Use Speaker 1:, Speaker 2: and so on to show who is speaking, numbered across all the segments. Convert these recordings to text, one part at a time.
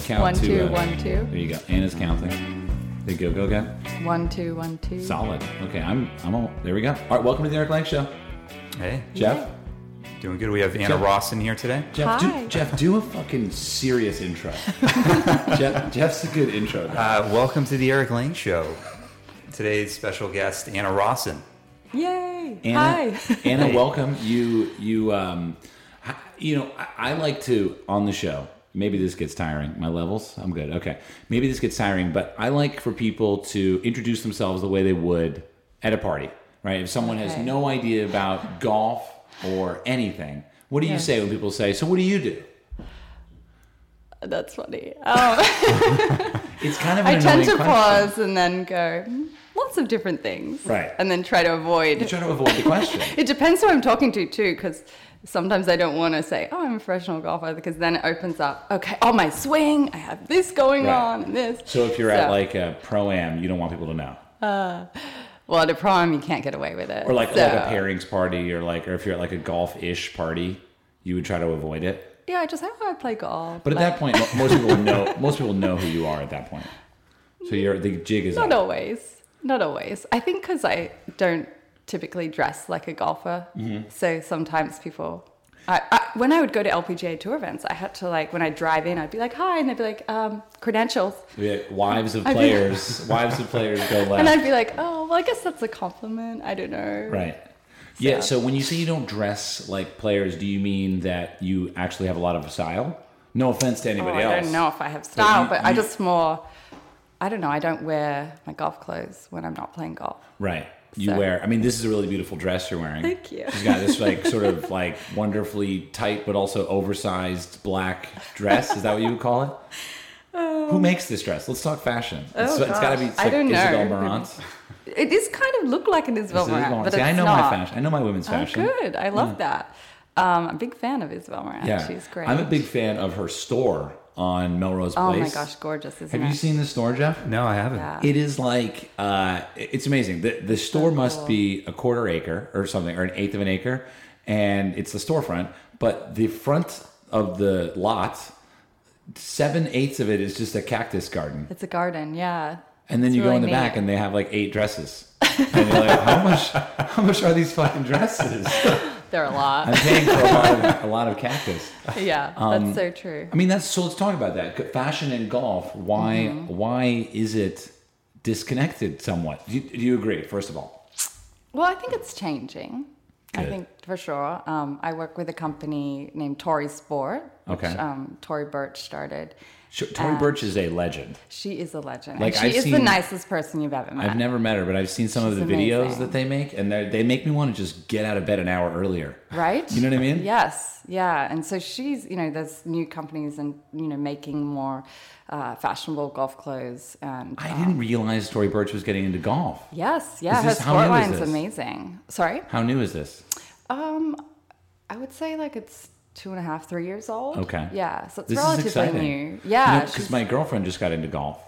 Speaker 1: count
Speaker 2: One,
Speaker 1: to
Speaker 2: two,
Speaker 1: uh,
Speaker 2: one, two.
Speaker 1: There you go. Anna's counting. There you go, go, go.
Speaker 2: One, two, one, two.
Speaker 1: Solid. Okay, I'm, I'm all, there we go. All right, welcome to the Eric Lang Show.
Speaker 3: Hey,
Speaker 1: Jeff?
Speaker 2: Yeah.
Speaker 3: doing good. We have Anna
Speaker 1: Jeff.
Speaker 3: Ross in here today.
Speaker 1: Jeff, do,
Speaker 2: Hi.
Speaker 1: Jeff, do a fucking serious intro. Jeff, Jeff's a good intro. guy.
Speaker 3: Uh, welcome to the Eric Lane Show. Today's special guest, Anna Rawson.
Speaker 2: Yay!
Speaker 1: Anna,
Speaker 2: Hi.
Speaker 1: Anna, welcome. You, you, um, I- you know, I, I like to on the show. Maybe this gets tiring. My levels, I'm good. Okay, maybe this gets tiring, but I like for people to introduce themselves the way they would at a party, right? If someone has
Speaker 2: Okay.
Speaker 1: no idea about golf or anything, what do you
Speaker 2: Yes.
Speaker 1: say when people say, "So, what do you do?"
Speaker 2: That's funny. Um,
Speaker 1: It's kind of an
Speaker 2: I tend
Speaker 1: annoying
Speaker 2: to
Speaker 1: question.
Speaker 2: pause and then go "Hmm, lots of different things.
Speaker 1: Right.
Speaker 2: And then try to avoid.
Speaker 1: You try to avoid the question.
Speaker 2: it depends who I'm talking to too, because sometimes I don't want to say, "Oh, I'm a professional golfer," because then it opens up. Okay, oh, my swing. I have this going
Speaker 1: Right.
Speaker 2: on and this.
Speaker 1: So if you're at
Speaker 2: So-
Speaker 1: like a pro am, you don't want people to know,
Speaker 2: well, at a prom, you can't get away with it.
Speaker 1: or like
Speaker 2: So-
Speaker 1: like a pairings party, or like or if you're at like a golf ish party, you would try to avoid it.
Speaker 2: Yeah, I just oh, I play golf.
Speaker 1: But at
Speaker 2: like-
Speaker 1: that point, mo- most people know most people know who you are at that point. So you're the jig is
Speaker 2: Not
Speaker 1: up.
Speaker 2: always. Not always. I think because I don't typically dress like a golfer,
Speaker 1: Mm-hmm.
Speaker 2: so sometimes people. I, I, when I would go to LPGA tour events, I had to like when I drive in, I'd be like, "Hi," and they'd be like, um, "Credentials,"
Speaker 1: Yeah, wives of
Speaker 2: I'd be-
Speaker 1: players, wives of players go
Speaker 2: and
Speaker 1: left,
Speaker 2: I'd be like, "Oh, well, I guess that's a compliment. I don't know."
Speaker 1: right. Yeah.
Speaker 2: So-
Speaker 1: So when you say you don't dress like players, do you mean that you actually have a lot of style? No offense to
Speaker 2: Oh,
Speaker 1: anybody
Speaker 2: I
Speaker 1: else.
Speaker 2: don't know if I have style,
Speaker 1: you-
Speaker 2: but, I
Speaker 1: you-
Speaker 2: just more. I don't know. I don't wear my golf clothes when I'm not playing golf.
Speaker 1: Right. You
Speaker 2: So-
Speaker 1: wear. I mean, this is a really beautiful dress you're wearing.
Speaker 2: Thank you.
Speaker 1: She's got this like sort of like wonderfully tight but also oversized black dress. Is that what you would call it? Who makes this dress? Let's talk fashion. it's,
Speaker 2: Um, Oh,
Speaker 1: it's got to
Speaker 2: gosh.
Speaker 1: be it's
Speaker 2: I
Speaker 1: like
Speaker 2: don't know.
Speaker 1: Isabel Marant.
Speaker 2: It is kind of look like an Isabel
Speaker 1: Isabel
Speaker 2: Moran,
Speaker 1: Marant.
Speaker 2: but
Speaker 1: See,
Speaker 2: it's
Speaker 1: I know
Speaker 2: not.
Speaker 1: my fashion. I know my women's
Speaker 2: Oh,
Speaker 1: fashion.
Speaker 2: good. I love that. Um, I'm a big fan of Isabel Moran.
Speaker 1: Yeah,
Speaker 2: She's great.
Speaker 1: I'm a big fan of her store on Melrose
Speaker 2: oh
Speaker 1: Place.
Speaker 2: my gosh, gorgeous, isn't
Speaker 1: Have
Speaker 2: it?
Speaker 1: you seen the store, Jeff?
Speaker 3: No, I haven't.
Speaker 2: Yeah.
Speaker 1: It is like uh, it's amazing. The the store must be a quarter acre or something, or an eighth of an acre, and it's the storefront. But the front of the lot, seven eighths of it is just a cactus garden,
Speaker 2: It's a garden, yeah.
Speaker 1: and then
Speaker 2: It's
Speaker 1: you go
Speaker 2: really
Speaker 1: in the back
Speaker 2: neat.
Speaker 1: and they have like eight dresses. And you're like, how much? How much are these fucking dresses?
Speaker 2: There are a
Speaker 1: I'm
Speaker 2: lot.
Speaker 1: paying for a lot of, a lot of cactus.
Speaker 2: yeah,
Speaker 1: Um,
Speaker 2: that's so true.
Speaker 1: I mean, that's so. Let's talk about that. Fashion and golf. Why?
Speaker 2: Mm-hmm.
Speaker 1: Why is it disconnected somewhat? Do you, do you agree? First of all.
Speaker 2: Well, I think it's changing. I
Speaker 1: Good.
Speaker 2: think for sure. Um, I work with a company named Tory Sport, which
Speaker 1: Okay.
Speaker 2: um, Tori Birch started.
Speaker 1: Sure, Tori
Speaker 2: Um,
Speaker 1: Birch is a legend.
Speaker 2: She is a legend.
Speaker 1: Like,
Speaker 2: and she
Speaker 1: I've
Speaker 2: is the
Speaker 1: seen-
Speaker 2: nicest person you've ever met.
Speaker 1: I've never met her, but I've seen some of the
Speaker 2: She's
Speaker 1: videos
Speaker 2: amazing.
Speaker 1: that they make, and they they make me want to just get out of bed an hour earlier.
Speaker 2: right?
Speaker 1: You know what I mean?
Speaker 2: Yes, yeah. And so she's, you know, there's new companies and you know making more uh, fashionable golf clothes and
Speaker 1: I
Speaker 2: uh,
Speaker 1: didn't realize Tori Birch was getting into golf.
Speaker 2: yes, yeah.
Speaker 1: Is
Speaker 2: Her
Speaker 1: this- how
Speaker 2: sport
Speaker 1: new is
Speaker 2: line's
Speaker 1: this?
Speaker 2: amazing. Sorry,
Speaker 1: How new is this?
Speaker 2: um, I would say like it's two and a half, three years old.
Speaker 1: Okay.
Speaker 2: Yeah, so it's
Speaker 1: this is
Speaker 2: relatively
Speaker 1: exciting.
Speaker 2: new. Yeah.
Speaker 1: because
Speaker 2: she's-
Speaker 1: my girlfriend just got into golf,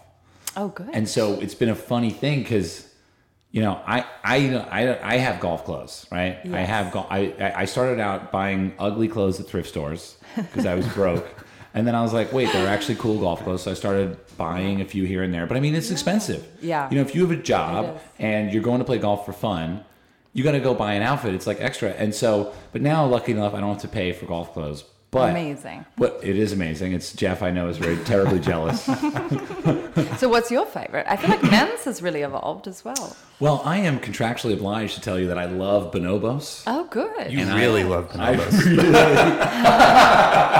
Speaker 2: oh, good.
Speaker 1: and so it's been a funny thing because. You know, I, I I I have golf clothes, right? I
Speaker 2: Yes.
Speaker 1: have gol- I I- I started out buying ugly clothes at thrift stores because I was broke, and then I was like, wait, they're actually cool golf clothes, so I started buying a few here and there. But I mean, it's expensive.
Speaker 2: Yeah.
Speaker 1: You know, if you have a
Speaker 2: It
Speaker 1: job
Speaker 2: is.
Speaker 1: and you're going to play golf for fun, you got to go buy an outfit. It's like extra. And so, but now, lucky enough, I don't have to pay for golf clothes. But
Speaker 2: Amazing.
Speaker 1: But it is amazing. It's Jeff. I know is very terribly jealous.
Speaker 2: so what's your favorite? I feel like men's has really evolved as well.
Speaker 1: Well, I am contractually obliged to tell you that I love bonobos.
Speaker 2: Oh, good.
Speaker 3: You really love Bonobos.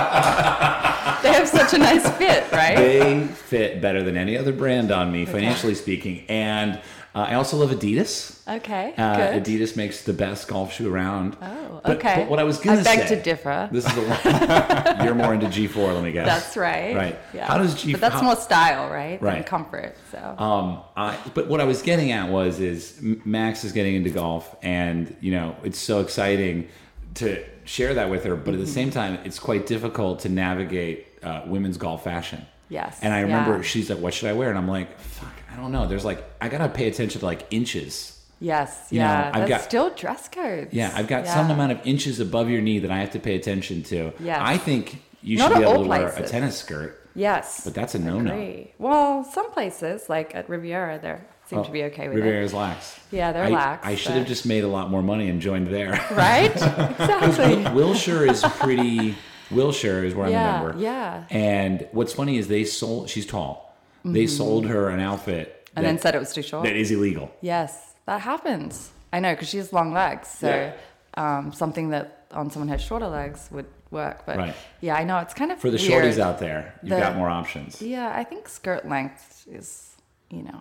Speaker 2: they have such a nice fit, right?
Speaker 1: They fit better than any other brand on me, financially speaking. And uh, I also love Adidas.
Speaker 2: Okay.
Speaker 1: Uh,
Speaker 2: good.
Speaker 1: Adidas makes the best golf shoe around.
Speaker 2: Oh,
Speaker 1: But-
Speaker 2: okay.
Speaker 1: But what I was
Speaker 2: I
Speaker 1: going to say.
Speaker 2: beg to differ.
Speaker 1: This is the one. you're more into G4, let me guess.
Speaker 2: That's right.
Speaker 1: Right.
Speaker 2: Yeah.
Speaker 1: How does G4?
Speaker 2: But that's
Speaker 1: how-
Speaker 2: more style, right?
Speaker 1: Right.
Speaker 2: Than comfort. So.
Speaker 1: Um, I, but what I was getting at was, is M- Max is getting into golf, and you know it's so exciting to share that with her. But
Speaker 2: Mm-hmm.
Speaker 1: at the same time, it's quite difficult to navigate uh, women's golf fashion.
Speaker 2: Yes,
Speaker 1: And I remember
Speaker 2: yeah.
Speaker 1: she's like, "What should I wear?" And I'm like, "Fuck, I don't know." There's like, I gotta pay attention to like inches.
Speaker 2: yes.
Speaker 1: you know,
Speaker 2: Yeah.
Speaker 1: I've got-
Speaker 2: that's still dress codes.
Speaker 1: Yeah, I've got some amount of inches above your knee that I have to pay attention to.
Speaker 2: Yes.
Speaker 1: I think you
Speaker 2: Not
Speaker 1: should be
Speaker 2: at
Speaker 1: able
Speaker 2: all
Speaker 1: to wear a
Speaker 2: places.
Speaker 1: tennis skirt.
Speaker 2: Yes.
Speaker 1: But that's a no-no.
Speaker 2: agree. Well, some places, like at Riviera, they seem to be
Speaker 1: Oh,
Speaker 2: okay with
Speaker 1: Riviera's lax.
Speaker 2: Yeah, they're
Speaker 1: I,
Speaker 2: lax,
Speaker 1: I should have
Speaker 2: but-
Speaker 1: just made a lot more money and joined there.
Speaker 2: it. Right? exactly.
Speaker 1: Wilshire is pretty. Wilshire is where
Speaker 2: Yeah,
Speaker 1: I'm a member.
Speaker 2: yeah.
Speaker 1: And what's funny is they sold. She's tall. They sold her an outfit
Speaker 2: Mm-hmm. And
Speaker 1: that-
Speaker 2: then said "Oh." it was too short.
Speaker 1: that is illegal.
Speaker 2: Yes, that happens. I know because she has long legs, so um, something that on someone who has shorter legs would work. But
Speaker 1: Right.
Speaker 2: yeah, I know it's kind of
Speaker 1: For the
Speaker 2: weird.
Speaker 1: shorties out there, you've
Speaker 2: The-
Speaker 1: got more options.
Speaker 2: Yeah, I think skirt length is you know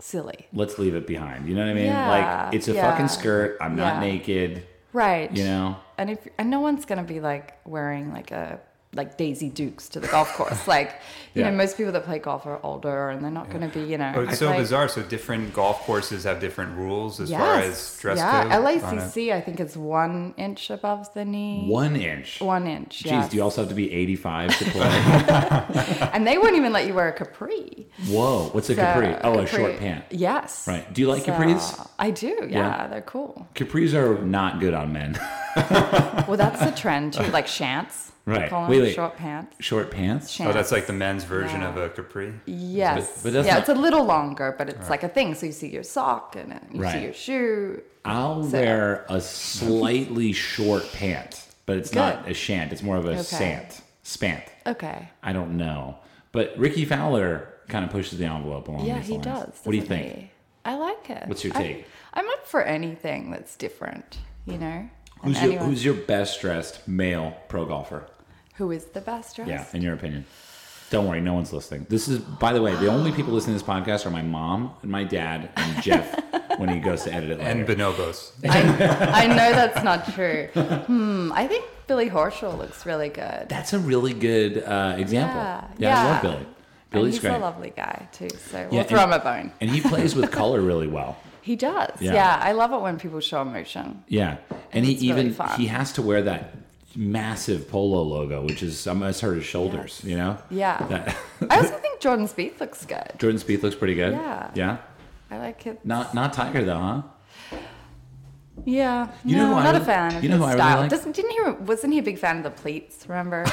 Speaker 2: silly.
Speaker 1: Let's leave it behind. You know what I mean?
Speaker 2: Yeah,
Speaker 1: like it's a
Speaker 2: yeah.
Speaker 1: fucking skirt. I'm not
Speaker 2: Yeah.
Speaker 1: naked.
Speaker 2: Right.
Speaker 1: You know.
Speaker 2: And if and no one's gonna be like wearing like a like Daisy Dukes to the golf course. like you
Speaker 1: Yeah.
Speaker 2: know, most people that play golf are older, and they're not gonna be you know.
Speaker 3: But Oh, it's
Speaker 2: I
Speaker 3: so
Speaker 2: play-
Speaker 3: bizarre. So different golf courses have different rules as
Speaker 2: Yes.
Speaker 3: far as dress
Speaker 2: yeah.
Speaker 3: code. on it.
Speaker 2: LACC, I think it's one inch above the knee.
Speaker 1: One inch.
Speaker 2: One inch.
Speaker 1: Jeez,
Speaker 2: yes.
Speaker 1: do you also have to be 85 to play?
Speaker 2: and they wouldn't even let you wear a capri.
Speaker 1: Whoa, what's a
Speaker 2: So,
Speaker 1: capri? Oh, a short pant.
Speaker 2: Yes.
Speaker 1: Right. Do you like capris?
Speaker 2: I do. Yeah,
Speaker 1: Yeah.
Speaker 2: they're cool.
Speaker 1: Capris are not good on men.
Speaker 2: Well, that's the trend too, like shants. they
Speaker 1: Right.
Speaker 2: call them
Speaker 1: Wait, wait.
Speaker 2: short pants.
Speaker 1: Short pants.
Speaker 2: Shants.
Speaker 3: Oh, that's like the men's version
Speaker 2: Yeah.
Speaker 3: of a capri.
Speaker 2: Yes.
Speaker 1: But- but that's
Speaker 2: yeah,
Speaker 1: not-
Speaker 2: it's a little longer, but it's like a thing. So you see your sock and then you
Speaker 1: Right.
Speaker 2: see your shoe.
Speaker 1: I'll
Speaker 2: So-
Speaker 1: wear a slightly short pant, but it's not
Speaker 2: Good.
Speaker 1: a shant. It's more of a
Speaker 2: Okay.
Speaker 1: sant, spant.
Speaker 2: Okay.
Speaker 1: I don't know, but Ricky Fowler kind of pushes the envelope along.
Speaker 2: Yeah,
Speaker 1: these
Speaker 2: he
Speaker 1: lines.
Speaker 2: does.
Speaker 1: What do you
Speaker 2: doesn't
Speaker 1: think?
Speaker 2: he? I like it.
Speaker 1: What's your
Speaker 2: I'm-
Speaker 1: take?
Speaker 2: I'm, up for anything that's different, you know? And
Speaker 1: Who's your,
Speaker 2: anyone-
Speaker 1: who's your best dressed male pro golfer?
Speaker 2: who is the best dressed?
Speaker 1: Yeah, in your opinion. Don't worry, no one's listening. This is, by the way, the only people listening to this podcast are my mom and my dad and Jeff when he goes to edit it later.
Speaker 3: And bonobos.
Speaker 2: I know that's not true. Hmm. I think Billy Horschel looks really good.
Speaker 1: That's a really good uh, example. Yeah,
Speaker 2: Yeah,
Speaker 1: I
Speaker 2: yeah.
Speaker 1: love Billy.
Speaker 2: and
Speaker 1: Billy's
Speaker 2: he's
Speaker 1: great.
Speaker 2: a lovely guy too. So
Speaker 1: Yeah,
Speaker 2: we'll throw
Speaker 1: and-
Speaker 2: him a bone.
Speaker 1: and he plays with color really well.
Speaker 2: He does.
Speaker 1: Yeah.
Speaker 2: Yeah. I love it when people show emotion.
Speaker 1: Yeah, and he
Speaker 2: It's really
Speaker 1: even
Speaker 2: fun.
Speaker 1: he has to wear that massive polo logo, which is I must hurt his shoulders. You know.
Speaker 2: Yeah.
Speaker 1: That,
Speaker 2: I also think Jordan Spieth looks good.
Speaker 1: Jordan Spieth looks pretty good.
Speaker 2: Yeah.
Speaker 1: Yeah.
Speaker 2: I like it.
Speaker 1: Not not Tiger though, huh?
Speaker 2: Yeah.
Speaker 1: You know who
Speaker 2: no,
Speaker 1: I
Speaker 2: not
Speaker 1: really-
Speaker 2: a fan of
Speaker 1: you know who
Speaker 2: his
Speaker 1: I really
Speaker 2: style.
Speaker 1: like?
Speaker 2: Doesn't, didn't he? Wasn't he a big fan of the pleats? Remember?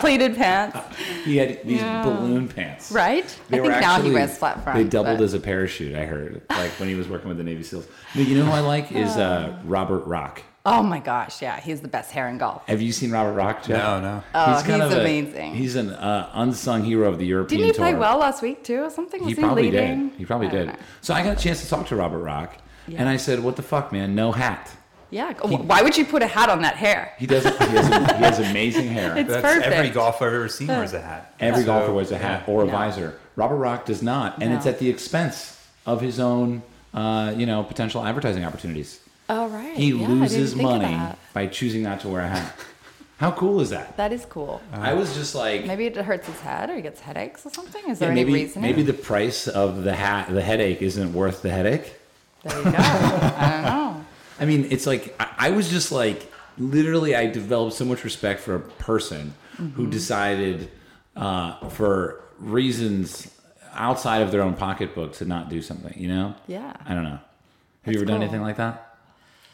Speaker 2: Pleated pants,
Speaker 1: He had these
Speaker 2: Yeah.
Speaker 1: balloon pants.
Speaker 2: right?
Speaker 1: They
Speaker 2: I
Speaker 1: were
Speaker 2: think now he
Speaker 1: actually-
Speaker 2: wears flat front.
Speaker 1: They doubled
Speaker 2: but-
Speaker 1: as a parachute. I heard like when he was working with the Navy SEALs. No, you know who I like is uh, Robert Rock.
Speaker 2: Oh my gosh! Yeah, he's the best hair in golf.
Speaker 1: Have you seen Robert Rock? Jeff?
Speaker 3: No, no.
Speaker 2: Oh, he's
Speaker 1: a-
Speaker 2: amazing.
Speaker 1: he's an uh, unsung hero of the European
Speaker 2: Didn't he
Speaker 1: tour.
Speaker 2: play well last week too, or something? Was
Speaker 1: He
Speaker 2: he,
Speaker 1: probably
Speaker 2: leading?
Speaker 1: did. He probably
Speaker 2: I don't
Speaker 1: did.
Speaker 2: know.
Speaker 1: So I got a chance to talk to Robert Rock, and I said, "What the fuck, man? No hat."
Speaker 2: Yeah. Why would you put a hat on that hair?
Speaker 1: He doesn't. he, has, he has amazing hair.
Speaker 2: It's
Speaker 3: That's every
Speaker 2: perfect.
Speaker 3: golfer I've ever seen wears a hat.
Speaker 1: Every
Speaker 3: So-
Speaker 1: golfer wears a hat
Speaker 3: yeah.
Speaker 1: or a visor. Robert Rock does not, and
Speaker 2: No.
Speaker 1: it's at the expense of his own, uh, you know, potential advertising opportunities.
Speaker 2: Oh right.
Speaker 1: He
Speaker 2: Yeah, I didn't
Speaker 1: loses
Speaker 2: think of
Speaker 1: money
Speaker 2: that.
Speaker 1: by choosing not to wear a hat. How cool is that?
Speaker 2: That is cool.
Speaker 1: I was just like,
Speaker 2: Uh, Maybe it hurts his head, or he gets headaches, or something. Is there
Speaker 1: yeah,
Speaker 2: any
Speaker 1: maybe
Speaker 2: reasoning?
Speaker 1: maybe the price of the hat, the headache, isn't worth the headache.
Speaker 2: There you go. I don't know.
Speaker 1: I mean, it's like I, I was just like literally, I developed so much respect for a person
Speaker 2: Mm-hmm.
Speaker 1: who decided uh, for reasons outside of their own pocketbook to not do something. You know?
Speaker 2: Yeah.
Speaker 1: I don't know. Have you ever done
Speaker 2: cool.
Speaker 1: anything like that?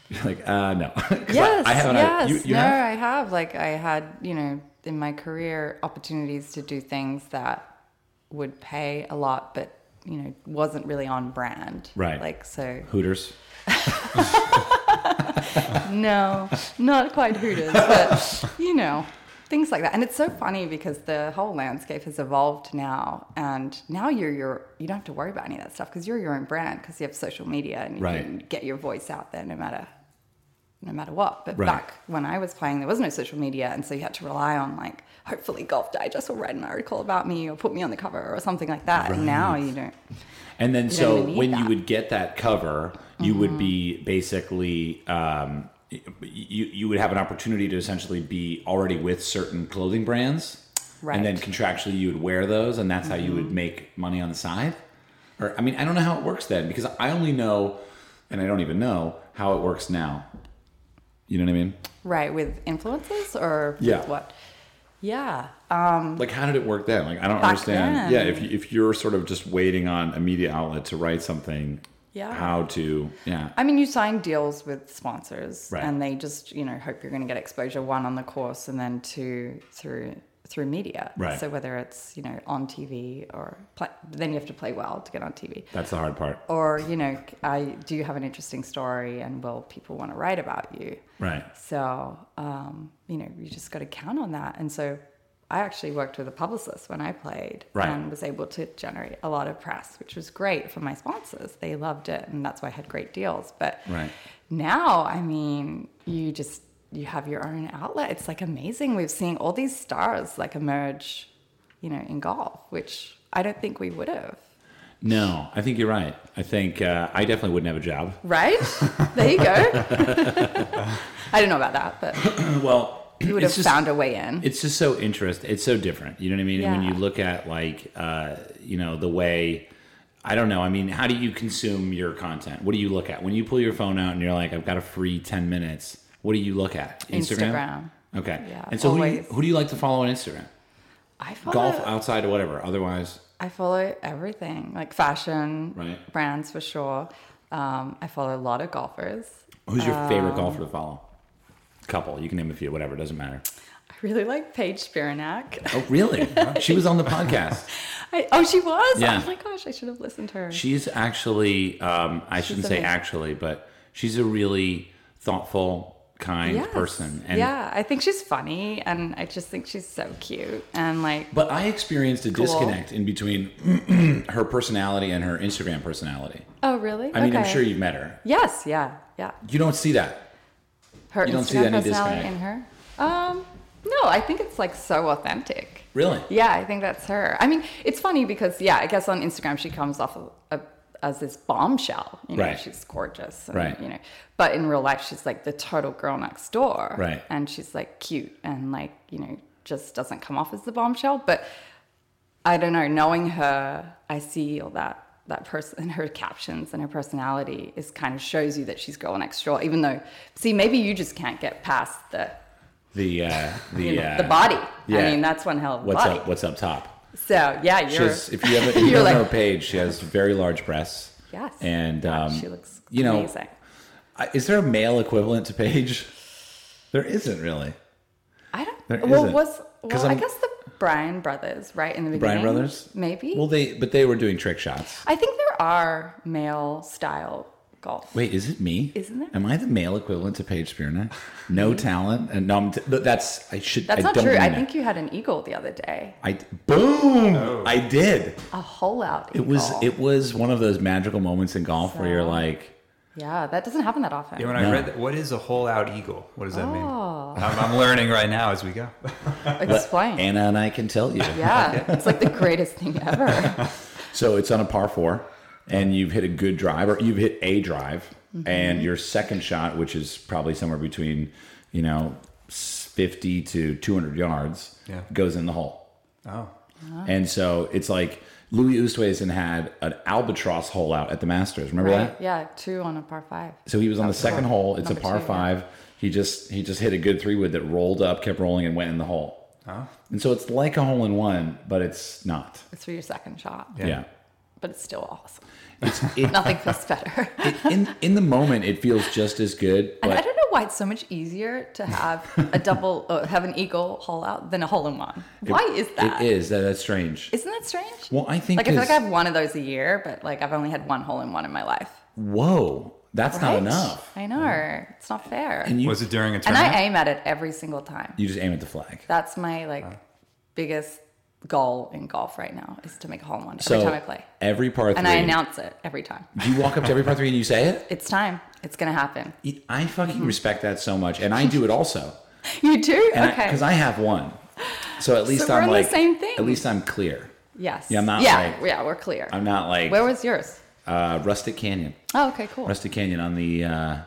Speaker 1: You're like, uh, no. 'Cause I-
Speaker 2: Yes.
Speaker 1: I, haven't. I-
Speaker 2: yes.
Speaker 1: you, you
Speaker 2: no,
Speaker 1: have?
Speaker 2: I have. Like I had, you know, in my career, opportunities to do things that would pay a lot, but you know, wasn't really on brand.
Speaker 1: Right.
Speaker 2: Like so.
Speaker 1: Hooters.
Speaker 2: No, not quite Hooters, but you know, things like that. And it's so funny because the whole landscape has evolved now, and now you're your you don't have to worry about any of that stuff because you're your own brand because you have social media and you
Speaker 1: Right.
Speaker 2: can get your voice out there no matter no matter what. But
Speaker 1: Right.
Speaker 2: back when I was playing, there was no social media, and so you had to rely on like hopefully Golf Digest will write an article about me or put me on the cover or something like that. And now you don't.
Speaker 1: And then,
Speaker 2: don't
Speaker 1: so
Speaker 2: even need
Speaker 1: when you
Speaker 2: that. Mm-hmm.
Speaker 1: would get that cover, you would be basically um, y- you you would have an opportunity to essentially be already with certain clothing brands, And then
Speaker 2: Right. Mm-hmm.
Speaker 1: contractually, you would wear those, and that's how you would make money on the side. Or I mean, I don't know how it works then because I only know, and I don't even know how it works now. You know what I mean?
Speaker 2: Right with influences or with
Speaker 1: Yeah.
Speaker 2: what? Yeah.
Speaker 1: Like, how did it work then? Like, I don't
Speaker 2: Mm. Back
Speaker 1: understand.
Speaker 2: then.
Speaker 1: Yeah, if you, if you're sort of just waiting on a media outlet to write something,
Speaker 2: Yeah.
Speaker 1: how to yeah
Speaker 2: I mean, you sign deals with sponsors,
Speaker 1: Right.
Speaker 2: and they just you know hope you're going to get exposure one on the course, and then two through through media.
Speaker 1: Right.
Speaker 2: So whether it's you know on TV or pla then you have to play well to get on TV,
Speaker 1: that's the hard part
Speaker 2: or you know, I do you have an interesting story, and will people want to write about you?
Speaker 1: right
Speaker 2: So um, you know, you just got to count on that. And so I actually worked with a publicist when I played,
Speaker 1: Right.
Speaker 2: and was able to generate a lot of press, which was great for my sponsors. They loved it, and that's why I had great deals. But
Speaker 1: Right.
Speaker 2: now, I mean, you just you have your own outlet. It's like amazing. We've seen all these stars like emerge, you know, in golf, which I don't think we would have.
Speaker 1: no i think you're right i think uh, i definitely wouldn't have a job
Speaker 2: Right? there you go. I don't know about that, but
Speaker 1: Uh, well
Speaker 2: you would have
Speaker 1: it's just-
Speaker 2: found a way in.
Speaker 1: it's just so interesting. It's so different. You know what I mean? And
Speaker 2: Yeah.
Speaker 1: when you look at like, uh, you know, the way, I don't know. I mean, how do you consume your content? What do you look at when you pull your phone out and you're like, I've got a free 10 minutes. What do you look at?
Speaker 2: Instagram.
Speaker 1: Okay.
Speaker 2: Yeah,
Speaker 1: and so who do, you,
Speaker 2: always.
Speaker 1: who do you like to follow on Instagram?
Speaker 2: I follow
Speaker 1: Golf outside or whatever. Otherwise.
Speaker 2: I follow everything, like fashion,
Speaker 1: Right.
Speaker 2: brands for sure. Um, I follow a lot of golfers.
Speaker 1: Who's your
Speaker 2: Um,
Speaker 1: favorite golfer to follow? Couple. You can name a few, whatever. Doesn't matter.
Speaker 2: I really like Paige Spiranak.
Speaker 1: Oh, really? she was on the podcast.
Speaker 2: I, oh, she was.
Speaker 1: Yeah.
Speaker 2: Oh my gosh, I should have listened to her.
Speaker 1: She's actually, um, I shouldn't say
Speaker 2: amazing.
Speaker 1: actually, but she's a really thoughtful, kind
Speaker 2: Yes.
Speaker 1: person.
Speaker 2: yeah, I think she's funny, and I just think she's so cute. And like,
Speaker 1: But I experienced a disconnect in between her personality and her Instagram personality.
Speaker 2: oh really?
Speaker 1: I mean, I'm sure you've met her.
Speaker 2: Yes. Yeah. Yeah.
Speaker 1: You don't see that.
Speaker 2: Her
Speaker 1: You
Speaker 2: Instagram
Speaker 1: don't see any
Speaker 2: personality in her. Um, no, I think it's like so authentic.
Speaker 1: Really?
Speaker 2: Yeah, I think that's her. I mean, it's funny because yeah, I guess on Instagram she comes off of, of, as this bombshell. You know,
Speaker 1: Right.
Speaker 2: she's gorgeous. And,
Speaker 1: Right.
Speaker 2: You know, but in real life she's like the total girl next door.
Speaker 1: Right.
Speaker 2: And she's like cute and like you know just doesn't come off as the bombshell. But I don't know. Knowing her, I see all that that person, her captions and her personality is kind of shows you that she's girl next door. Even though, see, maybe you just can't get past the
Speaker 1: The uh, the
Speaker 2: you know,
Speaker 1: uh,
Speaker 2: the body.
Speaker 1: yeah.
Speaker 2: I mean, that's one hell of a
Speaker 1: What's
Speaker 2: body.
Speaker 1: up? What's up top?
Speaker 2: So yeah, you're.
Speaker 1: She has, if you haven't, if you
Speaker 2: You're
Speaker 1: don't know
Speaker 2: like-
Speaker 1: her page, she has very large breasts.
Speaker 2: Yes.
Speaker 1: And um,
Speaker 2: she looks
Speaker 1: you know,
Speaker 2: amazing.
Speaker 1: I- Is there a male equivalent to Paige? There isn't really.
Speaker 2: I
Speaker 1: there
Speaker 2: don't. Well,
Speaker 1: isn't.
Speaker 2: was
Speaker 1: 'Cause
Speaker 2: well, I
Speaker 1: I'm-
Speaker 2: guess the Bryan brothers, right in the
Speaker 1: Bryan
Speaker 2: beginning.
Speaker 1: Brothers?
Speaker 2: maybe.
Speaker 1: Well, they but they were doing trick shots.
Speaker 2: I think there are male style golf.
Speaker 1: Wait, is it me?
Speaker 2: Isn't it?
Speaker 1: Am I the male equivalent to Paige Spearna? No talent, and no. I'm t- but that's I should.
Speaker 2: That's
Speaker 1: I
Speaker 2: not
Speaker 1: don't
Speaker 2: true.
Speaker 1: mean
Speaker 2: I
Speaker 1: that.
Speaker 2: think you had an eagle the other day,
Speaker 1: I boom. I did.
Speaker 2: a hole out.
Speaker 1: It was it was one of those magical moments in golf where you're
Speaker 2: So-
Speaker 1: like,
Speaker 2: Yeah, that doesn't happen that often.
Speaker 3: Yeah, when I
Speaker 1: No.
Speaker 3: read that, what is a whole out eagle? What does that mean?
Speaker 2: Oh.
Speaker 3: I'm, I'm learning right now as we go.
Speaker 2: Explain.
Speaker 1: Anna and I can tell you.
Speaker 2: yeah, it's like the greatest thing ever.
Speaker 1: So it's on a par four, and you've hit a good drive, or you've hit a drive,
Speaker 2: Mm-hmm.
Speaker 1: and your second shot, which is probably somewhere between, you know, fifty to two hundred yards,
Speaker 3: Yeah.
Speaker 1: goes in the hole.
Speaker 3: Oh,
Speaker 1: And so it's like Louis Oosthuizen had an albatross hole out at the Masters. Remember
Speaker 2: right?
Speaker 1: that?
Speaker 2: Yeah, two on a par five.
Speaker 1: So he was on the second hole. It's a
Speaker 2: Number
Speaker 1: par
Speaker 2: two, yeah.
Speaker 1: five. He just he just hit a good three wood that rolled up, kept rolling, and went in the hole.
Speaker 3: oh,
Speaker 1: And so it's like a hole in one, but it's not.
Speaker 2: It's for your second shot,
Speaker 1: Yeah.
Speaker 2: but it's still awesome.
Speaker 1: it-
Speaker 2: Nothing feels better.
Speaker 1: In in the moment, it feels just as good. But
Speaker 2: And I don't know why it's so much easier to have a double, uh, have an eagle hole out than a hole in one. Why is that?
Speaker 1: It is. That, that's strange.
Speaker 2: Isn't that strange?
Speaker 1: Well, I think
Speaker 2: like I feel
Speaker 1: 'cause-
Speaker 2: like I have one of those a year, but like I've only had one hole in one in my life.
Speaker 1: Whoa, that's not
Speaker 2: Right?
Speaker 1: enough. Mm-hmm.
Speaker 2: I know it's not fair.
Speaker 1: And you
Speaker 3: was it during a
Speaker 2: and
Speaker 3: tournament?
Speaker 2: I aim at it every single time.
Speaker 1: you just aim at the flag.
Speaker 2: That's my like biggest goal in golf right now is to make a hole in one every
Speaker 1: so
Speaker 2: time I play,
Speaker 1: every par three,
Speaker 2: and I announce it every time.
Speaker 1: do you walk up to every par three and you say it?
Speaker 2: It's time. It's gonna happen.
Speaker 1: I fucking
Speaker 2: Mm-hmm.
Speaker 1: respect that so much, and I do it also.
Speaker 2: You do? okay.
Speaker 1: Because I, have one, so at least
Speaker 2: So we're
Speaker 1: I'm
Speaker 2: on the
Speaker 1: like
Speaker 2: same thing.
Speaker 1: At least I'm clear.
Speaker 2: yes.
Speaker 1: Yeah, I'm not
Speaker 2: Yeah.
Speaker 1: like-
Speaker 2: yeah. We're clear.
Speaker 1: I'm not like
Speaker 2: Where was yours?
Speaker 1: uh, Rustic Canyon.
Speaker 2: Oh, okay. Cool.
Speaker 1: Rustic Canyon on the. Uh,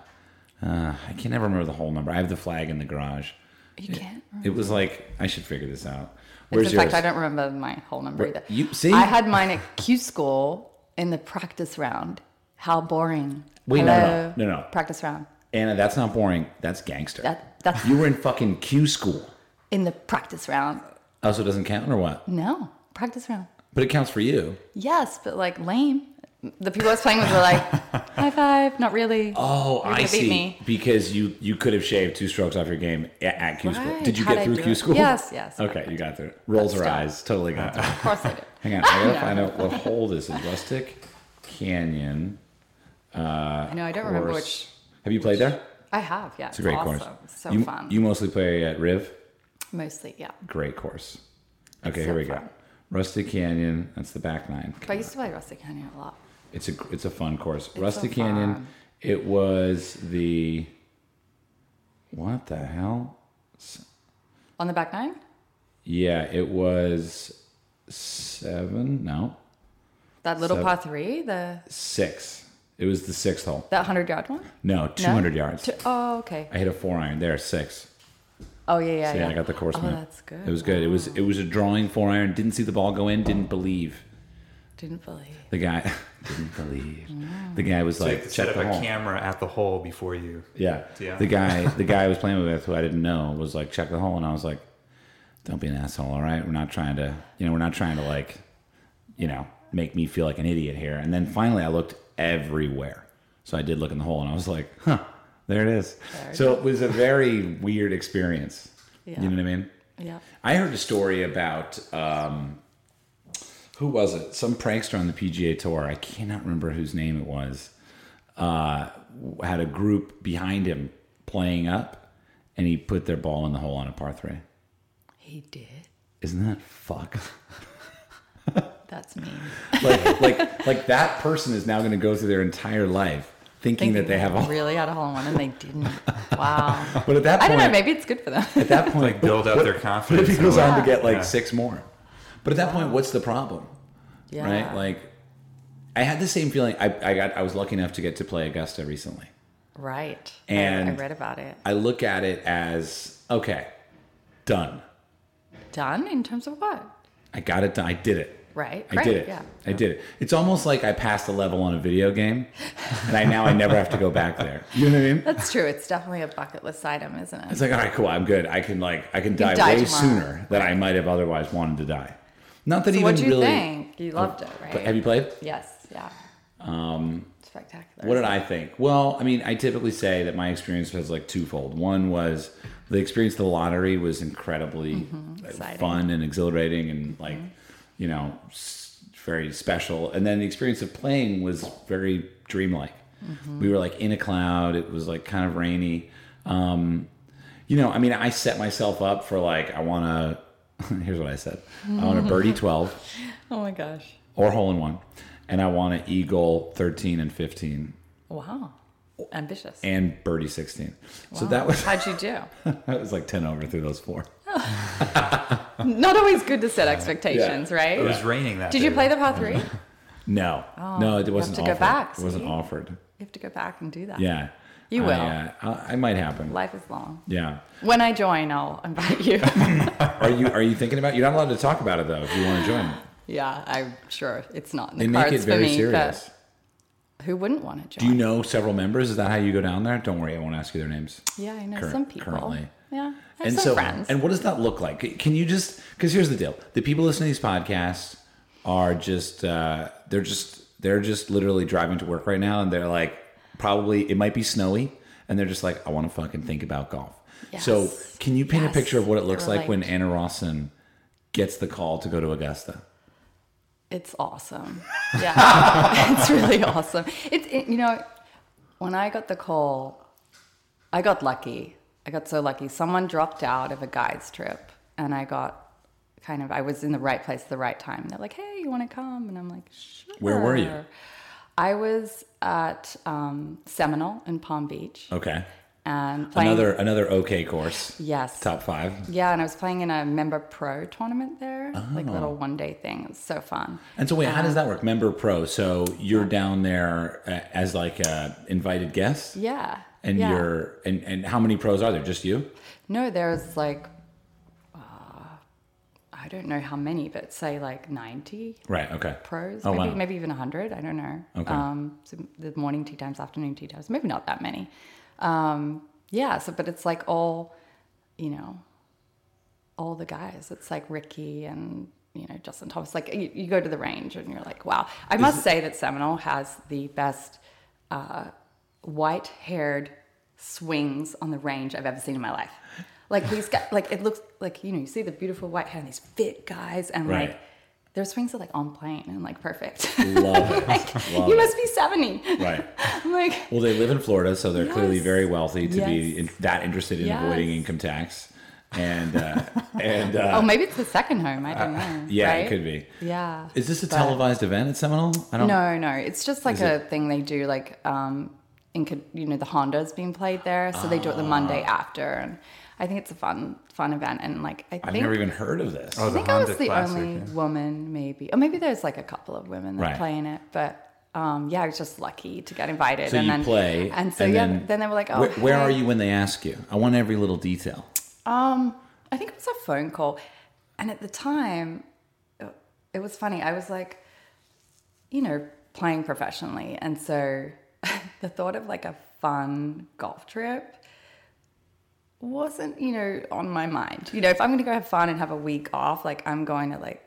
Speaker 1: uh, I can never remember the whole number. I have the flag in the garage.
Speaker 2: You can't.
Speaker 1: It was like I should figure this out. Where's
Speaker 2: in
Speaker 1: yours?
Speaker 2: fact, I don't remember my whole number
Speaker 1: Where-
Speaker 2: either.
Speaker 1: you- see?
Speaker 2: I had mine at Q school in the practice round. How boring.
Speaker 1: Wait, no,
Speaker 2: Hello?
Speaker 1: no, no, no.
Speaker 2: Practice round.
Speaker 1: Anna, that's not boring. That's gangster.
Speaker 2: That that's
Speaker 1: you were in fucking Q school.
Speaker 2: in the practice round.
Speaker 1: Also, doesn't count or what?
Speaker 2: No, practice round.
Speaker 1: But it counts for you.
Speaker 2: Yes, but like lame. the people I was playing with were like, high five, not really.
Speaker 1: Oh,
Speaker 2: You're
Speaker 1: I
Speaker 2: gonna beat
Speaker 1: see.
Speaker 2: me.
Speaker 1: Because you you could have shaved two strokes off your game at, at Q school.
Speaker 2: Right.
Speaker 1: Did you
Speaker 2: How'd
Speaker 1: get
Speaker 2: I
Speaker 1: through
Speaker 2: do
Speaker 1: Q
Speaker 2: it?
Speaker 1: school?
Speaker 2: Yes, yes, I
Speaker 1: Okay, you got through. it. Rolls her
Speaker 2: still.
Speaker 1: eyes. Totally got through.
Speaker 2: Of course I did.
Speaker 1: Hang on, I gotta
Speaker 2: Yeah.
Speaker 1: find out what hole this is. Rustic Canyon.
Speaker 2: I know, I don't remember which.
Speaker 1: course. Have you played there?
Speaker 2: I have, yeah.
Speaker 1: It's a great
Speaker 2: awesome.
Speaker 1: course.
Speaker 2: So
Speaker 1: you,
Speaker 2: fun.
Speaker 1: You mostly play at Riv.
Speaker 2: Mostly, yeah.
Speaker 1: Great course. Okay,
Speaker 2: so
Speaker 1: here we go.
Speaker 2: fun.
Speaker 1: Rustic Canyon. That's the back nine.
Speaker 2: But I used to play Rustic Canyon a lot.
Speaker 1: It's a it's a fun course.
Speaker 2: so
Speaker 1: Rusty Canyon.
Speaker 2: fun.
Speaker 1: It was the what the hell?
Speaker 2: On the back nine?
Speaker 1: Yeah, it was seven. No,
Speaker 2: That little
Speaker 1: So-
Speaker 2: par three, the
Speaker 1: six. It was the sixth hole.
Speaker 2: that 100 yard one?
Speaker 1: No, two hundred yards.
Speaker 2: Two- Oh, okay.
Speaker 1: I hit a four iron there, six.
Speaker 2: Oh, yeah, yeah,
Speaker 1: So, yeah,
Speaker 2: yeah.
Speaker 1: I got the course.
Speaker 2: Oh,
Speaker 1: map.
Speaker 2: that's good.
Speaker 1: It was good. It was it was a drawing four iron. Didn't see the ball go in. Didn't believe
Speaker 2: Didn't believe.
Speaker 1: the guy. didn't believe
Speaker 2: Mm.
Speaker 1: the guy was
Speaker 3: So you
Speaker 1: like
Speaker 3: have to
Speaker 1: check
Speaker 3: set up
Speaker 1: the
Speaker 3: a
Speaker 1: hole.
Speaker 3: camera at the hole before you.
Speaker 1: Yeah.
Speaker 3: Yeah.
Speaker 1: The guy the guy I was playing with who I didn't know was like, check the hole and I was like, Don't be an asshole, all right? We're not trying to you know, we're not trying to like, you know, make me feel like an idiot here. And then finally I looked everywhere. So I did look in the hole and I was like, huh, there it is.
Speaker 2: There it
Speaker 1: so it was a very weird experience.
Speaker 2: Yeah.
Speaker 1: You know what I mean?
Speaker 2: Yeah.
Speaker 1: I heard a story about um, who was it? Some prankster on the PGA Tour. I cannot remember whose name it was. Uh, had a group behind him playing up, and he put their ball in the hole on a par three.
Speaker 2: He did.
Speaker 1: Isn't that fuck?
Speaker 2: That's me.
Speaker 1: like, like, like that person is now going to go through their entire life thinking, that they have a.
Speaker 2: really had a hole in one and they didn't. Wow.
Speaker 1: But at that
Speaker 2: I
Speaker 1: point,
Speaker 2: don't know. Maybe it's good for them.
Speaker 1: at that point,
Speaker 3: Like build up their
Speaker 1: But if
Speaker 3: confidence.
Speaker 1: he
Speaker 3: in
Speaker 1: goes
Speaker 3: a way.
Speaker 1: on to get like
Speaker 3: Yeah.
Speaker 1: six more, but at that point, what's the problem?
Speaker 2: Yeah.
Speaker 1: right? Like, I had the same feeling. I, I got. I was lucky enough to get to play Augusta recently.
Speaker 2: right. I- I,
Speaker 1: And-
Speaker 2: read about it.
Speaker 1: I look at it as okay, done.
Speaker 2: Done in terms of what?
Speaker 1: I got it done. I did it.
Speaker 2: Right.
Speaker 1: I
Speaker 2: right.
Speaker 1: did it.
Speaker 2: Yeah.
Speaker 1: I did it. It's almost like I passed a level on a video game, and I now I never have to go back there. You know what I mean?
Speaker 2: That's true. It's definitely a bucket list item, isn't it?
Speaker 1: It's like all right, cool. I'm good. I can like I can die,
Speaker 2: die
Speaker 1: way
Speaker 2: tomorrow.
Speaker 1: sooner than I might have otherwise wanted to die. Not that
Speaker 2: so
Speaker 1: even
Speaker 2: what do you
Speaker 1: really.
Speaker 2: think? You loved it, right?
Speaker 1: But have you played?
Speaker 2: yes. Yeah. Um, Spectacular.
Speaker 1: What did I think? Well, I mean, I typically say that my experience was like twofold. One was the experience of the lottery was incredibly like,
Speaker 2: Exciting.
Speaker 1: fun and exhilarating and like, you know, s- very special. And then the experience of playing was very dreamlike. We were like in a cloud, it was like kind of rainy. Um, you know, I mean, I set myself up for like, I want to, here's what I said I want a birdie 12
Speaker 2: Oh my gosh.
Speaker 1: or hole in one, and I want an eagle 13 and 15
Speaker 2: Wow. Ambitious.
Speaker 1: and birdie 16. So
Speaker 2: Wow.
Speaker 1: that was
Speaker 2: How'd you do?
Speaker 1: that was like 10 over through those four.
Speaker 2: Not always good to set expectations, right?
Speaker 3: It was raining that.
Speaker 2: Did you
Speaker 3: day.
Speaker 2: play the par three? you
Speaker 1: No, no, it wasn't
Speaker 2: Oh, to go
Speaker 1: offered.
Speaker 2: back,
Speaker 1: it wasn't
Speaker 2: see?
Speaker 1: offered.
Speaker 2: have to go back and do that.
Speaker 1: Yeah,
Speaker 2: You
Speaker 1: I,
Speaker 2: will.
Speaker 1: uh, I, I might happen.
Speaker 2: Life is long.
Speaker 1: Yeah.
Speaker 2: When I join, I'll invite you.
Speaker 1: Are you are you thinking about? You're not allowed to talk about it though. If you want to join,
Speaker 2: yeah, I'm sure it's not in the
Speaker 1: they make
Speaker 2: cards
Speaker 1: it very
Speaker 2: for me.
Speaker 1: serious.
Speaker 2: But who wouldn't want to
Speaker 1: Do you
Speaker 2: join?
Speaker 1: know several members? Is that how you go down there? Don't worry, I won't ask you their names.
Speaker 2: yeah, I know
Speaker 1: current-
Speaker 2: some people.
Speaker 1: currently.
Speaker 2: Yeah, I have
Speaker 1: and
Speaker 2: some
Speaker 1: so,
Speaker 2: friends.
Speaker 1: and what does that look like? Can you just? Because here's the deal: the people listening to these podcasts are just uh, they're just they're just literally driving to work right now, and they're like, probably it might be snowy, and they're just like, I want to fucking think about golf. So,
Speaker 2: Yes.
Speaker 1: can you paint
Speaker 2: Yes.
Speaker 1: a picture of what it looks
Speaker 2: They're
Speaker 1: like when Anna Rawson gets the call to go to Augusta?
Speaker 2: It's awesome. Yeah, it's really awesome. It's it, you know, when I got the call, I got lucky. I got so lucky. Someone dropped out of a guys trip, and I got kind of I was in the right place at the right time. They're like, "Hey, you want to come?" And I'm like, "Sure."
Speaker 1: Where were you?
Speaker 2: I was at um, Seminole in Palm Beach,
Speaker 1: Okay,
Speaker 2: and playing.
Speaker 1: Oh. another another okay course,
Speaker 2: yes.
Speaker 1: top five.
Speaker 2: Yeah, and I was playing in a member pro tournament there,
Speaker 1: Oh.
Speaker 2: like little one day thing. It was so fun.
Speaker 1: And so, wait, how does that work? Member Pro. So you're down there uh, as like a invited guest.
Speaker 2: Yeah.
Speaker 1: And
Speaker 2: yeah.
Speaker 1: you're and and how many pros are there? Just you?
Speaker 2: No, there's like, uh, I don't know how many, but say like 90
Speaker 1: Right. Okay.
Speaker 2: pros,
Speaker 1: Oh,
Speaker 2: maybe,
Speaker 1: wow.
Speaker 2: maybe even 100. I don't know.
Speaker 1: Okay.
Speaker 2: Um, so the morning tea times, afternoon tea times, maybe not that many. Um, yeah, so, but it's like all, you know, all the guys. It's like Ricky and you know, Justin Thomas. Like you, you go to the range and you're like, wow. I must say that Seminole has the best uh, white haired swings on the range I've ever seen in my life. Like these guys, like it looks like, you know, you see the beautiful white hair and these fit guys and
Speaker 1: Right.
Speaker 2: like their swings are like on plane and like perfect.
Speaker 1: Love it.
Speaker 2: like,
Speaker 1: Love
Speaker 2: you
Speaker 1: it.
Speaker 2: must be 70.
Speaker 1: Right.
Speaker 2: I'm like,
Speaker 1: Well, they live in Florida, so they're clearly
Speaker 2: Yes.
Speaker 1: very wealthy to be
Speaker 2: Yes.
Speaker 1: in, that interested in
Speaker 2: Yes.
Speaker 1: avoiding income tax. And uh, and uh,
Speaker 2: oh, maybe it's the second home. I don't know.
Speaker 1: yeah,
Speaker 2: right?
Speaker 1: it could be.
Speaker 2: Yeah.
Speaker 1: Is this a
Speaker 2: But-
Speaker 1: televised event at Seminole? I don't.
Speaker 2: No, no. It's just like
Speaker 1: Is
Speaker 2: a thing they do, like um, in co- you know the Honda's being played there, so they do it the Monday
Speaker 1: Ah.
Speaker 2: after, and I think it's a fun, fun event. And like I
Speaker 1: I've
Speaker 2: think
Speaker 1: never even heard of this.
Speaker 2: I
Speaker 3: Oh, the
Speaker 2: think I was
Speaker 3: Honda
Speaker 2: the
Speaker 3: Classic,
Speaker 2: only
Speaker 3: yeah.
Speaker 2: woman, maybe, or maybe there's like a couple of women that
Speaker 1: Right.
Speaker 2: play in it, but. Um, yeah, I was just lucky to get invited.
Speaker 1: so
Speaker 2: and
Speaker 1: you
Speaker 2: then,
Speaker 1: play,
Speaker 2: and so yeah, then, they were like, "Oh,
Speaker 1: where, where are
Speaker 2: hey."
Speaker 1: you when they ask you? I want every little detail.
Speaker 2: Um, I think it was a phone call, and at the time, it- it was funny. I was like, you know, playing professionally, and so the thought of like a fun golf trip wasn't, you know, on my mind. You know, if I'm going to go have fun and have a week off, like I'm going to like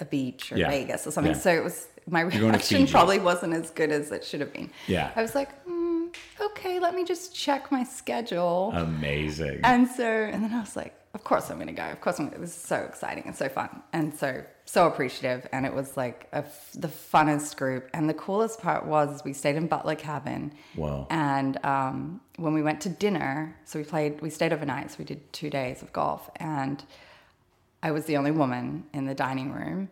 Speaker 2: a beach or
Speaker 1: Yeah.
Speaker 2: Vegas or something.
Speaker 1: Yeah.
Speaker 2: So it was my
Speaker 1: to
Speaker 2: reaction
Speaker 1: Fiji.
Speaker 2: probably wasn't as good as it should have been.
Speaker 1: Yeah.
Speaker 2: I was like, hmm, okay, let me just check my schedule.
Speaker 1: Amazing.
Speaker 2: And so, and then I was like, of course I'm going to go. Of course I'm going to. This is so exciting and so fun. And so, so appreciative. And it was like a f the funnest group. And the coolest part was we stayed in Butler Cabin.
Speaker 1: Wow.
Speaker 2: And um, when we went to dinner, so we played, we stayed overnight. So we did two days of golf. And I was the only woman in the dining room.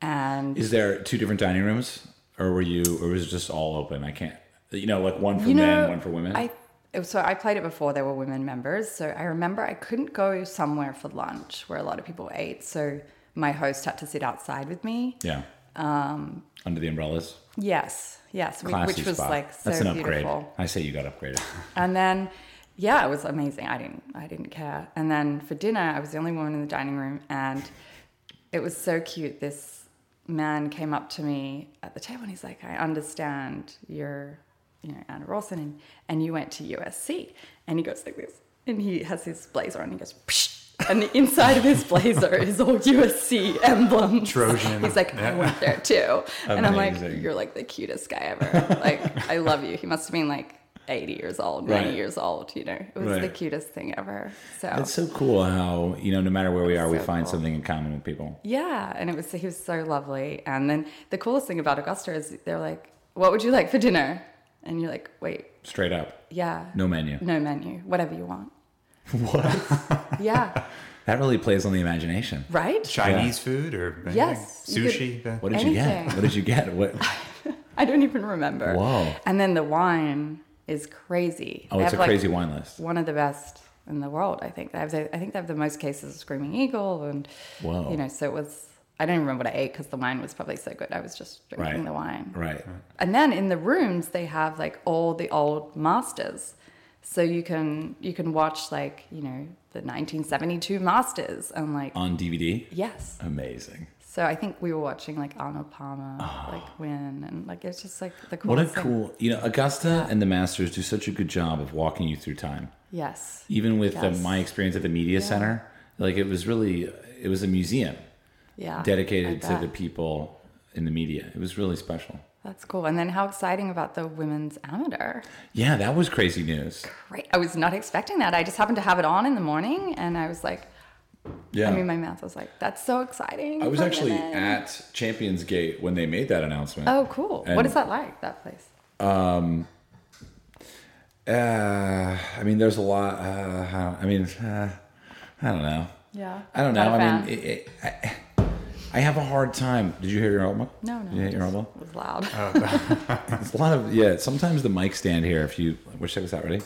Speaker 2: And
Speaker 1: Is there two different dining rooms, or were you, or was it just all open? I can't. You know, like one for
Speaker 2: you know,
Speaker 1: men, one for women.
Speaker 2: I oh, so I played it before there were women members. So I remember I couldn't go somewhere for lunch where a lot of people ate. So my host had to sit outside with me.
Speaker 1: yeah. Um, Under the umbrellas.
Speaker 2: Yes, yes, we,
Speaker 1: Classy
Speaker 2: which was
Speaker 1: spot.
Speaker 2: like so
Speaker 1: That's an upgrade.
Speaker 2: beautiful. Oh.
Speaker 1: I say you got upgraded.
Speaker 2: And then yeah, it was amazing. I didn't I didn't care. And then for dinner, I was the only woman in the dining room and it was so cute. This man came up to me at the table and he's like, I understand you're, you know, Anna Rawson and, and you went to USC. And he goes like this. And he has his blazer on and he goes, Psh! and the inside of his blazer is all USC emblems.
Speaker 3: Trojan.
Speaker 2: He's like, I went there too. And I'm like,
Speaker 1: Amazing.
Speaker 2: you're like the cutest guy ever. Like, I love you. He must have been like 80 years old, 90
Speaker 1: Right.
Speaker 2: years old, you know. It was
Speaker 1: Right.
Speaker 2: the cutest thing ever. So,
Speaker 1: It's so cool how you know, no matter where we are, we
Speaker 2: So
Speaker 1: find
Speaker 2: cool.
Speaker 1: something in common with people.
Speaker 2: yeah. And it was, he was so lovely. And then the coolest thing about Augusta is they're like, what would you like for dinner? And you're like, wait,
Speaker 1: Straight up,
Speaker 2: yeah.
Speaker 1: no menu.
Speaker 2: No menu, whatever you want. What? yeah.
Speaker 1: That really plays on the imagination.
Speaker 2: Right?
Speaker 3: Chinese food or anything?
Speaker 2: Yes, you could-
Speaker 3: sushi.
Speaker 1: What did you get?
Speaker 2: Anything.
Speaker 1: What did you get? What?
Speaker 2: I don't even remember.
Speaker 1: Whoa.
Speaker 2: And then the wine is crazy.
Speaker 1: Oh,
Speaker 2: They
Speaker 1: it's a
Speaker 2: have, like,
Speaker 1: crazy wine list.
Speaker 2: one of the best in the world. I think they have. The, I think they have the most cases of Screaming Eagle, and
Speaker 1: Whoa.
Speaker 2: you know, so it was. I don't even remember what I ate because the wine was probably so good. I was just drinking
Speaker 1: Right.
Speaker 2: the wine.
Speaker 1: Right.
Speaker 2: And then in the rooms, they have like all the old masters, so you can you can watch like you know the 1972 masters and like
Speaker 1: On DVD.
Speaker 2: yes.
Speaker 1: Amazing.
Speaker 2: So I think we were watching like Arnold Palmer like win and like it's just like the
Speaker 1: Ah. What a
Speaker 2: coolest thing.
Speaker 1: cool. You know, Augusta and the Masters do such a good job of walking you through time.
Speaker 2: Yes.
Speaker 1: Even with the,
Speaker 2: Yes.
Speaker 1: my experience at the media center, like it was really, it was a museum
Speaker 2: Yeah.
Speaker 1: dedicated
Speaker 2: I
Speaker 1: to
Speaker 2: bet.
Speaker 1: the people in the media. It was really special.
Speaker 2: That's cool. And then how exciting about the women's amateur.
Speaker 1: Yeah, that was crazy news.
Speaker 2: Right. I was not expecting that. I just happened to have it on in the morning and I was like,
Speaker 1: Yeah.
Speaker 2: I mean, my mouth was like, that's so exciting.
Speaker 1: I was
Speaker 2: for
Speaker 1: actually
Speaker 2: women."
Speaker 1: at Champions Gate when they made that announcement.
Speaker 2: Oh, cool.
Speaker 1: And-
Speaker 2: what is that like, that place?
Speaker 1: Uh, I mean, there's a lot. Uh, I don't- I mean, uh, I don't know.
Speaker 2: Yeah.
Speaker 1: I don't know.
Speaker 2: Not a
Speaker 1: I mean,
Speaker 2: fan.
Speaker 1: it, it, I, I have a hard time. Did you hear your elbow?
Speaker 2: No, no.
Speaker 1: You hit your
Speaker 2: just-
Speaker 1: elbow?
Speaker 2: It was loud.
Speaker 1: It's a lot of, yeah, sometimes the mic stand here, if you, which check this out, ready?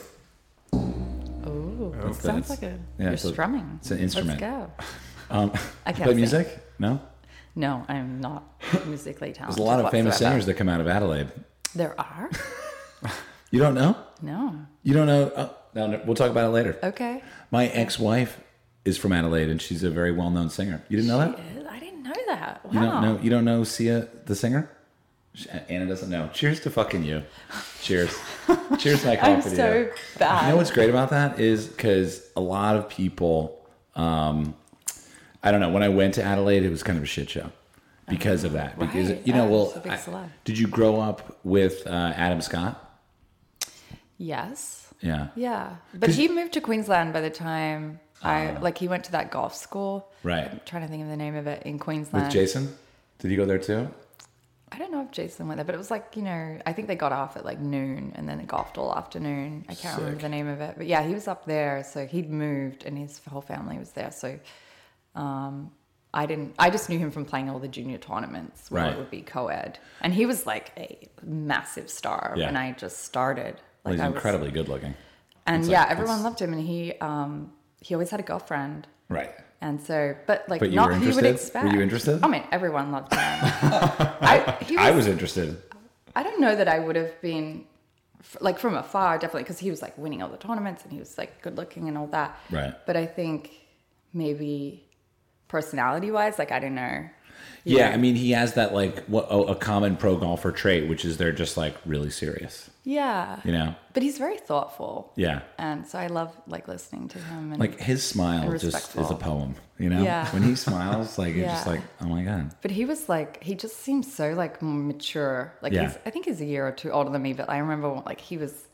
Speaker 2: Ooh, it
Speaker 1: that's-
Speaker 2: sounds like a,
Speaker 1: yeah,
Speaker 2: you're
Speaker 1: it's a-
Speaker 2: strumming.
Speaker 1: it's an instrument.
Speaker 2: Let's go.
Speaker 1: Um,
Speaker 2: I can't
Speaker 1: play
Speaker 2: sing.
Speaker 1: music? No?
Speaker 2: No, I'm not musically talented.
Speaker 1: There's a lot of famous
Speaker 2: whatsoever.
Speaker 1: singers that come out of Adelaide.
Speaker 2: There are?
Speaker 1: You don't know?
Speaker 2: No.
Speaker 1: You don't know? Oh, no, no, we'll talk about it later.
Speaker 2: Okay.
Speaker 1: My ex wife is from Adelaide and she's a very well known singer. You didn't know that?
Speaker 2: I didn't know that. Wow.
Speaker 1: You don't know. You don't know Sia the singer. Sh- Anna doesn't know. Cheers to fucking you. Cheers. Cheers, my
Speaker 2: I'm
Speaker 1: coffee. to
Speaker 2: so
Speaker 1: you.
Speaker 2: bad.
Speaker 1: You know what's great about that is because a lot of people um, I don't know. When I went to Adelaide, it was kind of a shit show because of that. Because
Speaker 2: right. Oh,
Speaker 1: you know,
Speaker 2: That
Speaker 1: well,
Speaker 2: was a big
Speaker 1: I-
Speaker 2: celeb.
Speaker 1: did you grow up with uh, Adam Scott?
Speaker 2: Yes.
Speaker 1: Yeah.
Speaker 2: Yeah. But he moved to Queensland by the time I like he went to that golf school.
Speaker 1: Ah. Right.
Speaker 2: I'm trying to think of the name of it in Queensland.
Speaker 1: With Jason, did you go there too?
Speaker 2: I don't know if Jason went there, but it was like, you know, I think they got off at like noon and then they golfed all afternoon. I can't remember
Speaker 1: Sick.
Speaker 2: the name of it. But yeah, he was up there. So he'd moved and his whole family was there. So um, I didn't, I just knew him from playing all the junior tournaments where
Speaker 1: Right.
Speaker 2: it would be co ed. And he was like a massive star
Speaker 1: Yeah.
Speaker 2: when I just started.
Speaker 1: Well,
Speaker 2: Like
Speaker 1: he's
Speaker 2: I was-
Speaker 1: incredibly good looking.
Speaker 2: And
Speaker 1: It's like-
Speaker 2: yeah, everyone
Speaker 1: it's-
Speaker 2: loved him. And he, um, he always had a girlfriend.
Speaker 1: Right.
Speaker 2: And so, but like,
Speaker 1: But you
Speaker 2: not
Speaker 1: were
Speaker 2: who you would
Speaker 1: interested?
Speaker 2: expect.
Speaker 1: Were you interested?
Speaker 2: I mean, everyone loved him. I, he
Speaker 1: I was interested.
Speaker 2: I don't know that I would have been f- like from afar, definitely, because he was like winning all the tournaments and he was like good looking and all that.
Speaker 1: Right.
Speaker 2: But I think maybe personality wise, like I don't know.
Speaker 1: Yeah, I mean, he has that like what oh, a common pro golfer trait, which is they're just like really serious.
Speaker 2: Yeah.
Speaker 1: You know?
Speaker 2: But he's very thoughtful.
Speaker 1: Yeah.
Speaker 2: And so I love like listening to him. And,
Speaker 1: Like his smile
Speaker 2: And
Speaker 1: just is a
Speaker 2: respectful.
Speaker 1: poem. You know?
Speaker 2: Yeah.
Speaker 1: When he smiles, like it's just
Speaker 2: Yeah.
Speaker 1: like oh my god.
Speaker 2: but he was like, he just seems so like mature. Like
Speaker 1: Yeah.
Speaker 2: he's, I think he's a year or two older than me, but I remember when, like he was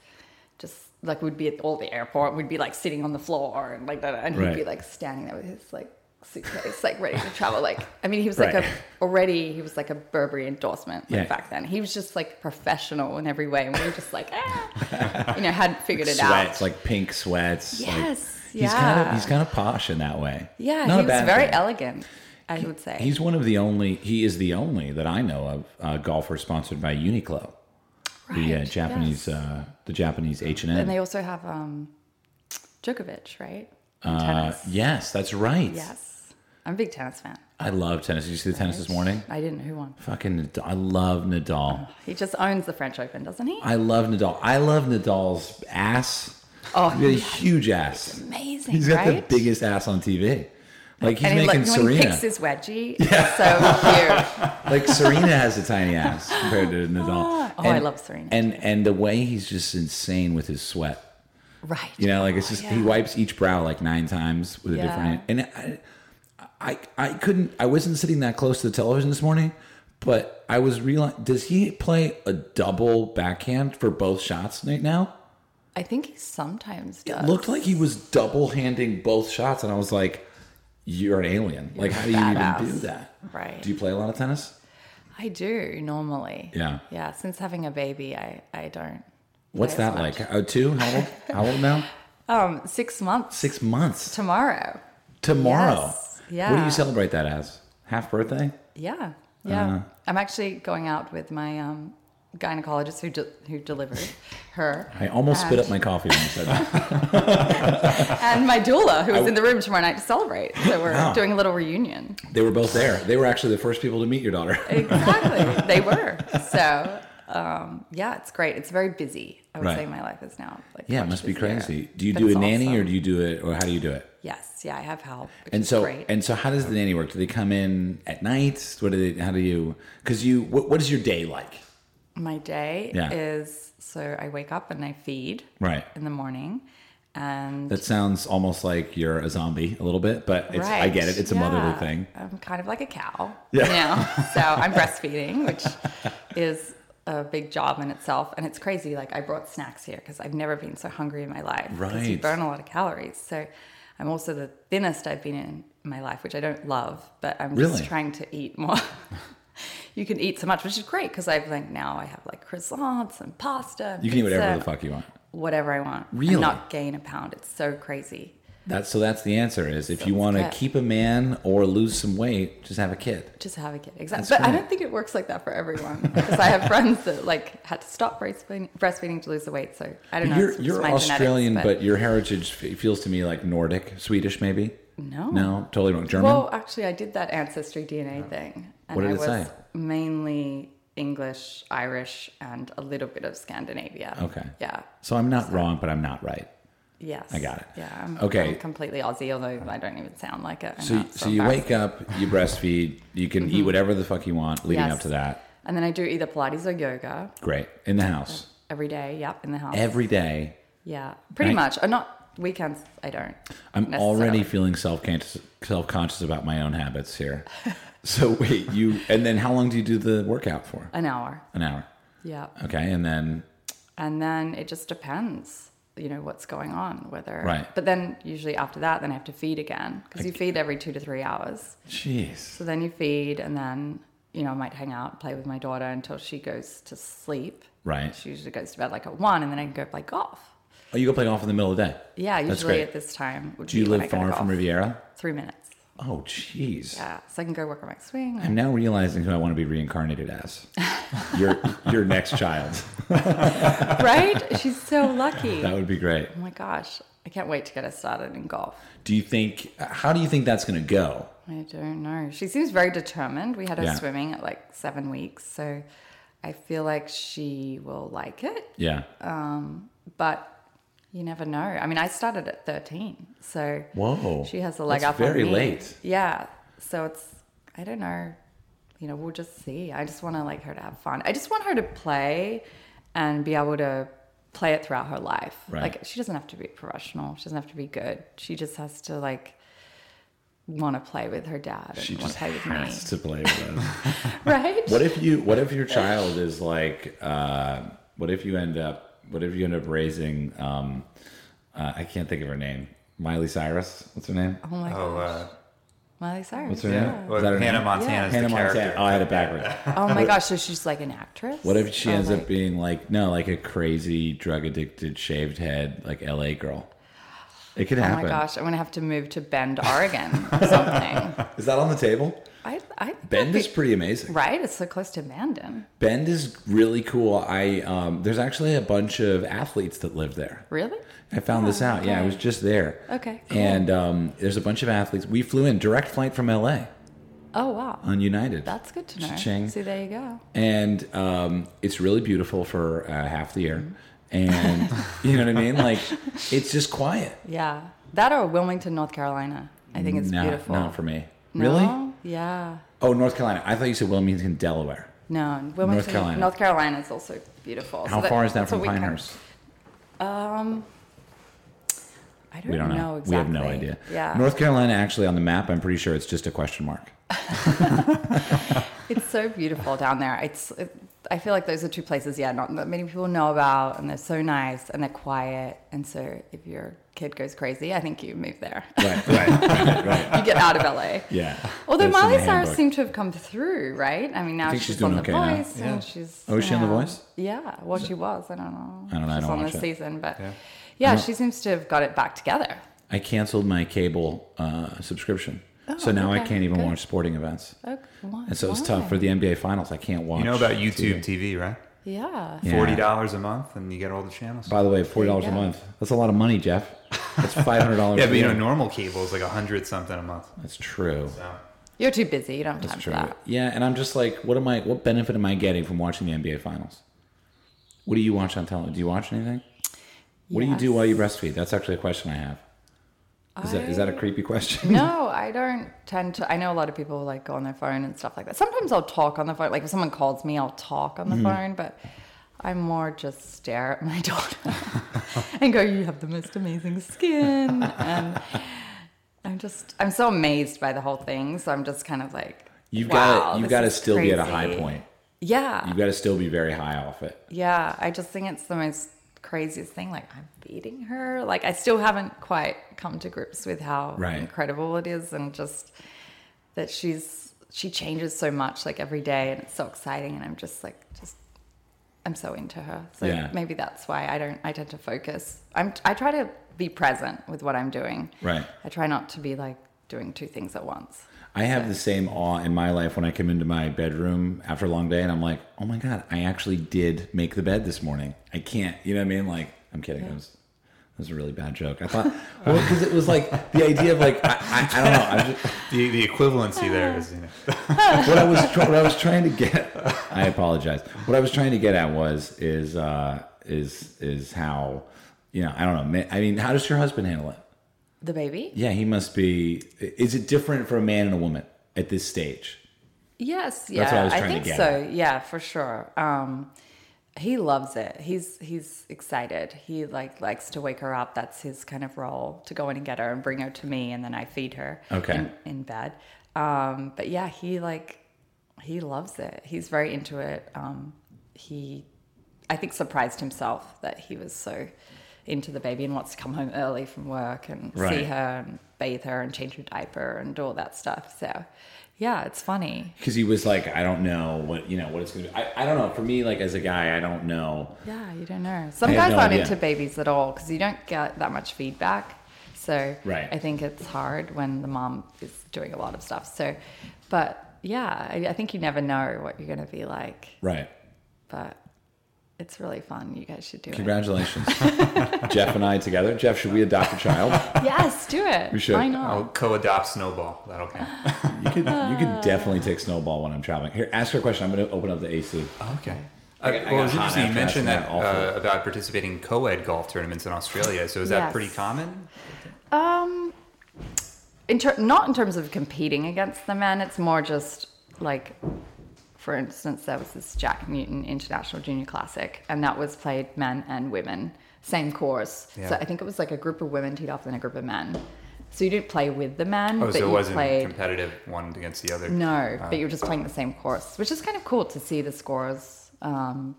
Speaker 2: just like we'd be at all the airport, we'd be like sitting on the floor and like that, and he'd be
Speaker 1: Right.
Speaker 2: like standing there with his like suitcase, like ready to travel. Like I mean, he was like
Speaker 1: Right.
Speaker 2: a already he was like a Burberry endorsement like,
Speaker 1: Yeah.
Speaker 2: back then. He was just like professional in every way, and we were just like ah, you know, hadn't figured it
Speaker 1: Sweats
Speaker 2: out.
Speaker 1: like pink sweats. like-
Speaker 2: Yes,
Speaker 1: He's kind of
Speaker 2: yeah.
Speaker 1: he's kind of posh in that way.
Speaker 2: yeah,
Speaker 1: Not a
Speaker 2: he was
Speaker 1: bad
Speaker 2: very
Speaker 1: thing.
Speaker 2: elegant. I would say
Speaker 1: He's one of the only. He is the only that I know of uh, golfer sponsored by Uniqlo, the uh,
Speaker 2: Right,
Speaker 1: Japanese, uh, the Japanese H and
Speaker 2: And
Speaker 1: M.
Speaker 2: they also have um, Djokovic, right? In tennis.
Speaker 1: Uh, Yes, that's right.
Speaker 2: Yes. I'm a big tennis fan.
Speaker 1: I love tennis. Did you see the tennis this morning?
Speaker 2: I didn't. Who won?
Speaker 1: Fucking, Nadal. I love Nadal.
Speaker 2: He just owns the French Open, doesn't he?
Speaker 1: I love Nadal. I love Nadal's ass.
Speaker 2: Oh,
Speaker 1: He's got a huge ass.
Speaker 2: Amazing,
Speaker 1: He's got
Speaker 2: right?
Speaker 1: the biggest ass on TV. Like he's
Speaker 2: and he,
Speaker 1: making
Speaker 2: like, when he
Speaker 1: Serena.
Speaker 2: picks his wedgie, it's so cute.
Speaker 1: Like Serena has a tiny ass compared to Nadal.
Speaker 2: Oh, I love Serena.
Speaker 1: And and the way he's just insane with his sweat.
Speaker 2: Right.
Speaker 1: You know, like it's just he
Speaker 2: yeah.
Speaker 1: wipes each brow like nine times with a different hand. And I, I, I couldn't. I wasn't sitting that close to the television this morning, but I was realizing. Does he play a double backhand for both shots right now?
Speaker 2: I think he sometimes does.
Speaker 1: It looked like he was double handing both shots, and I was like, "You're an alien! Like, how do you
Speaker 2: badass.
Speaker 1: even do that?
Speaker 2: Right.
Speaker 1: Do you play a lot of tennis?
Speaker 2: I do normally.
Speaker 1: Yeah.
Speaker 2: Yeah. Since having a baby, I, I don't.
Speaker 1: What's
Speaker 2: play as
Speaker 1: that
Speaker 2: much.
Speaker 1: like? Oh, two? How old? How old now?
Speaker 2: Um, six months
Speaker 1: Six months.
Speaker 2: tomorrow.
Speaker 1: Tomorrow.
Speaker 2: Yes.
Speaker 1: What do
Speaker 2: Yeah.
Speaker 1: you celebrate that as? Half birthday?
Speaker 2: Yeah,
Speaker 1: Uh,
Speaker 2: yeah. I'm actually going out with my um, gynecologist who de- who delivered her,
Speaker 1: I almost spit up my coffee when you said that.
Speaker 2: and my doula who was in the room tomorrow night to celebrate. So we're
Speaker 1: Wow.
Speaker 2: doing a little reunion.
Speaker 1: They were both there. They were actually the first people to meet your daughter.
Speaker 2: Exactly, they were. So um, yeah, it's great. It's very busy. I would
Speaker 1: Right.
Speaker 2: say my life is now like
Speaker 1: Yeah, it
Speaker 2: much
Speaker 1: must be
Speaker 2: busier.
Speaker 1: crazy. Do you
Speaker 2: But
Speaker 1: do a
Speaker 2: it's
Speaker 1: nanny or
Speaker 2: awesome.
Speaker 1: do you do it or how do you do it?
Speaker 2: yes? Yeah, I have help. Which
Speaker 1: And
Speaker 2: is
Speaker 1: so
Speaker 2: great.
Speaker 1: and so how does the nanny work? Do they come in at night? What do they how do you cuz you what, what is your day like?
Speaker 2: my day
Speaker 1: Yeah.
Speaker 2: is so I wake up and I feed
Speaker 1: Right.
Speaker 2: in the morning, and
Speaker 1: That sounds almost like you're a zombie a little bit, but it's, I get it. It's a motherly
Speaker 2: Yeah.
Speaker 1: thing.
Speaker 2: I'm kind of like a cow.
Speaker 1: Yeah.
Speaker 2: Yeah. You know? so I'm breastfeeding, which is a big job in itself. And it's crazy. Like I brought snacks here because I've never been so hungry in my life. 'cause You
Speaker 1: Right.
Speaker 2: burn a lot of calories. So I'm also the thinnest I've been in my life, which I don't love, but I'm just
Speaker 1: Really?
Speaker 2: trying to eat more. you can eat so much, which is great because I've like now I have like croissants and pasta. and
Speaker 1: You can eat whatever
Speaker 2: pizza,
Speaker 1: the fuck you want.
Speaker 2: Whatever I want. and
Speaker 1: Really?
Speaker 2: not gain a pound. It's so crazy.
Speaker 1: That's so that's the answer is if you
Speaker 2: Sounds
Speaker 1: want to
Speaker 2: good.
Speaker 1: keep a man or lose some weight, just have a kid.
Speaker 2: just have a kid exactly
Speaker 1: That's
Speaker 2: but i
Speaker 1: great.
Speaker 2: don't think it works like that for everyone because i have friends that like had to stop breastfeeding, breastfeeding to lose the weight so i don't know
Speaker 1: You're
Speaker 2: it's just
Speaker 1: you're
Speaker 2: my genetics,
Speaker 1: Australian, but your heritage f- feels to me like Nordic, Swedish maybe.
Speaker 2: no
Speaker 1: No, totally wrong. German.
Speaker 2: well actually i did that ancestry dna thing and
Speaker 1: What did
Speaker 2: i
Speaker 1: it say?
Speaker 2: was mainly english irish and a little bit of scandinavia
Speaker 1: Okay.
Speaker 2: yeah
Speaker 1: So I'm not wrong, but I'm not right.
Speaker 2: yes
Speaker 1: I got it.
Speaker 2: yeah I'm,
Speaker 1: Okay.
Speaker 2: I'm completely aussie although i don't even sound like it I'm
Speaker 1: So,
Speaker 2: not
Speaker 1: so you
Speaker 2: embarrassed.
Speaker 1: wake up, you breastfeed, you can eat whatever the fuck you want leading
Speaker 2: Yes.
Speaker 1: up to that.
Speaker 2: and then i do either pilates or yoga
Speaker 1: Great. In the house.
Speaker 2: every day yep in the house
Speaker 1: Every day.
Speaker 2: Yeah, pretty
Speaker 1: Right.
Speaker 2: much. Uh, not Weekends, I don't.
Speaker 1: I'm
Speaker 2: necessarily.
Speaker 1: already feeling self conscious self conscious about my own habits here. so wait, you and then how long do you do the workout for?
Speaker 2: an hour.
Speaker 1: An hour.
Speaker 2: Yeah.
Speaker 1: Okay, and then
Speaker 2: And then it just depends, you know, what's going on, whether.
Speaker 1: Right.
Speaker 2: But then usually after that, then I have to feed again because you feed every two to three hours.
Speaker 1: jeez.
Speaker 2: So then you feed, and then, you know, I might hang out, play with my daughter until she goes to sleep.
Speaker 1: Right.
Speaker 2: She usually goes to bed like at one, and then I can go play golf.
Speaker 1: Oh, you go play golf in the middle of the day.
Speaker 2: Yeah,
Speaker 1: That's
Speaker 2: usually
Speaker 1: great.
Speaker 2: at this time. Would
Speaker 1: Do you
Speaker 2: be when
Speaker 1: live
Speaker 2: I go to
Speaker 1: far from
Speaker 2: golf.
Speaker 1: Riviera?
Speaker 2: Three minutes.
Speaker 1: Oh, jeez.
Speaker 2: Yeah. So I can go work on my swing.
Speaker 1: I'm now realizing who I want to be reincarnated as. your your next child.
Speaker 2: right? She's so lucky.
Speaker 1: That would be great.
Speaker 2: Oh my gosh. I can't wait to get us started in golf.
Speaker 1: Do you think? How do you think that's going to go?
Speaker 2: I don't know. She seems very determined. We had her
Speaker 1: Yeah.
Speaker 2: swimming at like seven weeks. So I feel like she will like it.
Speaker 1: Yeah.
Speaker 2: But you never know. I mean, I started at 13. So
Speaker 1: Whoa.
Speaker 2: she has a leg
Speaker 1: That's
Speaker 2: up. on
Speaker 1: Very
Speaker 2: me.
Speaker 1: late.
Speaker 2: Yeah. So it's, I don't know. You know, we'll just see. I just want to like her to have fun. I just want her to play and be able to play it throughout her life.
Speaker 1: Right.
Speaker 2: Like she doesn't have to be professional. She doesn't have to be good. She just has to like want to play with her dad and
Speaker 1: She
Speaker 2: want
Speaker 1: just
Speaker 2: to play with me.
Speaker 1: has to play with us.
Speaker 2: Right?
Speaker 1: What if you? What if your child is like? Uh, what if you end up? What if you end up raising? Um, uh, I can't think of her name. Miley Cyrus. What's her name?
Speaker 2: Oh my
Speaker 3: Oh,
Speaker 2: gosh.
Speaker 3: uh,
Speaker 2: Miley Cyrus.
Speaker 1: What's her name?
Speaker 3: well,
Speaker 1: Is that her
Speaker 3: Hannah
Speaker 1: name?
Speaker 3: Montana's
Speaker 1: Hannah
Speaker 3: the character.
Speaker 1: Montana. Oh, I had it backwards.
Speaker 2: Oh my gosh, so she's like an actress?
Speaker 1: What if she
Speaker 2: Oh
Speaker 1: ends
Speaker 2: my-
Speaker 1: up being like no, like a crazy drug addicted, shaved head, like L.A. girl? It could
Speaker 2: Oh
Speaker 1: happen.
Speaker 2: my gosh, I'm gonna have to move to Bend, Oregon or something.
Speaker 1: Is that on the table?
Speaker 2: I, I think
Speaker 1: Bend
Speaker 2: that'd
Speaker 1: is
Speaker 2: be-
Speaker 1: pretty amazing.
Speaker 2: Right, it's so close to Mandan.
Speaker 1: Bend is really cool. I um, there's actually a bunch of athletes that live there.
Speaker 2: Really?
Speaker 1: I found this out. Yeah, I was just there.
Speaker 2: Okay, cool.
Speaker 1: And um, there's a bunch of athletes. We flew in direct flight from LA
Speaker 2: Oh wow.
Speaker 1: on United.
Speaker 2: That's good to know.
Speaker 1: Cha-ching.
Speaker 2: See, there you go.
Speaker 1: and um, it's really beautiful for uh, half the year.
Speaker 2: Mm-hmm.
Speaker 1: And you know what I mean? Like it's just quiet.
Speaker 2: Yeah, that or Wilmington, North Carolina. I think it's
Speaker 1: no,
Speaker 2: beautiful.
Speaker 1: not for me.
Speaker 2: No?
Speaker 1: Really?
Speaker 2: Yeah.
Speaker 1: Oh, North Carolina. I thought you said Wilmington, Delaware.
Speaker 2: No, Wilmington, North
Speaker 1: Carolina.
Speaker 2: Carolina. North Carolina is also beautiful.
Speaker 1: How
Speaker 2: So
Speaker 1: far is that
Speaker 2: that's
Speaker 1: from
Speaker 2: what we kind of-
Speaker 1: Pinehurst?
Speaker 2: I don't,
Speaker 1: We don't know.
Speaker 2: know exactly.
Speaker 1: We have no idea.
Speaker 2: Yeah.
Speaker 1: North Carolina actually on the map, I'm pretty sure it's just a question mark.
Speaker 2: It's so beautiful down there. It's. It, I feel like those are two places, yeah, not that many people know about, and they're so nice and they're quiet. And so, if your kid goes crazy, I think you move there.
Speaker 1: Right, right, right, right.
Speaker 2: you get out of LA.
Speaker 1: Yeah.
Speaker 2: Although
Speaker 1: That's in
Speaker 2: Miley
Speaker 1: the
Speaker 2: Cyrus
Speaker 1: handbook.
Speaker 2: seemed to have come through, right? I mean, now
Speaker 1: think
Speaker 2: she's,
Speaker 1: she's doing
Speaker 2: on
Speaker 1: okay
Speaker 2: The
Speaker 1: now.
Speaker 2: Voice,
Speaker 3: Yeah.
Speaker 2: and she's.
Speaker 1: Oh, is she on The
Speaker 2: yeah.
Speaker 1: Voice?
Speaker 2: Yeah, well, she was. I don't know.
Speaker 1: I don't know, I
Speaker 2: She's
Speaker 1: don't
Speaker 2: on
Speaker 1: watch
Speaker 2: this
Speaker 1: it.
Speaker 2: season, but yeah,
Speaker 1: No.
Speaker 2: she seems to have got it back together.
Speaker 1: I canceled my cable uh, subscription. so now I
Speaker 2: Oh, okay,
Speaker 1: can't even
Speaker 2: good.
Speaker 1: watch sporting events.
Speaker 2: Okay, why-
Speaker 1: And so it's
Speaker 2: why?
Speaker 1: tough for the NBA finals. I can't watch.
Speaker 3: You know about YouTube TV, right?
Speaker 2: Yeah.
Speaker 1: Yeah.
Speaker 3: Forty dollars a month, and you get all the channels.
Speaker 1: By the way, forty dollars a
Speaker 2: Yeah.
Speaker 1: month. That's a lot of money, Jeff. That's five hundred dollars.
Speaker 3: yeah, but you know, normal cable is like a hundred something a month.
Speaker 1: that's true.
Speaker 3: So
Speaker 2: You're too busy. You don't have time
Speaker 1: That's
Speaker 2: for
Speaker 1: true.
Speaker 2: that.
Speaker 1: Yeah, and I'm just like, what am I? What benefit am I getting from watching the NBA finals? What do you watch on television? Do you watch anything? What do you do
Speaker 2: Yes.
Speaker 1: while you breastfeed? That's actually a question I have. Is that is that a creepy question?
Speaker 2: No, I don't tend to. I know a lot of people like go on their phone and stuff like that. Sometimes I'll talk on the phone. Like if someone calls me, I'll talk on the phone, but I more just stare at my daughter and go, You have the most amazing skin. And I'm just, I'm so amazed by the whole thing. So I'm just kind of like,
Speaker 1: You've
Speaker 2: wow,
Speaker 1: got to you've
Speaker 2: this
Speaker 1: got to
Speaker 2: is
Speaker 1: still be at a high
Speaker 2: crazy.
Speaker 1: point.
Speaker 2: Yeah.
Speaker 1: You've got to still be very high off it.
Speaker 2: Yeah. I just think it's the most craziest thing. Like I'm feeding her. Like I still haven't quite come to grips with how
Speaker 1: Right.
Speaker 2: incredible it is and just that she's she changes so much like every day and it's so exciting and I'm just like just I'm so into her. So
Speaker 1: Yeah.
Speaker 2: maybe that's why I don't I tend to focus. I'm I try to be present with what I'm doing.
Speaker 1: Right.
Speaker 2: I try not to be like doing two things at once.
Speaker 1: I have the same awe in my life when I come into my bedroom after a long day and I'm like, oh my God, I actually did make the bed this morning. I can't, you know what I mean? Like, I'm kidding. That, was, that was a really bad joke. I thought, well, because it was like the idea of like, I, I, I don't know. I was just,
Speaker 3: the, the equivalency
Speaker 2: Ah.
Speaker 3: there is, you know,
Speaker 1: what I was tr- what I was trying to get. I apologize. What I was trying to get at was is uh, is is how you know I don't know. ma- I mean, how does your husband handle it?
Speaker 2: The baby?
Speaker 1: Yeah, he must be. Is it different for a man and a woman at this stage?
Speaker 2: Yes, yeah,
Speaker 1: That's what I was trying to
Speaker 2: think
Speaker 1: get
Speaker 2: so. Yeah, for sure. Um, he loves it. He's he's excited. He like likes to wake her up. That's his kind of role to go in and get her and bring her to me, and then I feed her.
Speaker 1: Okay.
Speaker 2: In, in bed. Um, but yeah, he like he loves it. He's very into it. Um, he, I think, surprised himself that he was so into the baby and wants to come home early from work and see
Speaker 1: Right.
Speaker 2: her and bathe her and change her diaper and do all that stuff. So, yeah, it's funny.
Speaker 1: Because he was like, I don't know what you know what it's gonna be. I, I don't know. For me, like as a guy, I don't know.
Speaker 2: Yeah, you don't know. Some
Speaker 1: have
Speaker 2: guys
Speaker 1: no
Speaker 2: aren't
Speaker 1: idea.
Speaker 2: into babies at all because you don't get that much feedback. So
Speaker 1: Right.
Speaker 2: I think it's hard when the mom is doing a lot of stuff. So, but yeah, I, I think you never know what you're going to be like.
Speaker 1: Right.
Speaker 2: But it's really fun. You guys should do
Speaker 1: Congratulations, Jeff and I together. Jeff, should we adopt a child?
Speaker 2: it. Yes, do it.
Speaker 1: We should.
Speaker 2: Why not?
Speaker 3: I'll co-adopt Snowball. That'll count.
Speaker 1: You could. You could definitely take Snowball when I'm traveling. Here, ask her a question. I'm going to open up the AC.
Speaker 3: Okay. Uh,
Speaker 1: I got- I
Speaker 3: well,
Speaker 1: got
Speaker 3: it
Speaker 1: hot
Speaker 3: was interesting you
Speaker 1: after
Speaker 3: mentioned
Speaker 1: asking
Speaker 3: that
Speaker 1: that
Speaker 3: uh, about participating in co-ed golf tournaments in Australia. So is that
Speaker 2: Yes.
Speaker 3: pretty common?
Speaker 2: Um, in ter- not in terms of competing against the men. It's more just like, for instance, there was this Jack Newton International Junior Classic, and that was played men and women, same course. So
Speaker 3: Yeah.
Speaker 2: I think it was like a group of women teed off and a group of men. So you didn't play with the men,
Speaker 3: Oh,
Speaker 2: but
Speaker 3: so it
Speaker 2: you
Speaker 3: wasn't uh.
Speaker 2: played.
Speaker 3: competitive one against the other.
Speaker 2: No, but you're just playing the same course, which is kind of cool to see the scores. Um,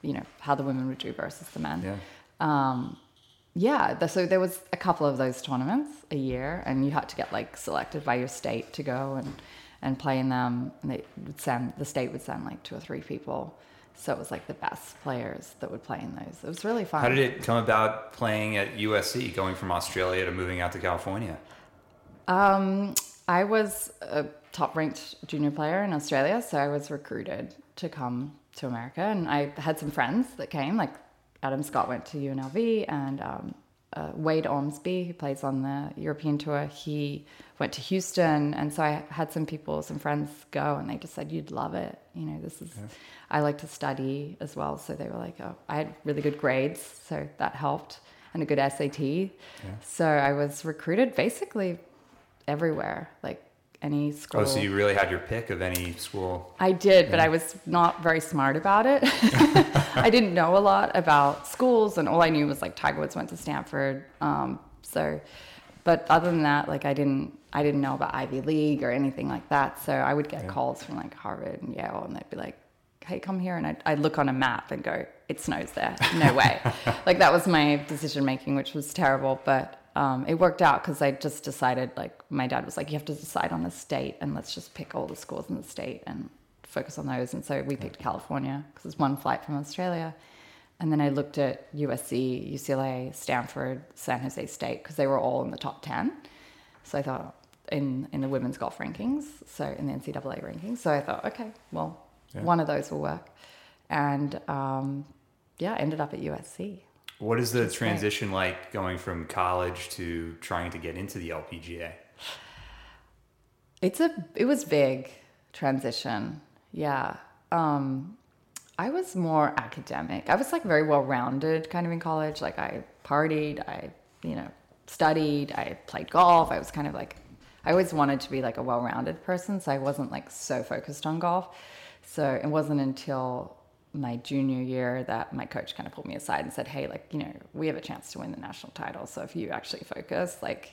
Speaker 2: you know how the women would do versus the men.
Speaker 3: Yeah.
Speaker 2: Um, yeah. th- So there was a couple of those tournaments a year, and you had to get like selected by your state to go and and play in them. And they would send the state would send like two or three people. So it was like the best players that would play in those. It was really fun.
Speaker 3: How did it come about playing at USC, going from Australia to moving out to California?
Speaker 2: Um, I was a top ranked junior player in Australia, so I was recruited to come to America. And I had some friends that came, like Adam Scott went to UNLV, and um, uh, Wade Ormsby, who plays on the European tour, he went to Houston. And so I had some people, some friends go, and they just said, You'd love it. You know, this is, I like to study as well. So they were like, Oh, I had really good grades, so that helped. And a good SAT. So I was recruited basically everywhere, like any school.
Speaker 3: Oh, so you really had your pick of any school.
Speaker 2: I did, but I was not very smart about it. I didn't know a lot about schools, and all I knew was like Tiger Woods went to Stanford. Um, so, but other than that, like I didn't, I didn't know about Ivy League or anything like that. So I would get calls from like Harvard and Yale, and they'd be like, "Hey, come here," and I'd, I'd look on a map and go, "It snows there. No way." like that was my decision making, which was terrible, but. Um, it worked out because I just decided, like, my dad was like, you have to decide on a state and let's just pick all the schools in the state and focus on those. And so we picked California because it's one flight from Australia. And then I looked at USC, UCLA, Stanford, San Jose State because they were all in the top 10. So I thought in, in the women's golf rankings, so in the NCAA rankings. So I thought, okay, well, one of those will work. And um, yeah, I ended up at USC.
Speaker 3: What is the transition like going from college to trying to get into the LPGA?
Speaker 2: It's a it was big transition. Yeah. Um I was more academic. I was like very well rounded kind of in college. Like I partied, I, you know, studied, I played golf. I was kind of like I always wanted to be like a well rounded person, so I wasn't like so focused on golf. So it wasn't until my junior year that my coach kind of pulled me aside and said, Hey, like, you know, we have a chance to win the national title. So if you actually focus, like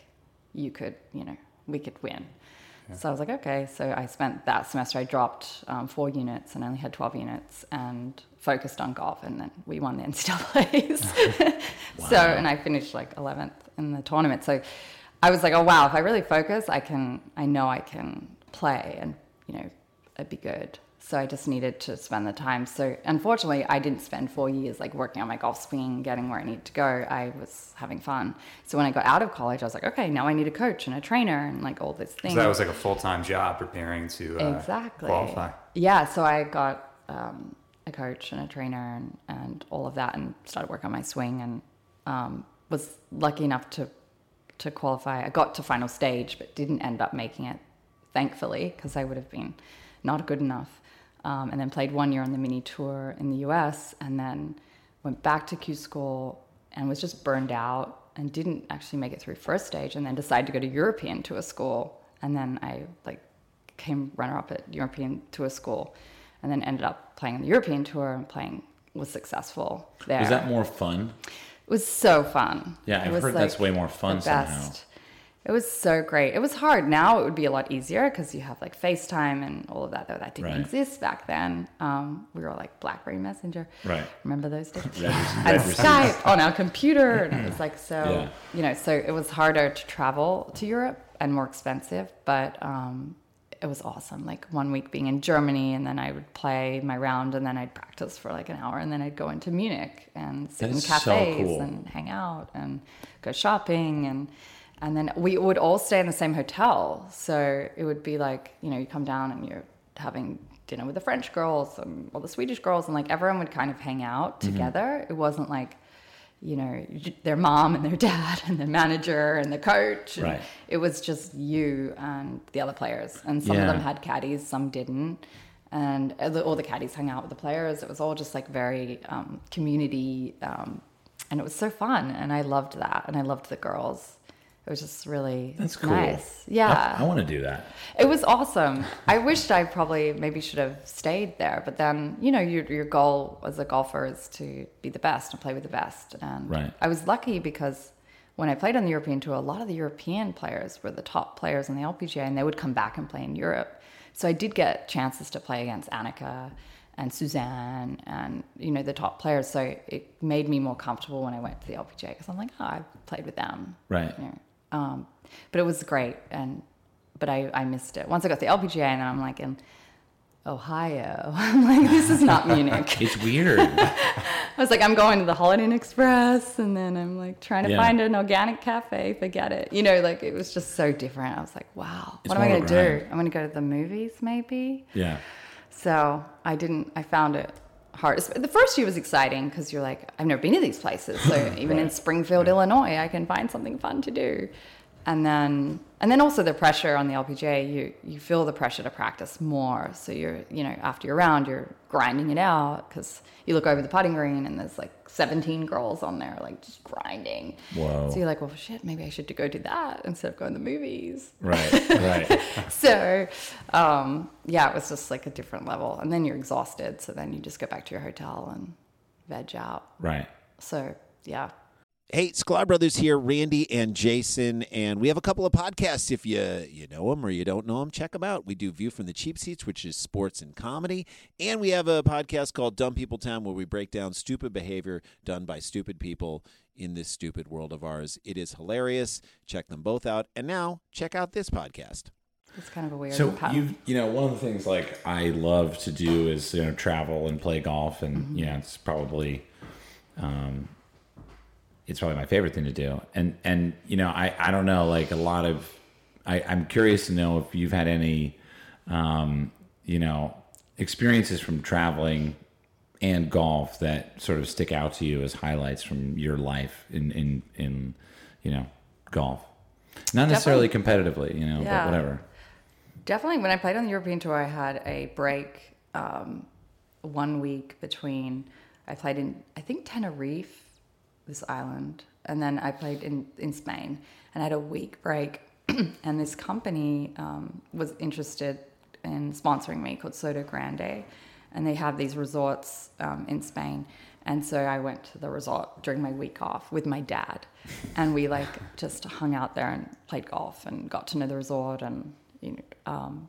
Speaker 2: you could, you know, we could win. So I was like, okay. So I spent that semester, I dropped um, four units and only had 12 units and focused on golf. And then we won the NCAAs. So, and I finished like 11th in the tournament. So I was like, oh, wow, if I really focus, I can, I know I can play and, you know, it'd be good. So I just needed to spend the time. So unfortunately, I didn't spend four years like working on my golf swing, getting where I needed to go. I was having fun. So when I got out of college, I was like, okay, now I need a coach and a trainer and like all this thing.
Speaker 3: So that was like a full time job preparing to uh,
Speaker 2: exactly.
Speaker 3: qualify.
Speaker 2: Yeah. So I got um, a coach and a trainer and, and all of that, and started work on my swing, and um, was lucky enough to to qualify. I got to final stage, but didn't end up making it, thankfully, because I would have been not good enough. Um, and then played one year on the mini tour in the U.S. and then went back to Q school and was just burned out and didn't actually make it through first stage and then decided to go to European tour school and then I like came runner up at European tour school and then ended up playing on the European tour and playing was successful there.
Speaker 1: Was that more fun?
Speaker 2: it was so fun.
Speaker 1: Yeah,
Speaker 2: It
Speaker 1: I've
Speaker 2: was,
Speaker 1: heard that's
Speaker 2: like,
Speaker 1: way more fun
Speaker 2: the
Speaker 1: somehow.
Speaker 2: best. It was so great. It was hard. Now it would be a lot easier because you have like FaceTime and all of that, though that didn't
Speaker 1: Right.
Speaker 2: exist back then. Um, we were all like BlackBerry Messenger.
Speaker 1: Right.
Speaker 2: Remember those days?
Speaker 1: Red rece-
Speaker 2: and
Speaker 1: red
Speaker 2: Skype on our computer. And it was like, so,
Speaker 1: Yeah.
Speaker 2: you know, so it was harder to travel to Europe and more expensive, but um, it was awesome. Like one week being in Germany, and then I would play my round, and then I'd practice for like an hour, and then I'd go into Munich and sit
Speaker 1: That
Speaker 2: in
Speaker 1: is so
Speaker 2: cafes
Speaker 1: cool.
Speaker 2: and hang out and go shopping and and then we would all stay in the same hotel so it would be like you know you come down and you're having dinner with the french girls and all the swedish girls and like everyone would kind of hang out
Speaker 1: Mm-hmm.
Speaker 2: together it wasn't like you know y- their mom and their dad and their manager and the coach And
Speaker 1: Right.
Speaker 2: it was just you and the other players and some of
Speaker 1: Yeah.
Speaker 2: them had caddies some didn't and uh, the- all the caddies hung out with the players it was all just like very um, community um, and it was so fun and i loved that and i loved the girls it was just really
Speaker 1: That's cool.
Speaker 2: nice yeah
Speaker 1: I, want to do that.
Speaker 2: it was awesome i wished i probably maybe should have stayed there but then you know your, your goal as a golfer is to be the best and play with the best and
Speaker 1: Right.
Speaker 2: i was lucky because when i played on the european tour a lot of the european players were the top players on the lpga and they would come back and play in europe so i did get chances to play against annika and suzanne and you know the top players so it made me more comfortable when i went to the lpga because i'm like oh i've played with them
Speaker 1: Right.
Speaker 2: you know. Um, but it was great, and but I, I missed it once I got the LPGA, and I'm like in Ohio. I'm like, this is not Munich.
Speaker 1: It's weird.
Speaker 2: I was like, I'm going to the Holiday Inn Express, and then I'm like trying to
Speaker 1: Yeah.
Speaker 2: find an organic cafe. Forget it. You know, like it was just so different. I was like, wow,
Speaker 1: It's
Speaker 2: what am I
Speaker 1: more of
Speaker 2: going
Speaker 1: a
Speaker 2: to do?
Speaker 1: grind.
Speaker 2: I'm going to go to the movies, maybe.
Speaker 1: yeah.
Speaker 2: So I didn't. I found it hard. The first year was exciting because you're like, I've never been to these places, so even in
Speaker 1: Right.
Speaker 2: Springfield, Illinois, I can find something fun to do. And then, and then also the pressure on the LPGA. You you feel the pressure to practice more. So you're you know after your round, you're grinding it out because you look over the putting green and there's like 17 girls on there like just grinding.
Speaker 1: Whoa.
Speaker 2: So you're like, well, shit, maybe I should go do that instead of going to the movies
Speaker 1: Right. Right.
Speaker 2: so um, yeah it was just like a different level and then you're exhausted so then you just go back to your hotel and veg out
Speaker 1: Right.
Speaker 2: so yeah
Speaker 4: Hey, Sklar Brothers here, Randy and Jason, and we have a couple of podcasts. If you you know them or you don't know them, check them out. We do View from the Cheap Seats, which is sports and comedy, and we have a podcast called Dumb People Town, where we break down stupid behavior done by stupid people in this stupid world of ours. It is hilarious. Check them both out, and now check out this podcast.
Speaker 2: it's kind of a weird
Speaker 1: So
Speaker 2: pattern.
Speaker 1: you you know one of the things like I love to do is you know travel and play golf and
Speaker 2: Mm-hmm.
Speaker 1: yeah it's probably um it's probably my favorite thing to do and and you know I I don't know like a lot of I I'm curious to know if you've had any um you know experiences from traveling and golf that sort of stick out to you as highlights from your life in in in you know golf not necessarily competitively you know
Speaker 2: Yeah.
Speaker 1: but whatever
Speaker 2: definitely when i played on the european tour i had a break um, one week between i played in i think tenerife this island and then i played in, in spain and I had a week break and this company um, was interested in sponsoring me called soto grande and they have these resorts um, in spain and so i went to the resort during my week off with my dad and we like just hung out there and played golf and got to know the resort and you know um,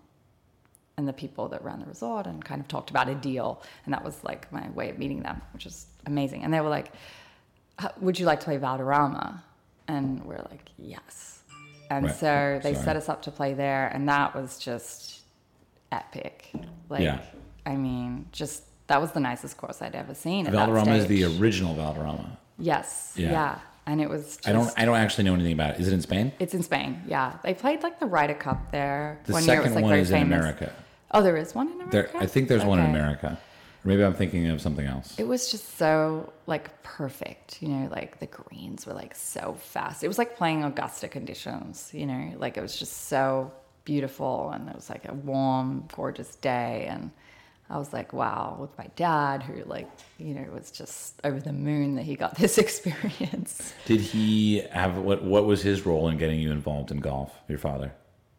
Speaker 2: and the people that ran the resort and kind of talked about a deal. And that was like my way of meeting them, which was amazing. And they were like, "H- Would you like to play Valderrama? And we're like, Yes. And
Speaker 1: Right.
Speaker 2: so they
Speaker 1: Sorry.
Speaker 2: set us up to play there. And that was just epic. Like,
Speaker 1: Yeah.
Speaker 2: I mean, just that was the nicest course I'd ever seen. At
Speaker 1: Valderrama
Speaker 2: that
Speaker 1: is the
Speaker 2: stage.
Speaker 1: original Valderrama.
Speaker 2: Yes.
Speaker 1: Yeah.
Speaker 2: Yeah. And it was just.
Speaker 1: I don't. I don't actually know anything about it. Is it in Spain?
Speaker 2: it's in Spain, yeah. They played like the Ryder Cup there.
Speaker 1: The
Speaker 2: one year it
Speaker 1: second
Speaker 2: was like
Speaker 1: one
Speaker 2: very
Speaker 1: is in
Speaker 2: famous.
Speaker 1: America.
Speaker 2: Oh, there is one in America.
Speaker 1: There, I think there's one in
Speaker 2: Okay.
Speaker 1: America. Or maybe I'm thinking of something else.
Speaker 2: It was just so like perfect, you know, like the greens were like so fast. It was like playing Augusta conditions, you know, like it was just so beautiful and it was like a warm, gorgeous day and I was like, wow, with my dad who like, you know, was just over the moon that he got this experience.
Speaker 1: Did he have what? What was his role in getting you involved in golf? Your father.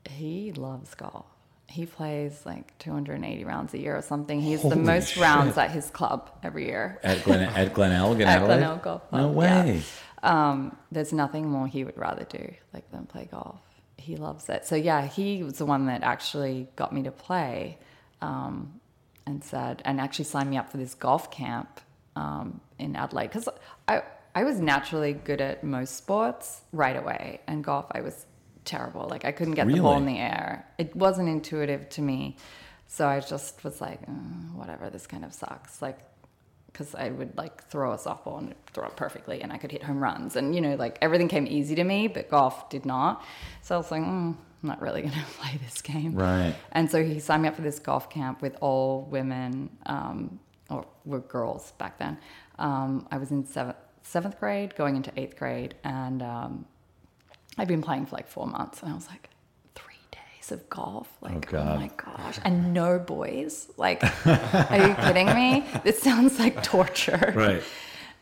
Speaker 2: He loves golf. he plays like 280 rounds a year or something. He's the most rounds at his club every year.
Speaker 1: At Glen at Glen Elg in
Speaker 2: At
Speaker 1: Adelaide?
Speaker 2: Glenelg Golf
Speaker 1: No
Speaker 2: Club,
Speaker 1: way.
Speaker 2: Um, there's nothing more he would rather do like than play golf. He loves it. So yeah, he was the one that actually got me to play, um, and said and actually signed me up for this golf camp um, in Adelaide because I I was naturally good at most sports right away, and golf I was terrible. Like I couldn't get the ball in
Speaker 1: Really?
Speaker 2: the air. It wasn't intuitive to me, so I just was like, "Mm, whatever. This kind of sucks. Like because I would like throw a softball and throw it perfectly, and I could hit home runs, and you know, like everything came easy to me, but golf did not. So I was like, mm, I'm not really going to play this game,
Speaker 1: Right.
Speaker 2: And so he signed me up for this golf camp with all women, um, or were girls back then. Um, I was in seventh seventh grade, going into eighth grade, and um, I'd been playing for like four months, and I was like, three days of golf, like, oh,
Speaker 1: God.
Speaker 2: my gosh, and no boys, like, are you kidding me? This sounds like torture,
Speaker 1: Right.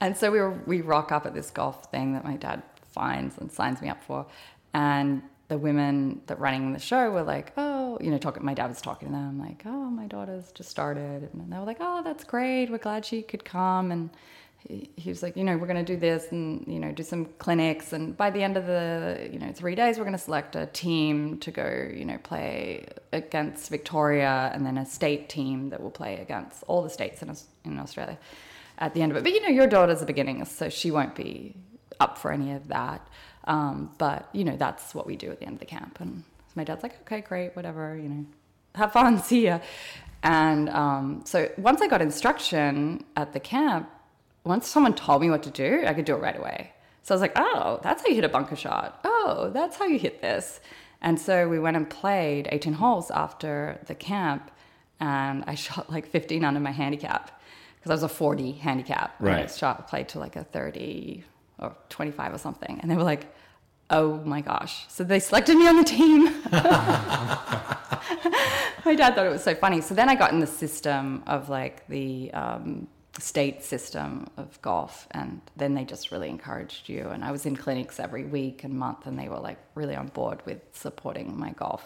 Speaker 2: And so we were, we rock up at this golf thing that my dad finds and signs me up for, and the women that running the show were like, oh, you know, talking. My dad was talking to them, like, oh, my daughter's just started, and they were like, oh, that's great. We're glad she could come, and he he was like, you know, we're going to do this and, you know, do some clinics. And by the end of the, you know, three days, we're going to select a team to go, you know, play against Victoria and then a state team that will play against all the states in, Aus- in Australia at the end of it. But, you know, your daughter's a beginning, so she won't be up for any of that. Um, but, you know, that's what we do at the end of the camp. And so my dad's like, okay, great, whatever, you know, have fun, see ya. And um, so once I got instruction at the camp, once someone told me what to do, I could do it right away. So I was like, oh, that's how you hit a bunker shot. Oh, that's how you hit this. And so we went and played 18 holes after the camp, and I shot like 15 under my handicap because I was a 40 handicap. And I
Speaker 1: Right.
Speaker 2: shot, played to like a 30 or 25 or something. And they were like, oh my gosh. So they selected me on the team. my dad thought it was so funny. So then I got in the system of like the um, state system of golf, and then they just really encouraged you. And I was in clinics every week and month, and they were like really on board with supporting my golf.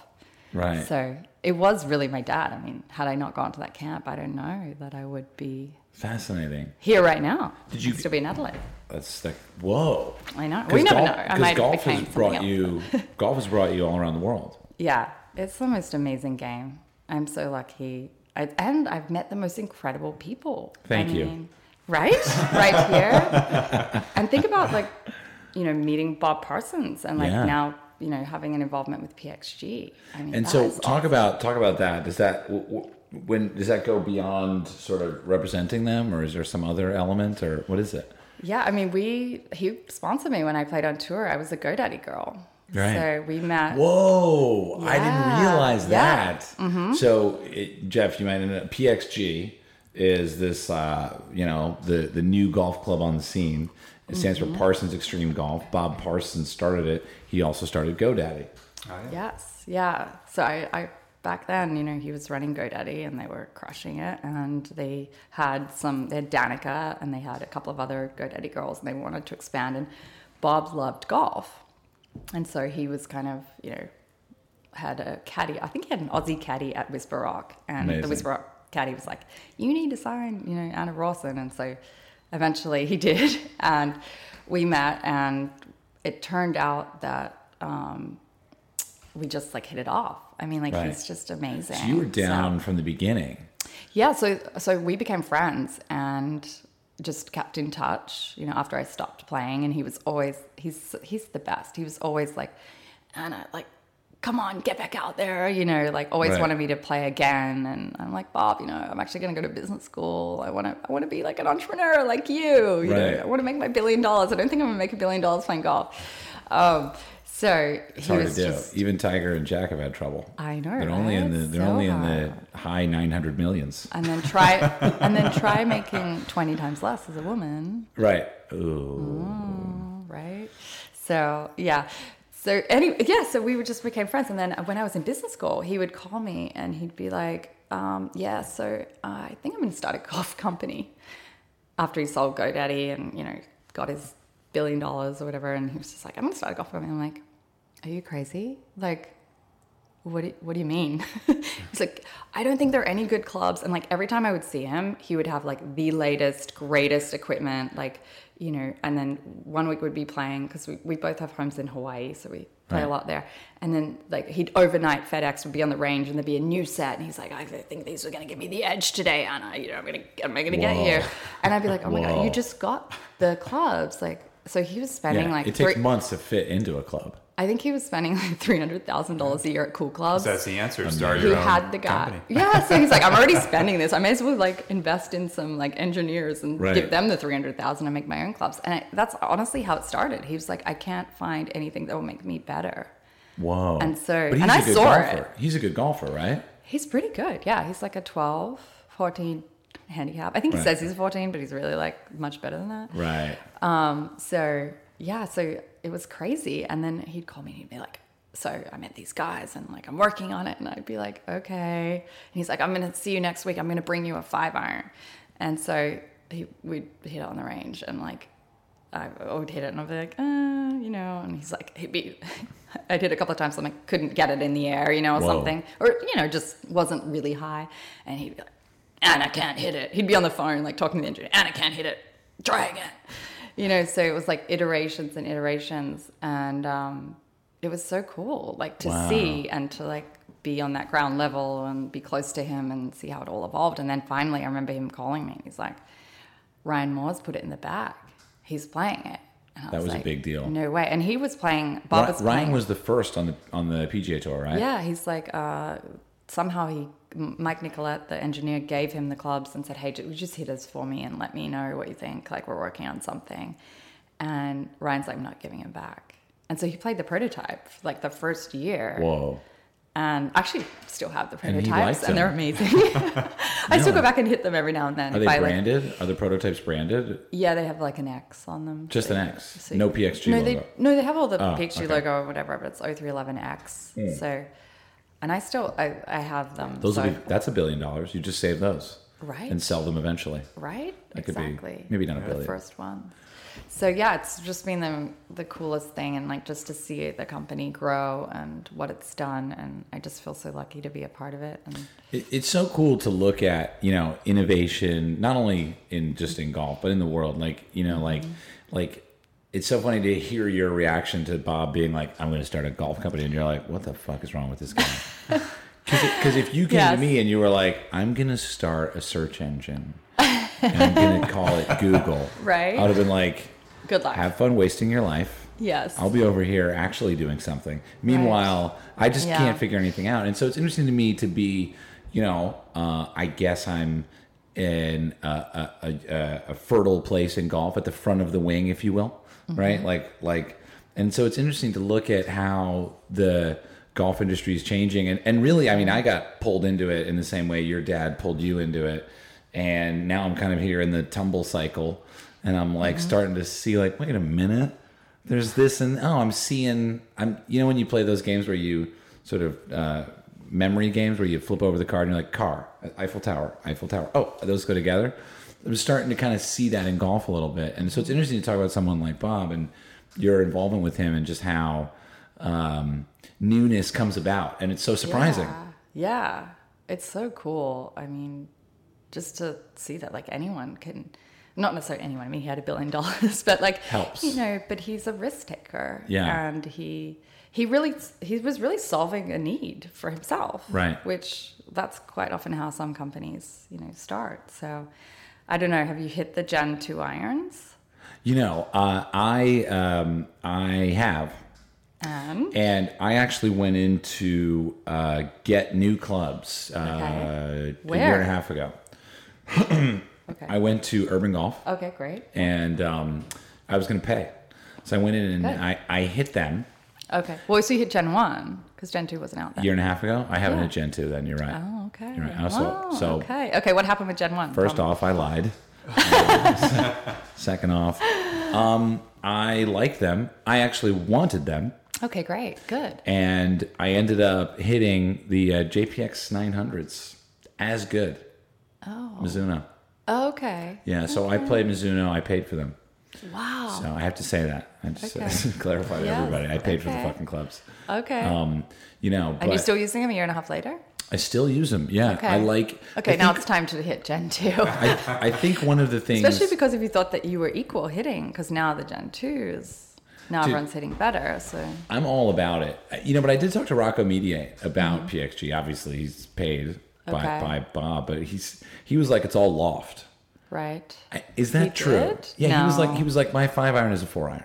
Speaker 1: Right.
Speaker 2: So it was really my dad. I mean, had I not gone to that camp, I don't know that I would be
Speaker 1: Fascinating.
Speaker 2: here right now.
Speaker 1: Did you-
Speaker 2: still be in Adelaide?
Speaker 1: That's like whoa.
Speaker 2: I know. We
Speaker 1: Because golf-
Speaker 2: never know. I
Speaker 1: 'cause
Speaker 2: might
Speaker 1: golf
Speaker 2: become
Speaker 1: has brought
Speaker 2: something
Speaker 1: you. golf has brought you all around the world.
Speaker 2: Yeah, it's the most amazing game. I'm so lucky. I, and I've met the most incredible people.
Speaker 1: Thank
Speaker 2: I
Speaker 1: you.
Speaker 2: mean, Right? Right here. and think about like, you know, meeting Bob Parsons and like
Speaker 1: Yeah.
Speaker 2: now, you know, having an involvement with PXG. I mean,
Speaker 1: And
Speaker 2: that
Speaker 1: so
Speaker 2: is-
Speaker 1: talk about talk about that. Does that w- w- when does that go beyond sort of representing them, or is there some other element, or what is it?
Speaker 2: Yeah, I mean, we, he sponsored me when I played on tour. I was a GoDaddy girl.
Speaker 1: Right.
Speaker 2: So we met.
Speaker 1: Whoa! I
Speaker 2: Yeah,
Speaker 1: didn't realize
Speaker 2: yeah. Mm-hmm.
Speaker 1: that. So, it, Jeff, you might uh, know PXG is this, uh, you know, the the new golf club on the scene. It stands
Speaker 2: Mm-hmm.
Speaker 1: for Parsons Extreme Golf. Bob Parsons started it. He also started GoDaddy.
Speaker 2: Yes, yeah. So I, I back then, you know, he was running GoDaddy and they were crushing it. And they had some, they had Danica and they had a couple of other GoDaddy girls and they wanted to expand. And Bob loved golf. And so he was kind of, you know, had a caddy. I think he had an Aussie caddy at Whisper Rock. And the
Speaker 1: Amazing.
Speaker 2: Whisper Rock caddy was like, you need to sign, you know, Anna Rawson. And so eventually he did. And we met and it turned out that um, we just like hit it off. I mean, like
Speaker 1: Right.
Speaker 2: he's just amazing.
Speaker 1: So you were down from the beginning.
Speaker 2: Yeah, so so we became friends and just kept in touch, you know, after I stopped playing and he was always he's he's the best. He was always like Anna, like come on, get back out there, you know, like always
Speaker 1: Right.
Speaker 2: wanted me to play again and I'm like, "Bob, you know, I'm actually going to go to business school. I want to I want to be like an entrepreneur like you, you
Speaker 1: Right.
Speaker 2: know. I want to make my billion dollars. I don't think I'm going to make a billion dollars playing golf." Um so
Speaker 1: It's
Speaker 2: he
Speaker 1: hard to
Speaker 2: was
Speaker 1: do.
Speaker 2: just
Speaker 1: Even Tiger and Jack have had trouble.
Speaker 2: I know,
Speaker 1: They're only in
Speaker 2: right?
Speaker 1: the they're
Speaker 2: So Uh,
Speaker 1: only in the high nine hundred millions.
Speaker 2: and then try and then try making 20 times less as a woman
Speaker 1: Right. Ooh.
Speaker 2: right so yeah so anyway yeah so we were just became friends and then when i was in business school he would call me and he'd be like um, yeah so i think i'm going to start a golf company after he sold godaddy and you know got his billion dollars or whatever and he was just like i'm going to start a golf company i'm like are you crazy like what do you, what do you mean? He's like, I don't think there are any good clubs. And like every time I would see him, he would have like the latest, greatest equipment, like, you know, and then one week would be playing because we, we both have homes in Hawaii. So we play a
Speaker 1: Right.
Speaker 2: lot there. And then like he'd overnight FedEx would be on the range and there'd be a new set. And he's like, I think these are going to give me the edge today, Anna. You know, I'm going to, am I going to get
Speaker 1: Whoa.
Speaker 2: here? And I'd be like, oh my God, you
Speaker 1: Whoa.
Speaker 2: just got the clubs. Like, so he was spending like
Speaker 1: it takes
Speaker 2: three-
Speaker 1: months to fit into a club.
Speaker 2: I think he was spending like three hundred thousand dollars a year at cool clubs.
Speaker 3: So that's the answer. Start
Speaker 2: he
Speaker 3: your own
Speaker 2: had the guy.
Speaker 3: company.
Speaker 2: Yeah, so he's like, I'm already spending this. I may as well like invest in some like engineers and
Speaker 1: Right.
Speaker 2: give them the three hundred thousand and make my own clubs. And I, that's honestly how it started. He was like, I can't find anything that will make me better.
Speaker 1: Whoa.
Speaker 2: And so-
Speaker 1: But he's
Speaker 2: and
Speaker 1: a
Speaker 2: I
Speaker 1: good
Speaker 2: saw it.
Speaker 1: golfer. He's a good golfer, right?
Speaker 2: He's pretty good. Yeah, he's like a 12, 14 handicap. I think he
Speaker 1: Right.
Speaker 2: says he's a 14, but he's really like much better than that.
Speaker 1: Right.
Speaker 2: So yeah, so it was crazy. And then he'd call me and he'd be like, so I met these guys and like I'm working on it. And I'd be like, okay. And he's like, I'm gonna see you next week. I'm gonna bring you a five iron. And so he we'd hit it on the range and like I would hit it and I'd be like, uh, you know, and he's like, he'd be I'd hit a couple of times, something couldn't get it in the air, you know, or
Speaker 1: Whoa.
Speaker 2: something. Or, you know, just wasn't really high. And he'd be like, and I can't hit it. He'd be on the phone, like talking to the engineer, and I can't hit it. Try again. You know, so it was like iterations and iterations. And um, it was so cool, like to
Speaker 1: Wow.
Speaker 2: see and to like be on that ground level and be close to him and see how it all evolved. And then finally, I remember him calling me and he's like, Ryan Moore's put it in the bag. He's playing it. And I
Speaker 1: That was a
Speaker 2: like,
Speaker 1: big deal.
Speaker 2: No way. And he was playing,
Speaker 1: Ri-
Speaker 2: Bob was playing.
Speaker 1: Ryan was the first on the on the PGA tour, right?
Speaker 2: Yeah, he's like uh, somehow he M- Mike Nicolette, the engineer, gave him the clubs and said, "Hey, ju- just hit us for me and let me know what you think. Like we're working on something." And Ryan's like, "I'm not giving him back." And so he played the prototype for, like the first year,
Speaker 1: Whoa.
Speaker 2: and actually still have the
Speaker 1: he
Speaker 2: prototypes,
Speaker 1: liked
Speaker 2: and they're
Speaker 1: them.
Speaker 2: amazing. I still go back and hit them every now and then.
Speaker 1: Are they
Speaker 2: if I, like-
Speaker 1: branded? Are the prototypes branded?
Speaker 2: yeah, they have like an X on them.
Speaker 1: Just
Speaker 2: so
Speaker 1: an
Speaker 2: you-
Speaker 1: X?
Speaker 2: you-
Speaker 1: No PXG
Speaker 2: no, They,
Speaker 1: logo?
Speaker 2: no, they have all the
Speaker 1: Oh,
Speaker 2: PXG
Speaker 1: okay. Hmm.
Speaker 2: logo or whatever, but it's 0311X. So, and I still I, I have them.
Speaker 1: Those
Speaker 2: so.
Speaker 1: would be, that's a billion dollars. You just save those,
Speaker 2: Right.
Speaker 1: And sell them eventually.
Speaker 2: right?
Speaker 1: That could
Speaker 2: exactly.
Speaker 1: be maybe not a
Speaker 2: the
Speaker 1: billion.
Speaker 2: first one. So yeah, it's just been the the coolest thing, and like just to see the company grow and what it's done, and I just feel so lucky to be a part of it. And
Speaker 1: It, it's so cool to look at, you know, innovation not only in just in golf but in the world. Like, you know, like,
Speaker 2: Mm-hmm.
Speaker 1: like it's so funny to hear your reaction to Bob being like, "I'm going to start a golf company," and you're like, "What the fuck is wrong with this guy?" Because if you came
Speaker 2: Yes.
Speaker 1: to me and you were like, "I'm going to start a search engine," and I'm going to call it Google,
Speaker 2: Right.
Speaker 1: I'd have been like,
Speaker 2: good luck.
Speaker 1: "Have fun wasting your life."
Speaker 2: yes,
Speaker 1: I'll be over here actually doing something. Meanwhile, I just
Speaker 2: Yeah.
Speaker 1: can't figure anything out. And so it's interesting to me to be, you know, uh, I guess I'm in a, a, a- a, a fertile place in golf at the front of the wing, if you will,
Speaker 2: Mm-hmm.
Speaker 1: right? Like, like, and so it's interesting to look at how the golf industry is changing. And, and really, I mean, I got pulled into it in the same way your dad pulled you into it. And now I'm kind of here in the tumble cycle. And I'm like
Speaker 2: Mm-hmm.
Speaker 1: starting to see, like, wait a minute there's this and oh i'm seeing i'm you know when you play those games where you sort of uh, memory games where you flip over the card and you're like car eiffel tower eiffel tower oh those go together i'm starting to kind of see that in golf a little bit and so it's interesting to talk about someone like bob and your involvement with him and just how um, newness comes about and it's so surprising
Speaker 2: Yeah. yeah, it's so cool. I mean, just to see that like anyone can. Not necessarily anyone. I mean, he had a billion dollars, but like
Speaker 1: Helps.
Speaker 2: You know, but he's a risk taker.
Speaker 1: Yeah.
Speaker 2: and he he really he was really solving a need for himself.
Speaker 1: Right.
Speaker 2: Which that's quite often how some companies you know start. So I don't know. Have you hit the Gen two irons?
Speaker 1: you know uh, i um, i have
Speaker 2: And
Speaker 1: and I actually went in to uh, get new clubs uh, a
Speaker 2: Where?
Speaker 1: year and a half ago.
Speaker 2: okay,
Speaker 1: I went to Urban Golf
Speaker 2: okay, great.
Speaker 1: and um, I was going to pay. So I went in and
Speaker 2: Good.
Speaker 1: I, I hit them
Speaker 2: Okay. Well, so you hit Gen one because Gen two wasn't out
Speaker 1: a
Speaker 2: then.
Speaker 1: year and a half ago. I haven't
Speaker 2: Yeah.
Speaker 1: hit Gen 2 then, you're right.
Speaker 2: Oh, okay.
Speaker 1: You're right. I also-
Speaker 2: Wow,
Speaker 1: so-
Speaker 2: okay. Okay, what happened with Gen 1?
Speaker 1: First off, I lied. Second off, um, I like them. I actually wanted them.
Speaker 2: Okay, great. Good.
Speaker 1: And I ended up hitting the uh, JPX 900s as good. Oh. Mizuno.
Speaker 2: Okay.
Speaker 1: Yeah, so I played Mizuno. I paid for them.
Speaker 2: Wow.
Speaker 1: So I have to say that. I just
Speaker 2: Okay.
Speaker 1: clarify to
Speaker 2: Yes,
Speaker 1: everybody. I paid for the
Speaker 2: okay.
Speaker 1: fucking clubs.
Speaker 2: okay.
Speaker 1: Um, you know,
Speaker 2: and
Speaker 1: but
Speaker 2: you're still using them a year and a half later?
Speaker 1: I still use them. Yeah,
Speaker 2: Okay.
Speaker 1: I like.
Speaker 2: Okay,
Speaker 1: I
Speaker 2: now
Speaker 1: think,
Speaker 2: it's time to hit Gen 2.
Speaker 1: I, I think one of the things,
Speaker 2: Especially because if you thought that you were equal hitting, because now the Gen 2s, now everyone's hitting better. So,
Speaker 1: I'm all about it. You know, but I did talk to Rocco Media about PXG. Obviously, he's paid by,
Speaker 2: Mm-hmm. Okay.
Speaker 1: by Bob, but he's he was like, it's all loft.
Speaker 2: right.
Speaker 1: I- Is that
Speaker 2: He
Speaker 1: true?
Speaker 2: did?
Speaker 1: Yeah, he was
Speaker 2: No.
Speaker 1: like, he was like, my five iron is a four iron,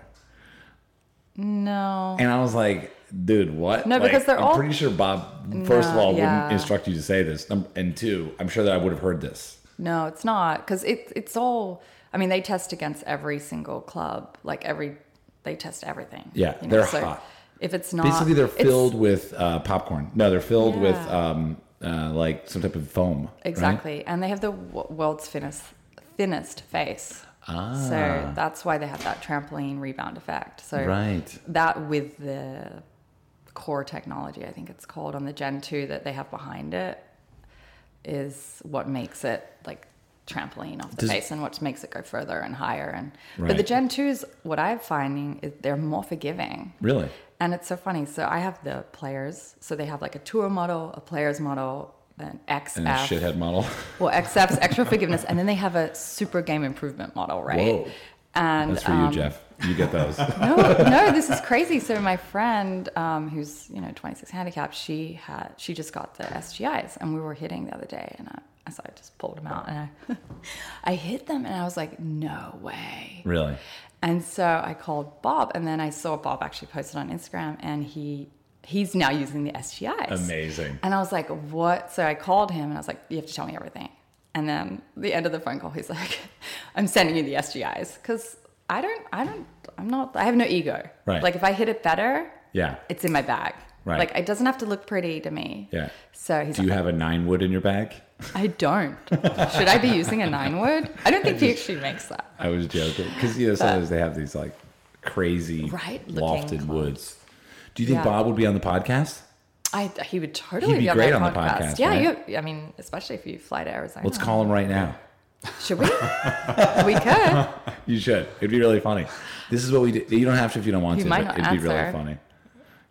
Speaker 2: No.
Speaker 1: and I was like, dude, what?
Speaker 2: No,
Speaker 1: Like,
Speaker 2: because they're
Speaker 1: I'm
Speaker 2: all-
Speaker 1: pretty sure Bob. First of
Speaker 2: No,
Speaker 1: all,
Speaker 2: yeah.
Speaker 1: wouldn't instruct you to say this, Num- and two, I'm sure that I would have heard this.
Speaker 2: No, it's not because it, it's all. I mean, they test against every single club, like every they test everything.
Speaker 1: Yeah, they're hot.
Speaker 2: If it's not
Speaker 1: Basically, they're
Speaker 2: it's-
Speaker 1: filled with uh, popcorn. No, they're filled with
Speaker 2: Yeah.
Speaker 1: um, uh, like some type of foam. right?
Speaker 2: exactly, and they have the w- world's thinnest thinnest face.
Speaker 1: Ah.
Speaker 2: So that's why they have that trampoline rebound effect. So
Speaker 1: Right.
Speaker 2: that with the core technology, I think it's called on the Gen two that they have behind it, is what makes it like trampoline off the
Speaker 1: Does-
Speaker 2: face and what makes it go further and higher. And but the
Speaker 1: Right.
Speaker 2: Gen twos, what I'm finding is they're more forgiving.
Speaker 1: Really?
Speaker 2: And it's so funny. So I have the players. So they have like a tour model, a players model, an XF.
Speaker 1: And a shithead model.
Speaker 2: Well, XF's extra forgiveness, and then they have a super game improvement model, right?
Speaker 1: Whoa.
Speaker 2: And
Speaker 1: That's for
Speaker 2: um,
Speaker 1: you, Jeff. You get those.
Speaker 2: no, no, this is crazy. So my friend, um, who's you know 26 handicapped, she had she just got the SGIs, and we were hitting the other day, and I, so I just pulled them out, and I, I hit them, and I was like, no way.
Speaker 1: really?
Speaker 2: And so I called Bob, and then I saw Bob actually posted on Instagram, and he he's now using the SGIs.
Speaker 1: Amazing.
Speaker 2: And I was like, what? So I called him, and I was like, you have to tell me everything. And then the end of the phone call, he's like, I'm sending you the SGIs because I don't, I don't, I'm not, I have no ego.
Speaker 1: Right.
Speaker 2: Like if I hit it better,
Speaker 1: Yeah.
Speaker 2: it's in my bag.
Speaker 1: Right.
Speaker 2: Like it doesn't have to look pretty to me.
Speaker 1: Yeah.
Speaker 2: So he's
Speaker 1: Do you
Speaker 2: like,
Speaker 1: have a nine wood in your bag?
Speaker 2: I don't. Should I be using a nine wood? I don't think he actually makes that.
Speaker 1: I was joking. Because, you know, sometimes they have these like crazy
Speaker 2: Right, looking
Speaker 1: lofted
Speaker 2: clubs.
Speaker 1: woods. Do you think
Speaker 2: Yeah.
Speaker 1: Bob would be on the podcast?
Speaker 2: I he would totally
Speaker 1: He'd be
Speaker 2: be, on
Speaker 1: great
Speaker 2: that
Speaker 1: on the
Speaker 2: podcast.
Speaker 1: podcast,
Speaker 2: yeah,
Speaker 1: right?
Speaker 2: you, I mean, especially if you fly to Arizona.
Speaker 1: Let's call him right now.
Speaker 2: Should we? we could.
Speaker 1: You should. It'd be really funny. This is what we do. You don't have to if you don't want
Speaker 2: He
Speaker 1: to,
Speaker 2: might
Speaker 1: but
Speaker 2: not
Speaker 1: it'd be really
Speaker 2: answer.
Speaker 1: funny.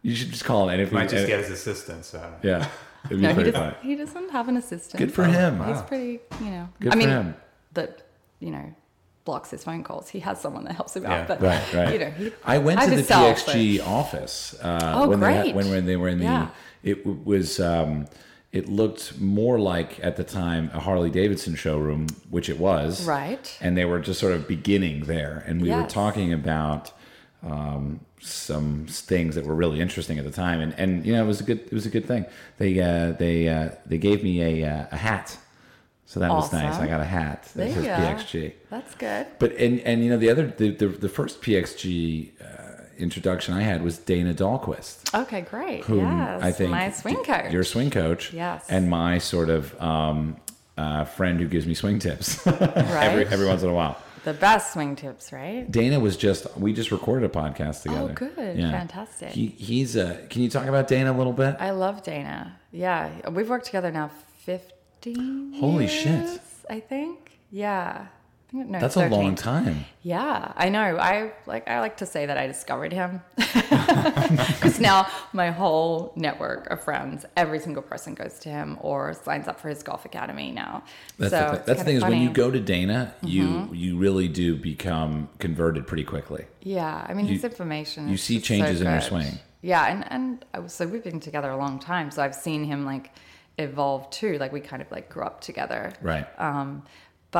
Speaker 1: You should just call him. And if we
Speaker 3: Might just
Speaker 1: and-
Speaker 3: get his assistant. So
Speaker 1: Yeah. It'd be
Speaker 2: No, he
Speaker 1: pretty funny.
Speaker 2: doesn't. He doesn't have an assistant.
Speaker 1: Good for him.
Speaker 2: He's
Speaker 3: Wow.
Speaker 2: pretty, you know.
Speaker 1: Good
Speaker 2: I
Speaker 1: for
Speaker 2: mean,
Speaker 1: him.
Speaker 2: that you know blocks his phone calls. He has someone that helps him
Speaker 3: Yeah.
Speaker 2: out, but
Speaker 1: Right, right.
Speaker 2: you know, he,
Speaker 1: I went
Speaker 2: I
Speaker 1: to the
Speaker 2: have his cell, but-
Speaker 1: PXG office uh,
Speaker 2: Oh,
Speaker 1: when they
Speaker 2: great.
Speaker 1: had, when, when they were in the
Speaker 2: Yeah.
Speaker 1: it w- was um, it looked more like at the time a Harley Davidson showroom, which it was,
Speaker 2: Right.
Speaker 1: And they were just sort of beginning there, and we were
Speaker 2: Yes.
Speaker 1: talking about um, some things that were really interesting at the time, and and you know it was a good it was a good thing. They uh, they uh, they gave me a uh, a hat, so that was nice.
Speaker 2: Awesome.
Speaker 1: I got a hat that
Speaker 2: There you
Speaker 1: says
Speaker 2: go.
Speaker 1: PXG.
Speaker 2: That's good.
Speaker 1: But and and you know the other the the, the first PXG uh, introduction I had was Dana Dahlquist,
Speaker 2: Okay, great.
Speaker 1: whom
Speaker 2: yes,
Speaker 1: I think
Speaker 2: my swing coach.
Speaker 1: your swing coach,
Speaker 2: Yes.
Speaker 1: and my sort of um, uh, friend who gives me swing tips
Speaker 2: right?
Speaker 1: every every once in a while.
Speaker 2: the best swing tips, right?
Speaker 1: Dana was just we just recorded a podcast together.
Speaker 2: Oh, good. Fantastic.
Speaker 1: He, he's a. Can you talk about Dana a little bit?
Speaker 2: I love Dana. Yeah, we've worked together now 15
Speaker 1: Holy shit.
Speaker 2: years, I think. Yeah. I think- No,
Speaker 1: That's
Speaker 2: 13.
Speaker 1: a long time.
Speaker 2: Yeah, I know. I like I like to say that I discovered him. Cuz now my whole network of friends, every single person goes to him or signs up for his golf academy now.
Speaker 1: That's
Speaker 2: so
Speaker 1: the, thi-
Speaker 2: it's
Speaker 1: that's the
Speaker 2: kinda
Speaker 1: thing is when
Speaker 2: funny. Mm-hmm.
Speaker 1: you go to Dana, you you really do become converted pretty quickly.
Speaker 2: Yeah, I mean his
Speaker 1: you-
Speaker 2: information.
Speaker 1: you
Speaker 2: is
Speaker 1: see
Speaker 2: just so
Speaker 1: changes in your
Speaker 2: good.
Speaker 1: swing.
Speaker 2: Yeah, and and I was- so we've been together a long time, so I've seen him like evolve too. Like we kind of like grew up together.
Speaker 1: Right.
Speaker 2: Um,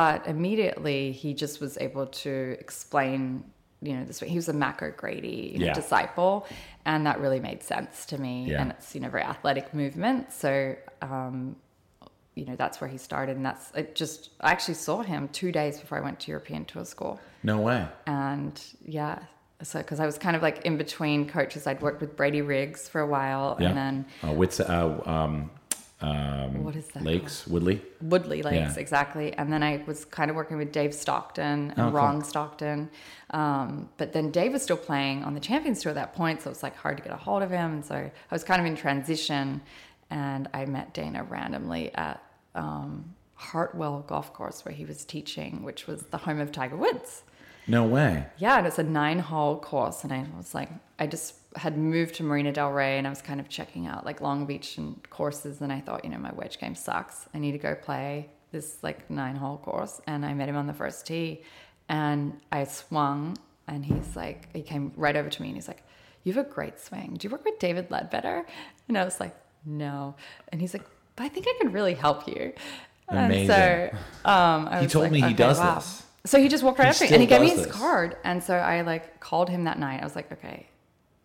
Speaker 2: but immediately he just was able to explain, you know, this way. He was a macro Grady you know,
Speaker 1: Yeah.
Speaker 2: disciple, and that really made sense to me.
Speaker 1: Yeah.
Speaker 2: And it's you know very athletic movement, so um, you know that's where he started, and that's it. Just I actually saw him two days before I went to European Tour School,
Speaker 1: No way.
Speaker 2: and yeah. So, because I was kind of like in between coaches, I'd worked with Brady Riggs for a while,
Speaker 1: Yeah.
Speaker 2: and then
Speaker 1: uh, Wits, uh, um, um,
Speaker 2: What is that
Speaker 1: Lakes Woodley.
Speaker 2: Woodley Lakes,
Speaker 1: Yeah.
Speaker 2: exactly. And then I was kind of working with Dave Stockton and
Speaker 1: Oh, cool.
Speaker 2: Ron Stockton. Um, but then Dave was still playing on the Champions Tour at that point, so it was like hard to get a hold of him. And so I was kind of in transition, and I met Dana randomly at um, Hartwell Golf Course where he was teaching, which was the home of Tiger Woods.
Speaker 1: No way.
Speaker 2: Yeah, and it's a nine hole course. And I was like, I just had moved to Marina Del Rey and I was kind of checking out like Long Beach and courses. And I thought, you know, my wedge game sucks. I need to go play this like nine hole course. And I met him on the first tee and I swung. And he's like, he came right over to me and he's like, You have a great swing. Do you work with David Ledbetter? And I was like, No. And he's like, But I think I could really help you.
Speaker 1: Amazing.
Speaker 2: And so um, I
Speaker 1: He
Speaker 2: was
Speaker 1: told
Speaker 2: like,
Speaker 1: me he
Speaker 2: "Okay,
Speaker 1: does
Speaker 2: wow."
Speaker 1: this.
Speaker 2: So he just walked right
Speaker 1: He
Speaker 2: up to me
Speaker 1: still
Speaker 2: and he gave me
Speaker 1: does
Speaker 2: his
Speaker 1: this.
Speaker 2: card. And so I like called him that night. I was like, okay,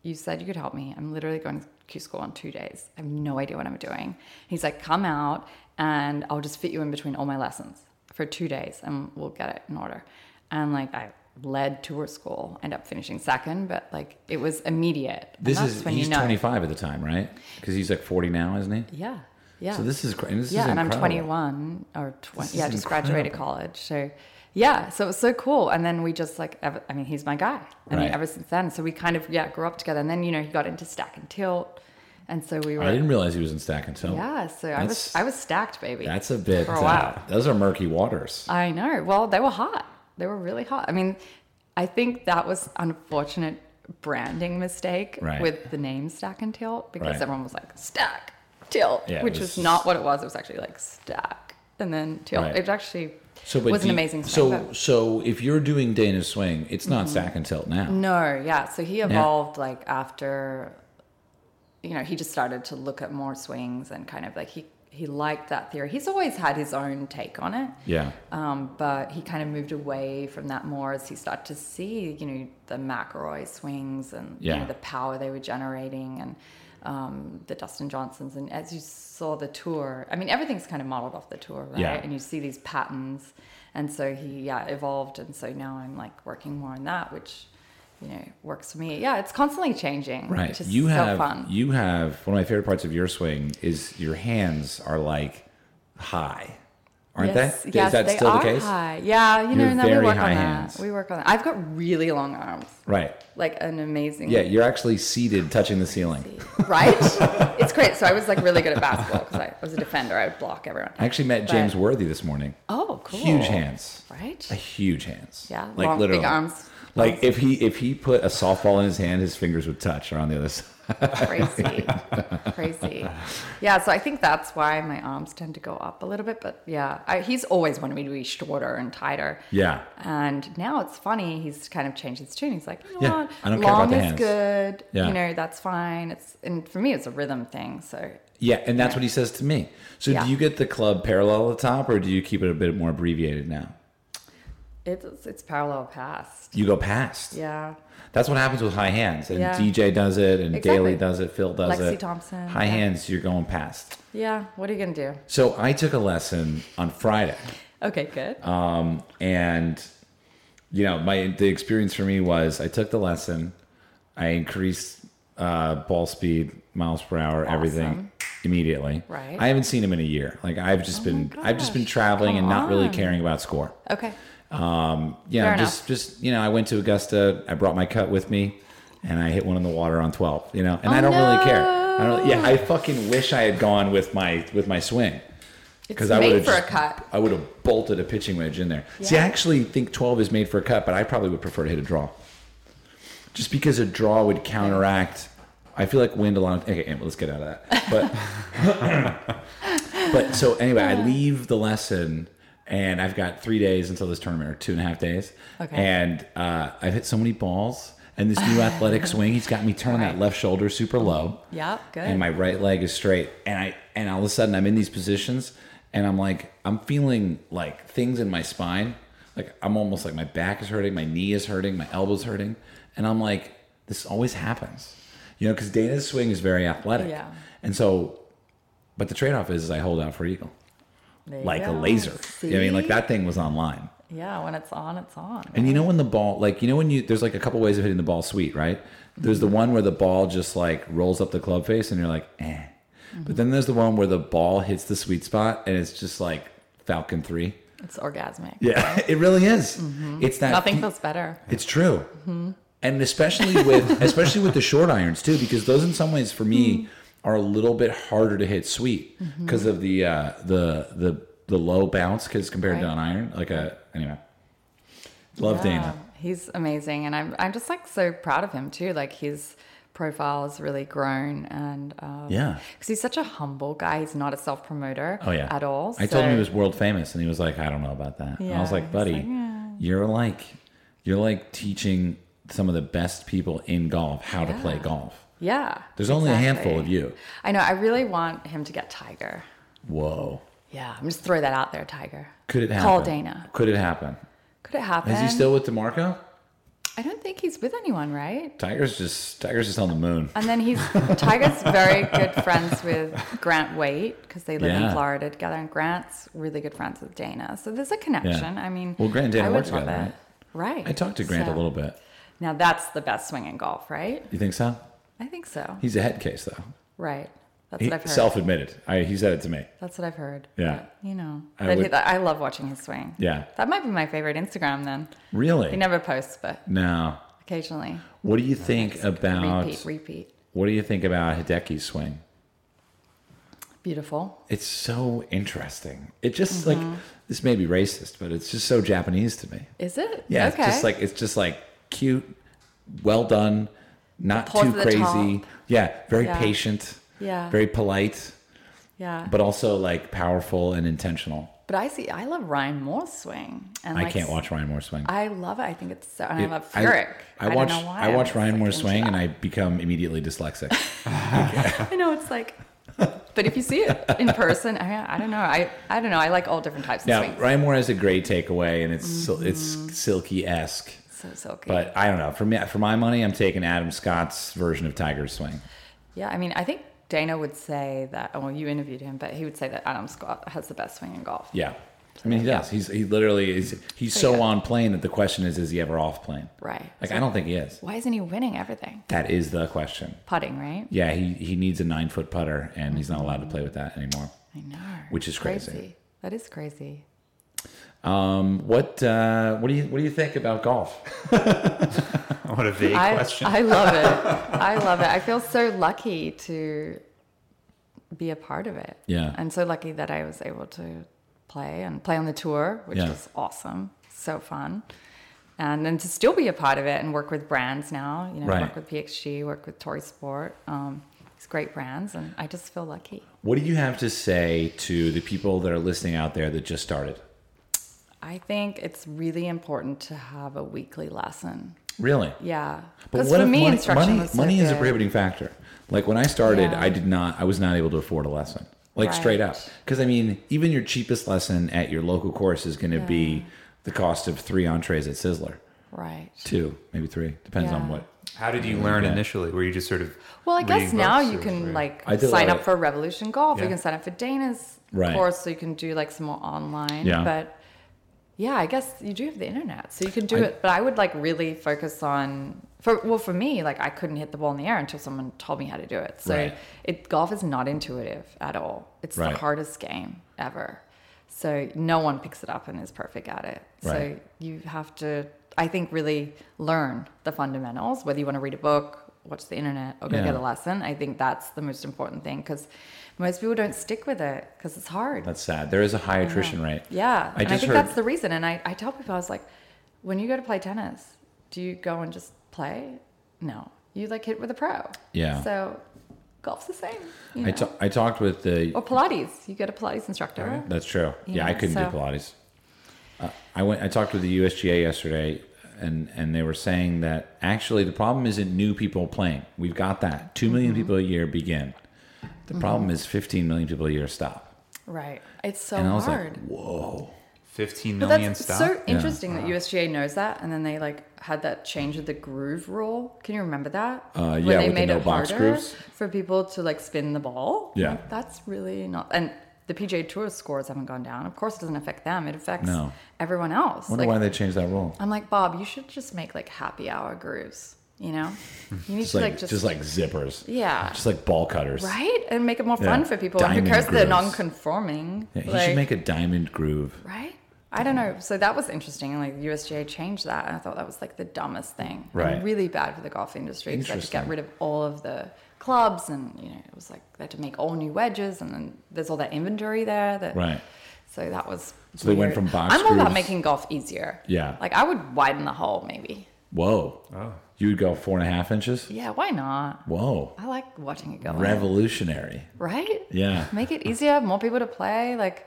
Speaker 2: you said you could help me. I'm literally going to Q school in two days. I have no idea what I'm doing. He's like, come out and I'll just fit you in between all my lessons for two days and we'll get it in order. And like, I led tour school, end up finishing second, but like it was immediate. And
Speaker 1: This
Speaker 2: that's
Speaker 1: is
Speaker 2: when
Speaker 1: he's
Speaker 2: you know.
Speaker 1: 25 at the time, right? Because he's like 40 now, isn't he?
Speaker 2: Yeah. Yeah.
Speaker 1: So this is cra- this is
Speaker 2: yeah, and I'm
Speaker 1: incredible.
Speaker 2: 21 or 20.
Speaker 1: This
Speaker 2: Yeah, I
Speaker 1: is
Speaker 2: just graduated
Speaker 1: incredible.
Speaker 2: college. So yeah, so it was so cool. And then we just like, ever, I mean, he's my guy. I mean,
Speaker 1: Right.
Speaker 2: ever since then. So we kind of yeah grew up together. And then you know he got into stack and tilt, and so we were
Speaker 1: I didn't realize he was in Stack and Tilt.
Speaker 2: yeah. So I was
Speaker 1: That's-
Speaker 2: I was stacked, baby.
Speaker 1: That's a bit.
Speaker 2: for a
Speaker 1: uh,
Speaker 2: while.
Speaker 1: those are murky waters.
Speaker 2: I know. Well, they were hot. They were really hot. I mean, I think that was unfortunate branding mistake
Speaker 1: Right.
Speaker 2: with the name Stack and Tilt because
Speaker 1: Right.
Speaker 2: everyone was like Stack Tilt,
Speaker 1: Yeah, it
Speaker 2: which
Speaker 1: was-
Speaker 2: was not what it was. It was actually like Stack and then Tilt.
Speaker 1: Right.
Speaker 2: It actually
Speaker 1: So, but
Speaker 2: was an
Speaker 1: do-
Speaker 2: amazing swing.
Speaker 1: So,
Speaker 2: but- Mm-hmm.
Speaker 1: so if you're doing Dana swing, it's not Stack and Tilt now.
Speaker 2: no, yeah. So he evolved like after, you know, he just started to look at more swings and kind of like he he liked that theory. He's always had his own take on it.
Speaker 1: Yeah.
Speaker 2: Um, but he kind of moved away from that more as he started to see, you know, the McElroy swings and you
Speaker 1: Yeah.
Speaker 2: know, the power they were generating and um, the Dustin Johnsons. And as you saw the tour, I mean, everything's kind of modeled off the tour, right?
Speaker 1: Yeah.
Speaker 2: And you see these patterns. And so he, yeah, evolved. And so now I'm like working more on that, which, you know, works for me. Yeah, it's constantly changing.
Speaker 1: Right.
Speaker 2: Which is
Speaker 1: you
Speaker 2: so
Speaker 1: have
Speaker 2: fun.
Speaker 1: you have one of my favorite parts of your swing is your hands are like high, aren't
Speaker 2: yes,
Speaker 1: they?
Speaker 2: Yes,
Speaker 1: is that
Speaker 2: they
Speaker 1: still
Speaker 2: are
Speaker 1: the case?
Speaker 2: High. Yeah, you know,
Speaker 1: You're
Speaker 2: and then
Speaker 1: very
Speaker 2: we work
Speaker 1: high
Speaker 2: on
Speaker 1: hands.
Speaker 2: that. We work on that. I've got really long arms.
Speaker 1: Right.
Speaker 2: like an amazing
Speaker 1: Yeah, you're actually seated, touching the ceiling.
Speaker 2: right it's great so i was like really good at basketball because i was a defender i would block everyone
Speaker 1: I actually met
Speaker 2: But-
Speaker 1: James Worthy this morning.
Speaker 2: oh cool
Speaker 1: Huge hands.
Speaker 2: right
Speaker 1: A huge hands.
Speaker 2: Yeah, long, big arms.
Speaker 1: Like if he if he put a softball in his hand, his fingers would touch around the other side.
Speaker 2: crazy crazy yeah so i think that's why my arms tend to go up a little bit but yeah I, he's always wanted me to be shorter and tighter
Speaker 1: Yeah.
Speaker 2: and now it's funny he's kind of changed his tune he's like you know
Speaker 1: Yeah,
Speaker 2: what?
Speaker 1: I don't care
Speaker 2: long
Speaker 1: about the
Speaker 2: is
Speaker 1: hands.
Speaker 2: good
Speaker 1: Yeah.
Speaker 2: you know that's fine it's and for me it's a rhythm thing so
Speaker 1: Yeah, and that's what he says to me. So
Speaker 2: Yeah.
Speaker 1: do you get the club parallel at the top or do you keep it a bit more abbreviated now?
Speaker 2: it's it's parallel past
Speaker 1: You go past.
Speaker 2: yeah
Speaker 1: That's what happens with high hands. And
Speaker 2: Yeah.
Speaker 1: DJ does it and
Speaker 2: Exactly.
Speaker 1: Daly does it, Phil does
Speaker 2: Lexi
Speaker 1: it.
Speaker 2: Thompson,
Speaker 1: High
Speaker 2: yeah.
Speaker 1: hands, you're going past.
Speaker 2: yeah what are you gonna do
Speaker 1: So I took a lesson on Friday.
Speaker 2: okay good
Speaker 1: Uh, and you know my the experience for me was I took the lesson, I increased uh, ball speed, miles per hour, everything
Speaker 2: Awesome.
Speaker 1: immediately.
Speaker 2: Right. Oh
Speaker 1: I haven't seen him in a year. Like I've just been I've just been
Speaker 2: gosh.
Speaker 1: traveling and
Speaker 2: Come
Speaker 1: not really
Speaker 2: on.
Speaker 1: caring about score.
Speaker 2: okay
Speaker 1: Yeah,
Speaker 2: Fair
Speaker 1: just
Speaker 2: enough.
Speaker 1: just you know I went to Augusta. I brought my cut with me. And I hit one in the water on twelve, you know, and I
Speaker 2: Oh,
Speaker 1: don't really care. I don't, yeah,
Speaker 2: no.
Speaker 1: I fucking wish I had gone with my with my swing.
Speaker 2: It's
Speaker 1: because I would
Speaker 2: made
Speaker 1: have
Speaker 2: for a
Speaker 1: just-
Speaker 2: cut.
Speaker 1: I would have bolted a pitching wedge in there. See, I
Speaker 2: Yeah.
Speaker 1: actually think twelve is made for a cut, but I probably would prefer to hit a draw. Just because a draw would counteract, I feel like wind a lot. Of, okay, anyway, let's get out of that. But but so anyway, I leave the lesson, and I've got three days until this tournament, or two and a half days.
Speaker 2: Okay.
Speaker 1: And uh, I've hit so many balls, and this new athletic swing, he's got me turning that left shoulder super low
Speaker 2: Yeah, good.
Speaker 1: and my right leg is straight and i and all of a sudden i'm in these positions and i'm like i'm feeling like things in my spine like i'm almost like my back is hurting my knee is hurting my elbow's hurting and i'm like this always happens you know because dana's swing is very athletic
Speaker 2: Yeah.
Speaker 1: and so but the trade-off is, is i hold out for eagle
Speaker 2: There you
Speaker 1: like a
Speaker 2: go.
Speaker 1: laser i mean like
Speaker 2: See?
Speaker 1: that thing was online
Speaker 2: Yeah, when it's on, it's on.
Speaker 1: and you know when the ball, like you know when you, there's like a couple ways of hitting the ball sweet, right? There's the one where the ball just like rolls up the club face, and you're like, eh. But then there's the one where the ball hits the sweet spot, and it's just like Falcon Three.
Speaker 2: It's orgasmic.
Speaker 1: Yeah, it really is. It's that.
Speaker 2: Mm-hmm. Nothing Mm-hmm. feels better.
Speaker 1: It's true. And especially with especially with the short irons too, because those in some ways for
Speaker 2: Mm-hmm.
Speaker 1: me are a little bit harder to hit sweet because of the uh, the the the low bounce because compared to
Speaker 2: Right.
Speaker 1: an iron like a anyway. Love
Speaker 2: Yeah.
Speaker 1: Dana.
Speaker 2: he's amazing, and I'm I'm just like so proud of him too. Like his profile has really grown, and um,
Speaker 1: Yeah.
Speaker 2: because he's such a humble guy. He's not a self promoter.
Speaker 1: Oh yeah,
Speaker 2: at all.
Speaker 1: I told him
Speaker 2: so-
Speaker 1: he was world famous, and he was like, "I don't know about that." and I was
Speaker 2: Yeah,
Speaker 1: like,
Speaker 2: he's
Speaker 1: "Buddy,
Speaker 2: like, "Yeah."
Speaker 1: you're like, you're like teaching some of the best people in golf how to play golf.
Speaker 2: Yeah,
Speaker 1: There's only a handful of
Speaker 2: exactly.
Speaker 1: you.
Speaker 2: I know. I really want him to get Tiger.
Speaker 1: Whoa,
Speaker 2: Yeah, I'm just throw that out there, Tiger.
Speaker 1: could it happen?
Speaker 2: Call Dana.
Speaker 1: Could it happen?
Speaker 2: Could it happen?
Speaker 1: Is he still with Demarco?
Speaker 2: I don't think he's with anyone, right?
Speaker 1: Tiger's just Tiger's just on the moon.
Speaker 2: And then he's Tiger's very good friends with Grant Waite because they live
Speaker 1: Yeah.
Speaker 2: in Florida together, and Grant's really good friends with Dana. So there's a connection. I mean,
Speaker 1: Well, Grant and Dana
Speaker 2: I
Speaker 1: work
Speaker 2: would love
Speaker 1: together,
Speaker 2: it. Right.
Speaker 1: I talked to Grant a
Speaker 2: So-
Speaker 1: little bit.
Speaker 2: Now that's the best swing in golf, right?
Speaker 1: You think so?
Speaker 2: I think so.
Speaker 1: He's a head case though.
Speaker 2: right. That's
Speaker 1: He
Speaker 2: what I've heard.
Speaker 1: self-admitted. I, he said it to me.
Speaker 2: that's what I've heard.
Speaker 1: Yeah.
Speaker 2: But, you know,
Speaker 1: I
Speaker 2: I, but he-
Speaker 1: would-
Speaker 2: I love watching his swing.
Speaker 1: Yeah.
Speaker 2: That might be my favorite Instagram then.
Speaker 1: Really?
Speaker 2: He never posts, but
Speaker 1: no.
Speaker 2: occasionally.
Speaker 1: What do you think about?
Speaker 2: Repeat, repeat.
Speaker 1: What do you think about Hideki's swing?
Speaker 2: Beautiful.
Speaker 1: It's so interesting. It just
Speaker 2: Mm-hmm.
Speaker 1: like this may be racist, but it's just so Japanese to me.
Speaker 2: Is it?
Speaker 1: Yeah,
Speaker 2: Okay.
Speaker 1: it's just like it's just like cute, well done, not
Speaker 2: Pause
Speaker 1: too
Speaker 2: at the
Speaker 1: crazy.
Speaker 2: top.
Speaker 1: Yeah, very
Speaker 2: Yeah.
Speaker 1: patient.
Speaker 2: Yeah.
Speaker 1: Very polite,
Speaker 2: yeah.
Speaker 1: but also like powerful and intentional.
Speaker 2: But I see. I love Ryan Moore's swing. And
Speaker 1: I
Speaker 2: like,
Speaker 1: can't watch Ryan Moore swing.
Speaker 2: I love it. I think it's so. And
Speaker 1: It-
Speaker 2: I love Furyk.
Speaker 1: I, watch
Speaker 2: Don't know why
Speaker 1: I watch
Speaker 2: was,
Speaker 1: Ryan
Speaker 2: like,
Speaker 1: Moore
Speaker 2: into
Speaker 1: swing and
Speaker 2: that.
Speaker 1: I become immediately dyslexic.
Speaker 2: I know it's like. But if you see it in person, I, I don't know. I I don't know. I like all different types of
Speaker 1: now
Speaker 2: swings.
Speaker 1: Ryan Moore has a great takeaway and it's sil-
Speaker 2: Mm-hmm.
Speaker 1: it's silky esque.
Speaker 2: So silky.
Speaker 1: But I don't know. For me, for my money, I'm taking Adam Scott's version of Tiger's swing.
Speaker 2: yeah, I mean, I think Dana would say that. Oh, well, you interviewed him, but he would say that Adam Scott has the best swing in golf.
Speaker 1: Yeah, I mean he does. He's he literally is. He's so
Speaker 2: good.
Speaker 1: on plane that the question is, is he ever off plane?
Speaker 2: Right.
Speaker 1: Like I don't think he is.
Speaker 2: Why isn't he winning everything?
Speaker 1: That is the question.
Speaker 2: Putting, right?
Speaker 1: Yeah, he he needs a nine foot putter, and he's not allowed to play with that anymore.
Speaker 2: I know.
Speaker 1: Which is crazy.
Speaker 2: That is crazy.
Speaker 1: What uh, what do you what do you think about golf?
Speaker 3: What a vague
Speaker 2: I,
Speaker 3: question.
Speaker 2: I love it. I love it. I feel so lucky to be a part of it.
Speaker 1: Yeah.
Speaker 2: And so lucky that I was able to play and play on the tour, which
Speaker 1: Yeah.
Speaker 2: was awesome. So fun. And then to still be a part of it and work with brands now, you know,
Speaker 1: Right.
Speaker 2: work with PXG, work with Tory Sport. Um, it's great brands. And I just feel lucky.
Speaker 1: What do you have to say to the people that are listening out there that just started?
Speaker 2: I think it's really important to have a weekly lesson.
Speaker 1: Really?
Speaker 2: Yeah.
Speaker 1: But
Speaker 2: Because
Speaker 1: what
Speaker 2: for
Speaker 1: if
Speaker 2: me,
Speaker 1: money,
Speaker 2: instruction
Speaker 1: money,
Speaker 2: was so
Speaker 1: money is a
Speaker 2: good.
Speaker 1: prohibiting factor. Like when I started,
Speaker 2: Yeah.
Speaker 1: I did not, I was not able to afford a lesson, like straight up.
Speaker 2: Right.
Speaker 1: Because I mean, even your cheapest lesson at your local course is going to be the cost of three entrees at Sizzler,
Speaker 2: Right.
Speaker 1: two, maybe three, depends on
Speaker 2: Yeah.
Speaker 1: what.
Speaker 3: How did you learn initially? Were you just sort of
Speaker 2: Well, I guess
Speaker 3: reading
Speaker 2: now
Speaker 3: books
Speaker 2: you
Speaker 3: or
Speaker 2: can
Speaker 3: were-
Speaker 2: like
Speaker 1: I did a
Speaker 2: sign
Speaker 1: lot
Speaker 2: up
Speaker 1: of-
Speaker 2: for Revolution Golf.
Speaker 3: Yeah.
Speaker 2: You can sign up for Dana's
Speaker 1: Right.
Speaker 2: course, so you can do like some more online.
Speaker 1: Yeah.
Speaker 2: But yeah, I guess you do have the internet, so you can do
Speaker 1: I-
Speaker 2: it. But I would like really focus on for well for me, like I couldn't hit the ball in the air until someone told me how to do it. So
Speaker 1: Right.
Speaker 2: it golf is not intuitive at all. It's
Speaker 1: Right.
Speaker 2: the hardest game ever. So no one picks it up and is perfect at it.
Speaker 1: Right.
Speaker 2: So you have to, I think, really learn the fundamentals, whether you want to read a book, watch the internet, or go
Speaker 1: Yeah.
Speaker 2: get a lesson. I think that's the most important thing because most people don't stick with it because it's hard.
Speaker 1: That's sad. There is a high attrition rate.
Speaker 2: yeah.
Speaker 1: I
Speaker 2: and I
Speaker 1: just
Speaker 2: think
Speaker 1: heard,
Speaker 2: that's the reason. And I, I tell people, I was like, when you go to play tennis, do you go and just play? No. You like hit with a pro.
Speaker 1: Yeah.
Speaker 2: So golf's the same. You
Speaker 1: I
Speaker 2: know?
Speaker 1: ta- I talked with the,
Speaker 2: or Pilates. You get a Pilates instructor.
Speaker 1: That's true. Yeah, I
Speaker 2: Yeah,
Speaker 1: couldn't
Speaker 2: so-
Speaker 1: do Pilates. Uh, I went. I talked with the USGA yesterday, and and they were saying that actually the problem isn't new people playing. We've got that. Two million
Speaker 2: Mm-hmm.
Speaker 1: people a year begin. The problem is fifteen million people a year stop.
Speaker 2: Right. It's so
Speaker 1: And I was
Speaker 2: hard.
Speaker 1: like, whoa.
Speaker 3: 15
Speaker 2: But
Speaker 3: million
Speaker 2: that's
Speaker 3: stop?
Speaker 2: so interesting that USGA knows that, and then they like had that change of the groove rule. Can you remember that?
Speaker 1: Uh,
Speaker 2: Where
Speaker 1: yeah,
Speaker 2: they
Speaker 1: with the
Speaker 2: made
Speaker 1: no
Speaker 2: it
Speaker 1: box
Speaker 2: harder
Speaker 1: grooves.
Speaker 2: for people to like spin the ball.
Speaker 1: Yeah.
Speaker 2: Like, that's really not. And the PJ Tour scores haven't gone down. Of course, it doesn't affect them. It affects
Speaker 1: No.
Speaker 2: everyone else.
Speaker 1: I wonder
Speaker 2: Like,
Speaker 1: why they changed that rule.
Speaker 2: I'm like Bob. You should just make like happy hour grooves. You know, you need
Speaker 1: Just
Speaker 2: to
Speaker 1: like,
Speaker 2: like,
Speaker 1: just, like zippers.
Speaker 2: Yeah.
Speaker 1: Just like ball cutters.
Speaker 2: right and make it more fun
Speaker 1: Yeah.
Speaker 2: for people. And
Speaker 1: Diamond
Speaker 2: because they're
Speaker 1: grooves.
Speaker 2: non-conforming,
Speaker 1: Yeah, he should
Speaker 2: like-
Speaker 1: make a diamond groove.
Speaker 2: Right? I don't know. So that was interesting. Like USGA changed that, and I thought that was like the dumbest thing. and
Speaker 1: Right.
Speaker 2: really bad for the golf industry because they had to
Speaker 1: Interesting.
Speaker 2: get rid of all of the clubs, and you know it was like they had to make all new wedges, and then there's all that inventory there. That
Speaker 1: Right.
Speaker 2: So that was
Speaker 1: So they went from box.
Speaker 2: I'm all about
Speaker 1: grooves-
Speaker 2: making golf easier.
Speaker 1: Yeah.
Speaker 2: Like I would widen the hole maybe.
Speaker 1: Whoa.
Speaker 3: Oh.
Speaker 1: You would go four and a half inches.
Speaker 2: Yeah, why not?
Speaker 1: Whoa.
Speaker 2: I like watching it go. in.
Speaker 1: Revolutionary.
Speaker 2: Right?
Speaker 1: Yeah.
Speaker 2: Make it easier, more people to play. Like,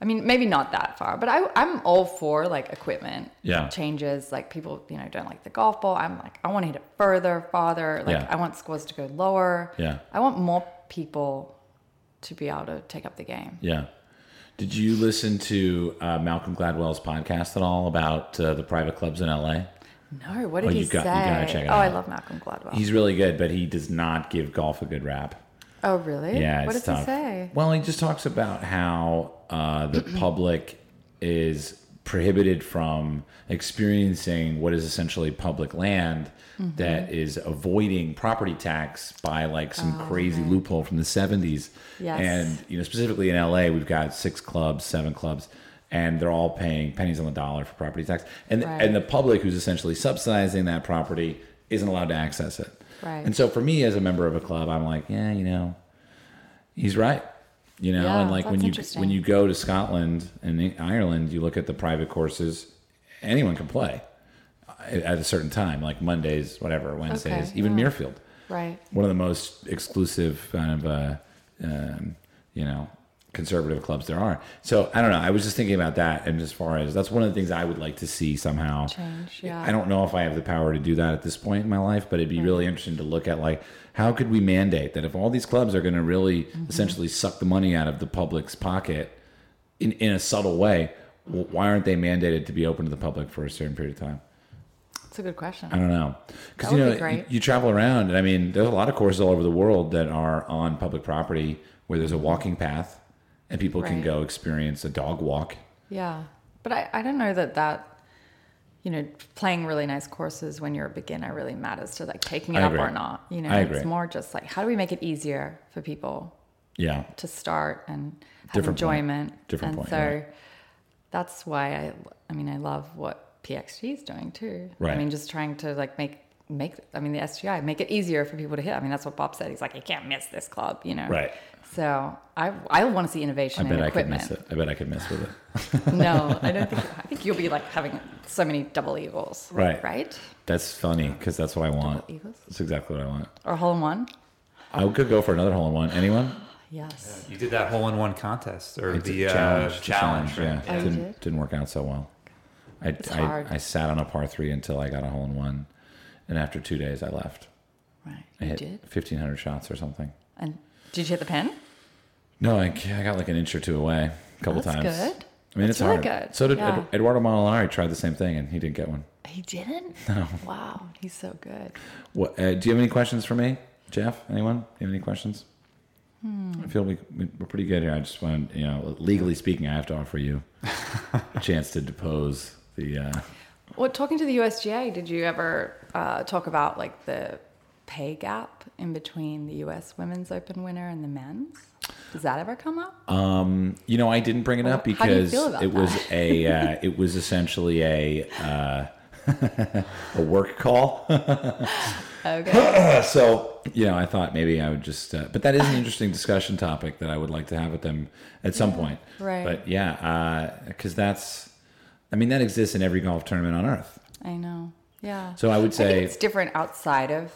Speaker 2: I mean, maybe not that far, but I, I'm all for like equipment
Speaker 1: Yeah.
Speaker 2: changes. Like people, you know, don't like the golf ball. I'm like, I want to hit it further, farther. Like
Speaker 1: Yeah.
Speaker 2: I want scores to go lower.
Speaker 1: Yeah.
Speaker 2: I want more people to be able to take up the game.
Speaker 1: Yeah. Did you listen to uh, Malcolm Gladwell's podcast at all about uh, the private clubs in LA?
Speaker 2: No, what did
Speaker 1: Oh,
Speaker 2: he
Speaker 1: you got-
Speaker 2: say?
Speaker 1: you gotta check it
Speaker 2: oh, I
Speaker 1: out.
Speaker 2: love Malcolm Gladwell.
Speaker 1: He's really good, but he does not give golf a good rap.
Speaker 2: oh, really?
Speaker 1: Yeah,
Speaker 2: What does
Speaker 1: it's
Speaker 2: he
Speaker 1: tough.
Speaker 2: say?
Speaker 1: Well, he just talks about how uh, the public is prohibited from experiencing what is essentially public land
Speaker 2: Mm-hmm.
Speaker 1: that is avoiding property tax by like some crazy loophole from the 70s.
Speaker 2: Oh, Yes.
Speaker 1: And you know, specifically in LA, we've got six clubs, seven clubs, and they're all paying pennies on the dollar for property tax. And
Speaker 2: Right.
Speaker 1: and the public who's essentially subsidizing that property isn't allowed to access it.
Speaker 2: Right.
Speaker 1: And so for me as a member of a club, I'm like, yeah, you know, he's right. You know,
Speaker 2: Yeah,
Speaker 1: and like when
Speaker 2: that's
Speaker 1: you
Speaker 2: interesting.
Speaker 1: when you go to Scotland and I- Ireland, you look at the private courses. Anyone can play at at a certain time, like Mondays, whatever, Wednesdays,
Speaker 2: Okay,
Speaker 1: even
Speaker 2: yeah.
Speaker 1: Mirfield,
Speaker 2: Right.
Speaker 1: one of the most exclusive kind of uh, um, you know conservative clubs there are. So I don't know. I was just thinking about that, and as far as that's one of the things I would like to see somehow
Speaker 2: Change, yeah.
Speaker 1: I don't know if I have the power to do that at this point in my life, but it'd be really interesting to look at like how could we mandate that if all these clubs are going to really
Speaker 2: Mm-hmm.
Speaker 1: essentially suck the money out of the public's pocket in in a subtle way, wh- why aren't they mandated to be open to the public for a certain period of time?
Speaker 2: It's a good question.
Speaker 1: I don't know. Because
Speaker 2: That
Speaker 1: you
Speaker 2: would
Speaker 1: know,
Speaker 2: be great.
Speaker 1: you, you travel around, and I mean, there's a lot of courses all over the world that are on public property where there's a walking path, and people can
Speaker 2: Right.
Speaker 1: go experience a dog walk.
Speaker 2: Yeah. But I, I don't know that that, you know, playing really nice courses when you're a beginner really matters to like taking it
Speaker 1: I
Speaker 2: up
Speaker 1: agree.
Speaker 2: or not. You know,
Speaker 1: I
Speaker 2: it's
Speaker 1: agree.
Speaker 2: more just like, how do we make it easier for people
Speaker 1: Yeah,
Speaker 2: to start and have
Speaker 1: Different point.
Speaker 2: enjoyment?
Speaker 1: Different
Speaker 2: and
Speaker 1: point,
Speaker 2: so
Speaker 1: right.
Speaker 2: that's why I, I mean, I love what PXG is doing too.
Speaker 1: Right.
Speaker 2: I mean, just trying to like make, make, I mean, the SGI, make it easier for people to hit. I mean, that's what Bob said. He's like, you can't miss this club, you know?
Speaker 1: Right.
Speaker 2: So I, I want to see innovation
Speaker 1: I bet
Speaker 2: in
Speaker 1: I could
Speaker 2: equipment.
Speaker 1: miss it. I bet I could miss with it.
Speaker 2: No, I don't think. I think you'll be like having so many double eagles.
Speaker 1: Right.
Speaker 2: Right.
Speaker 1: That's funny because that's what I want.
Speaker 2: Double eagles?
Speaker 1: That's exactly what I want.
Speaker 2: Or hole in one.
Speaker 1: I could go for another hole in one. Anyone?
Speaker 2: Yes.
Speaker 3: You did that hole in one contest or
Speaker 1: It's a
Speaker 3: the uh,
Speaker 1: the
Speaker 3: challenge, right?
Speaker 1: Yeah,
Speaker 2: Oh, you
Speaker 1: didn't,
Speaker 2: did?
Speaker 1: didn't work out so well. I, I,
Speaker 2: hard.
Speaker 1: I sat on a par three until I got a hole in one, and after two days I left.
Speaker 2: Right.
Speaker 1: I
Speaker 2: You
Speaker 1: hit
Speaker 2: did.
Speaker 1: fifteen hundred shots or something.
Speaker 2: And did you hit the pin?
Speaker 1: No, I, I got like an inch or two away a couple
Speaker 2: That's
Speaker 1: times.
Speaker 2: good.
Speaker 1: I mean, it's
Speaker 2: really
Speaker 1: hard.
Speaker 2: good.
Speaker 1: So did
Speaker 2: Yeah.
Speaker 1: Ed- Eduardo Molinari tried the same thing and he didn't get one.
Speaker 2: He didn't. No. Wow. He's so good.
Speaker 1: What, uh, do you have any questions for me, Jeff? Anyone? You have any questions?
Speaker 2: Hmm.
Speaker 1: I feel we, we- we're pretty good here. I just want, you know, legally speaking, I have to offer you a chance to depose the. Uh,
Speaker 2: Well, talking to the USGA, did you ever uh, talk about like the pay gap in between the U.S. Women's Open winner and the men's? Does that ever come up?
Speaker 1: you know, I didn't bring it
Speaker 2: Well,
Speaker 1: up
Speaker 2: how do you
Speaker 1: because
Speaker 2: feel about
Speaker 1: it was a, uh, it was essentially a, uh, a work call.
Speaker 2: Okay.
Speaker 1: so you know, I thought maybe I would just, uh, but that is an interesting discussion topic that I would like to have with them at some point.
Speaker 2: right.
Speaker 1: But yeah, because that's, I mean, that exists in every golf tournament on earth.
Speaker 2: I know. Yeah.
Speaker 1: So I would
Speaker 2: I think
Speaker 1: say,
Speaker 2: it's different outside of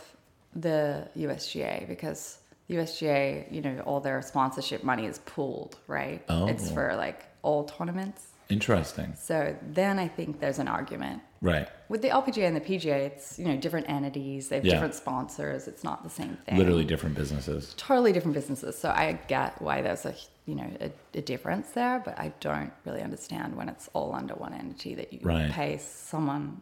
Speaker 2: the USGA because the USGA, you know, all their sponsorship money is pooled, right?
Speaker 1: Oh.
Speaker 2: It's for like all tournaments.
Speaker 1: interesting,
Speaker 2: So then I think there's an argument.
Speaker 1: right?
Speaker 2: With the LPGA and the PGA, it's, you know, different entities, they have
Speaker 1: Yeah.
Speaker 2: different sponsors, it's not the same thing.
Speaker 1: Literally different businesses.
Speaker 2: Totally different businesses. So I get why there's a, you know, a, a difference there, but I don't really understand when it's all under one entity that you
Speaker 1: Right.
Speaker 2: pay someone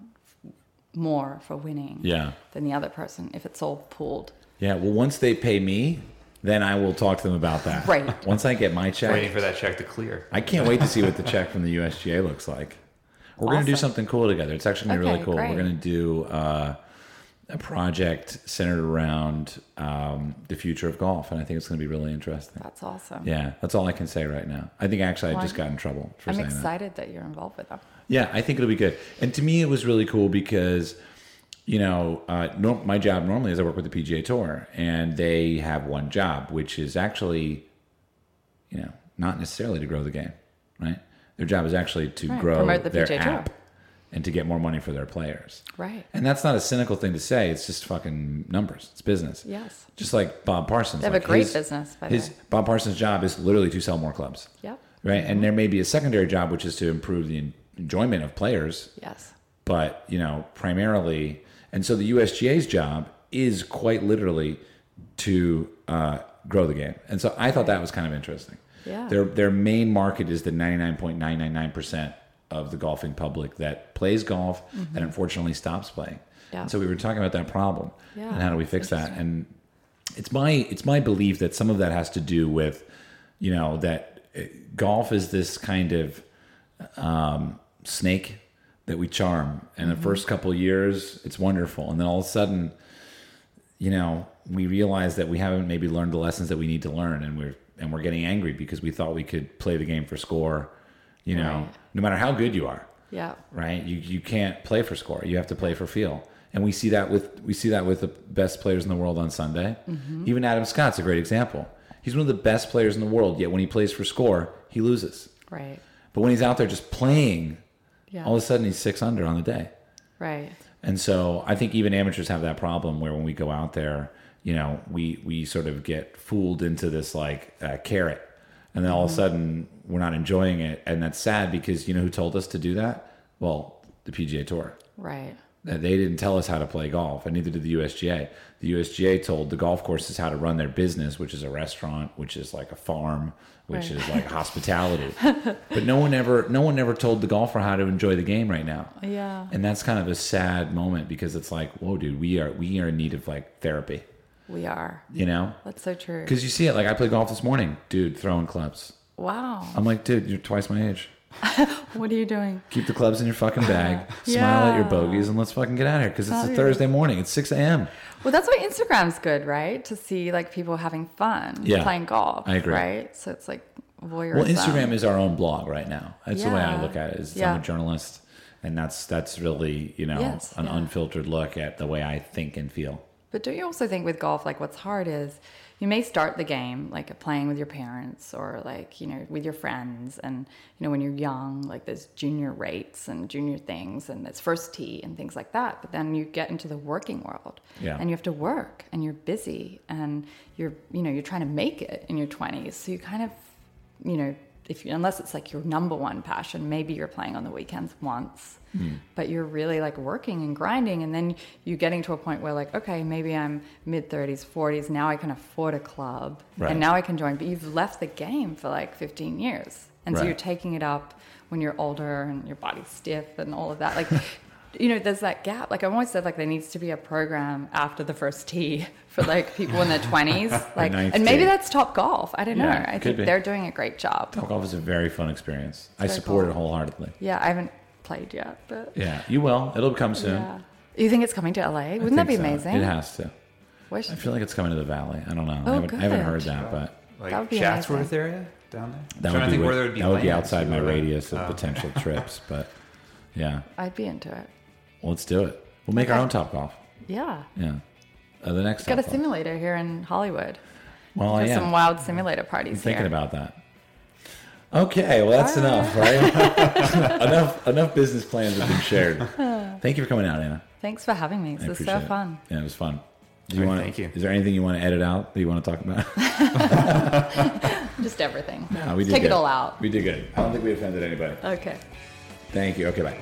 Speaker 2: more for winning
Speaker 1: Yeah,
Speaker 2: than the other person if it's all pooled.
Speaker 1: yeah. Well, once they pay me, then I will talk to them about that.
Speaker 2: Right.
Speaker 1: Once I get my
Speaker 3: Waiting
Speaker 1: check,
Speaker 3: for that check to clear.
Speaker 1: I can't wait to see what the check from the USGA looks like. We're gonna do
Speaker 2: Awesome.
Speaker 1: something cool together. It's actually gonna be
Speaker 2: Okay,
Speaker 1: really cool. We're
Speaker 2: great.
Speaker 1: gonna do uh, a project centered around um, the future of golf, and I think it's gonna be really interesting.
Speaker 2: That's awesome.
Speaker 1: Yeah, that's all I can say right now. I think actually I just got in trouble for
Speaker 2: I'm
Speaker 1: saying that.
Speaker 2: excited that. you're involved with them.
Speaker 1: Yeah, I think it'll be good. And to me, it was really cool because, you know, uh, nor my job normally is I work with the PGA Tour, and they have one job, which is actually, you know, not necessarily to grow the game, right? Their job is actually to
Speaker 2: Right,
Speaker 1: grow
Speaker 2: promote the
Speaker 1: their
Speaker 2: PJ Tour.
Speaker 1: app and to get more money for their players.
Speaker 2: Right.
Speaker 1: And that's not a cynical thing to say. It's just fucking numbers. It's business.
Speaker 2: Yes.
Speaker 1: Just like Bob Parsons.
Speaker 2: They have
Speaker 1: like
Speaker 2: a great business, by the
Speaker 1: his
Speaker 2: way.
Speaker 1: Bob Parsons' job is literally to sell more clubs.
Speaker 2: Yep.
Speaker 1: Right.
Speaker 2: Mm-hmm.
Speaker 1: And there may be a secondary job, which is to improve the en- enjoyment of players
Speaker 2: Yes.
Speaker 1: but you know primarily and so the usga's job is quite literally to uh, grow the game and so i thought that was kind of interesting
Speaker 2: Yeah.
Speaker 1: their their main market is the 99.999% of the golfing public that plays golf that unfortunately stops playing
Speaker 2: Mm-hmm. Yeah.
Speaker 1: and so we were talking about that problem
Speaker 2: Yeah,
Speaker 1: and how do we fix that and it's my it's my belief that some of that has to do with you know that uh, golf is this kind of um, snake that we charm and
Speaker 2: Mm-hmm.
Speaker 1: the first couple years it's wonderful and then all of a sudden you know we realize that we haven't maybe learned the lessons that we need to learn and we're and we're getting angry because we thought we could play the game for score you know
Speaker 2: Right.
Speaker 1: no matter how good you are
Speaker 2: Yeah.
Speaker 1: right you you can't play for score you have to play for feel and we see that with we see that with the best players in the world on sunday even adam scott's a great example he's one of the best players in the world yet when he plays for score he loses
Speaker 2: Right.
Speaker 1: but when he's out there just playing
Speaker 2: Yeah.
Speaker 1: all of a sudden he's six under on the day.
Speaker 2: right.
Speaker 1: And so I think even amateurs have that problem where when we go out there, you know, we we sort of get fooled into this like uh, carrot, and then all of a sudden we're not enjoying it, and that's sad because you know who told us to do that? Well, the PGA Tour.
Speaker 2: Right.
Speaker 1: Uh, They didn't tell us how to play golf, and neither did the USGA. The USGA told the golf courses how to run their business, which is a restaurant, which is like a farm, which
Speaker 2: Right.
Speaker 1: is like hospitality. but no one ever, no one ever told the golfer how to enjoy the game right now.
Speaker 2: Yeah.
Speaker 1: And that's kind of a sad moment because it's like, whoa, dude, we are we are in need of like therapy,
Speaker 2: We are.
Speaker 1: you know?
Speaker 2: That's so true.
Speaker 1: Because you see it, like I played golf this morning, dude, throwing clubs.
Speaker 2: Wow.
Speaker 1: I'm like, dude, you're twice my age.
Speaker 2: What are you doing?
Speaker 1: Keep the clubs in your fucking bag. Smile at your
Speaker 2: Yeah.
Speaker 1: bogeys and let's fucking get out of here because it's a
Speaker 2: Sorry.
Speaker 1: Thursday morning. It's 6 a.m.
Speaker 2: Well, that's why Instagram's good, right? To see like people having fun
Speaker 1: Yeah.
Speaker 2: playing golf.
Speaker 1: I agree.
Speaker 2: Right. So it's like voyeurism.
Speaker 1: Well, Instagram is our own blog right now. That's the way I
Speaker 2: Yeah.
Speaker 1: look at it. Is I'm
Speaker 2: Yeah.
Speaker 1: a journalist, and that's that's really you know
Speaker 2: Yes,
Speaker 1: an
Speaker 2: yeah.
Speaker 1: unfiltered look at the way I think and feel.
Speaker 2: But don't you also think with golf, like what's hard is you may start the game like playing with your parents or like, you know, with your friends. And, you know, when you're young, like there's junior rates and junior things and there's first tee and things like that. But then you get into the working world
Speaker 1: Yeah.
Speaker 2: and you have to work and you're busy and you're, you know, you're trying to make it in your 20s. So you kind of, you know, if you, unless it's like your number one passion, maybe you're playing on the weekends once,
Speaker 1: Hmm.
Speaker 2: but you're really like working and grinding, and then you're getting to a point where like, okay, maybe I'm mid 30s, 40s, now I can afford a club,
Speaker 1: Right.
Speaker 2: and now I can join. But you've left the game for like 15 years, and so
Speaker 1: Right.
Speaker 2: you're taking it up when you're older and your body's stiff and all of that, like. You know, there's that gap. Like I always said, like there needs to be a program after the first tee for like people in their twenties. Like,
Speaker 1: ninth
Speaker 2: and maybe
Speaker 1: tee.
Speaker 2: that's top golf. I don't know.
Speaker 1: Yeah,
Speaker 2: I
Speaker 1: could
Speaker 2: think
Speaker 1: be.
Speaker 2: they're doing a great job.
Speaker 1: Golf is a very fun experience. I support
Speaker 2: cool.
Speaker 1: it wholeheartedly.
Speaker 2: Yeah, I haven't played yet, but
Speaker 1: Yeah, you will. It'll come
Speaker 2: yeah.
Speaker 1: soon.
Speaker 2: You think it's coming to LA?
Speaker 1: I
Speaker 2: Wouldn't that be
Speaker 1: think so.
Speaker 2: amazing?
Speaker 1: It has to.
Speaker 2: Wish-
Speaker 1: I feel like it's coming to the valley. I don't know. I,
Speaker 2: Oh,
Speaker 1: haven't, I haven't heard
Speaker 2: good.
Speaker 1: that, but
Speaker 3: Like
Speaker 2: That would be
Speaker 3: Chatsworth area down there. I'm
Speaker 1: that
Speaker 3: trying
Speaker 1: would
Speaker 3: to
Speaker 1: be,
Speaker 3: think
Speaker 1: wi-
Speaker 3: where there would be
Speaker 1: that would be
Speaker 3: land.
Speaker 1: outside my
Speaker 3: Uh,
Speaker 1: radius of potential trips. But yeah,
Speaker 2: I'd be into it.
Speaker 1: well, let's do it. We'll make our
Speaker 2: Okay.
Speaker 1: own top golf.
Speaker 2: Yeah.
Speaker 1: Yeah, uh, the next.
Speaker 2: Got a
Speaker 1: Top Golf.
Speaker 2: simulator here in Hollywood.
Speaker 1: Well,
Speaker 2: There's
Speaker 1: Oh, yeah.
Speaker 2: some wild simulator parties
Speaker 1: thinking
Speaker 2: here.
Speaker 1: about that. Okay, well
Speaker 2: Ah.
Speaker 1: that's enough, right? enough enough business plans have been shared. Thank you for coming out, Anna.
Speaker 2: Thanks for having me. This
Speaker 1: I
Speaker 2: is
Speaker 1: appreciate
Speaker 2: so
Speaker 1: it.
Speaker 2: fun.
Speaker 1: Yeah, it was fun. Do you
Speaker 3: All right,
Speaker 1: want?
Speaker 3: thank you.
Speaker 1: Is there anything you want to edit out that you want to talk about?
Speaker 2: Just everything.
Speaker 1: No, we did
Speaker 2: Take
Speaker 1: good.
Speaker 2: it all out.
Speaker 1: We did good. I don't think we offended anybody.
Speaker 2: Okay.
Speaker 1: Thank you. Okay, bye.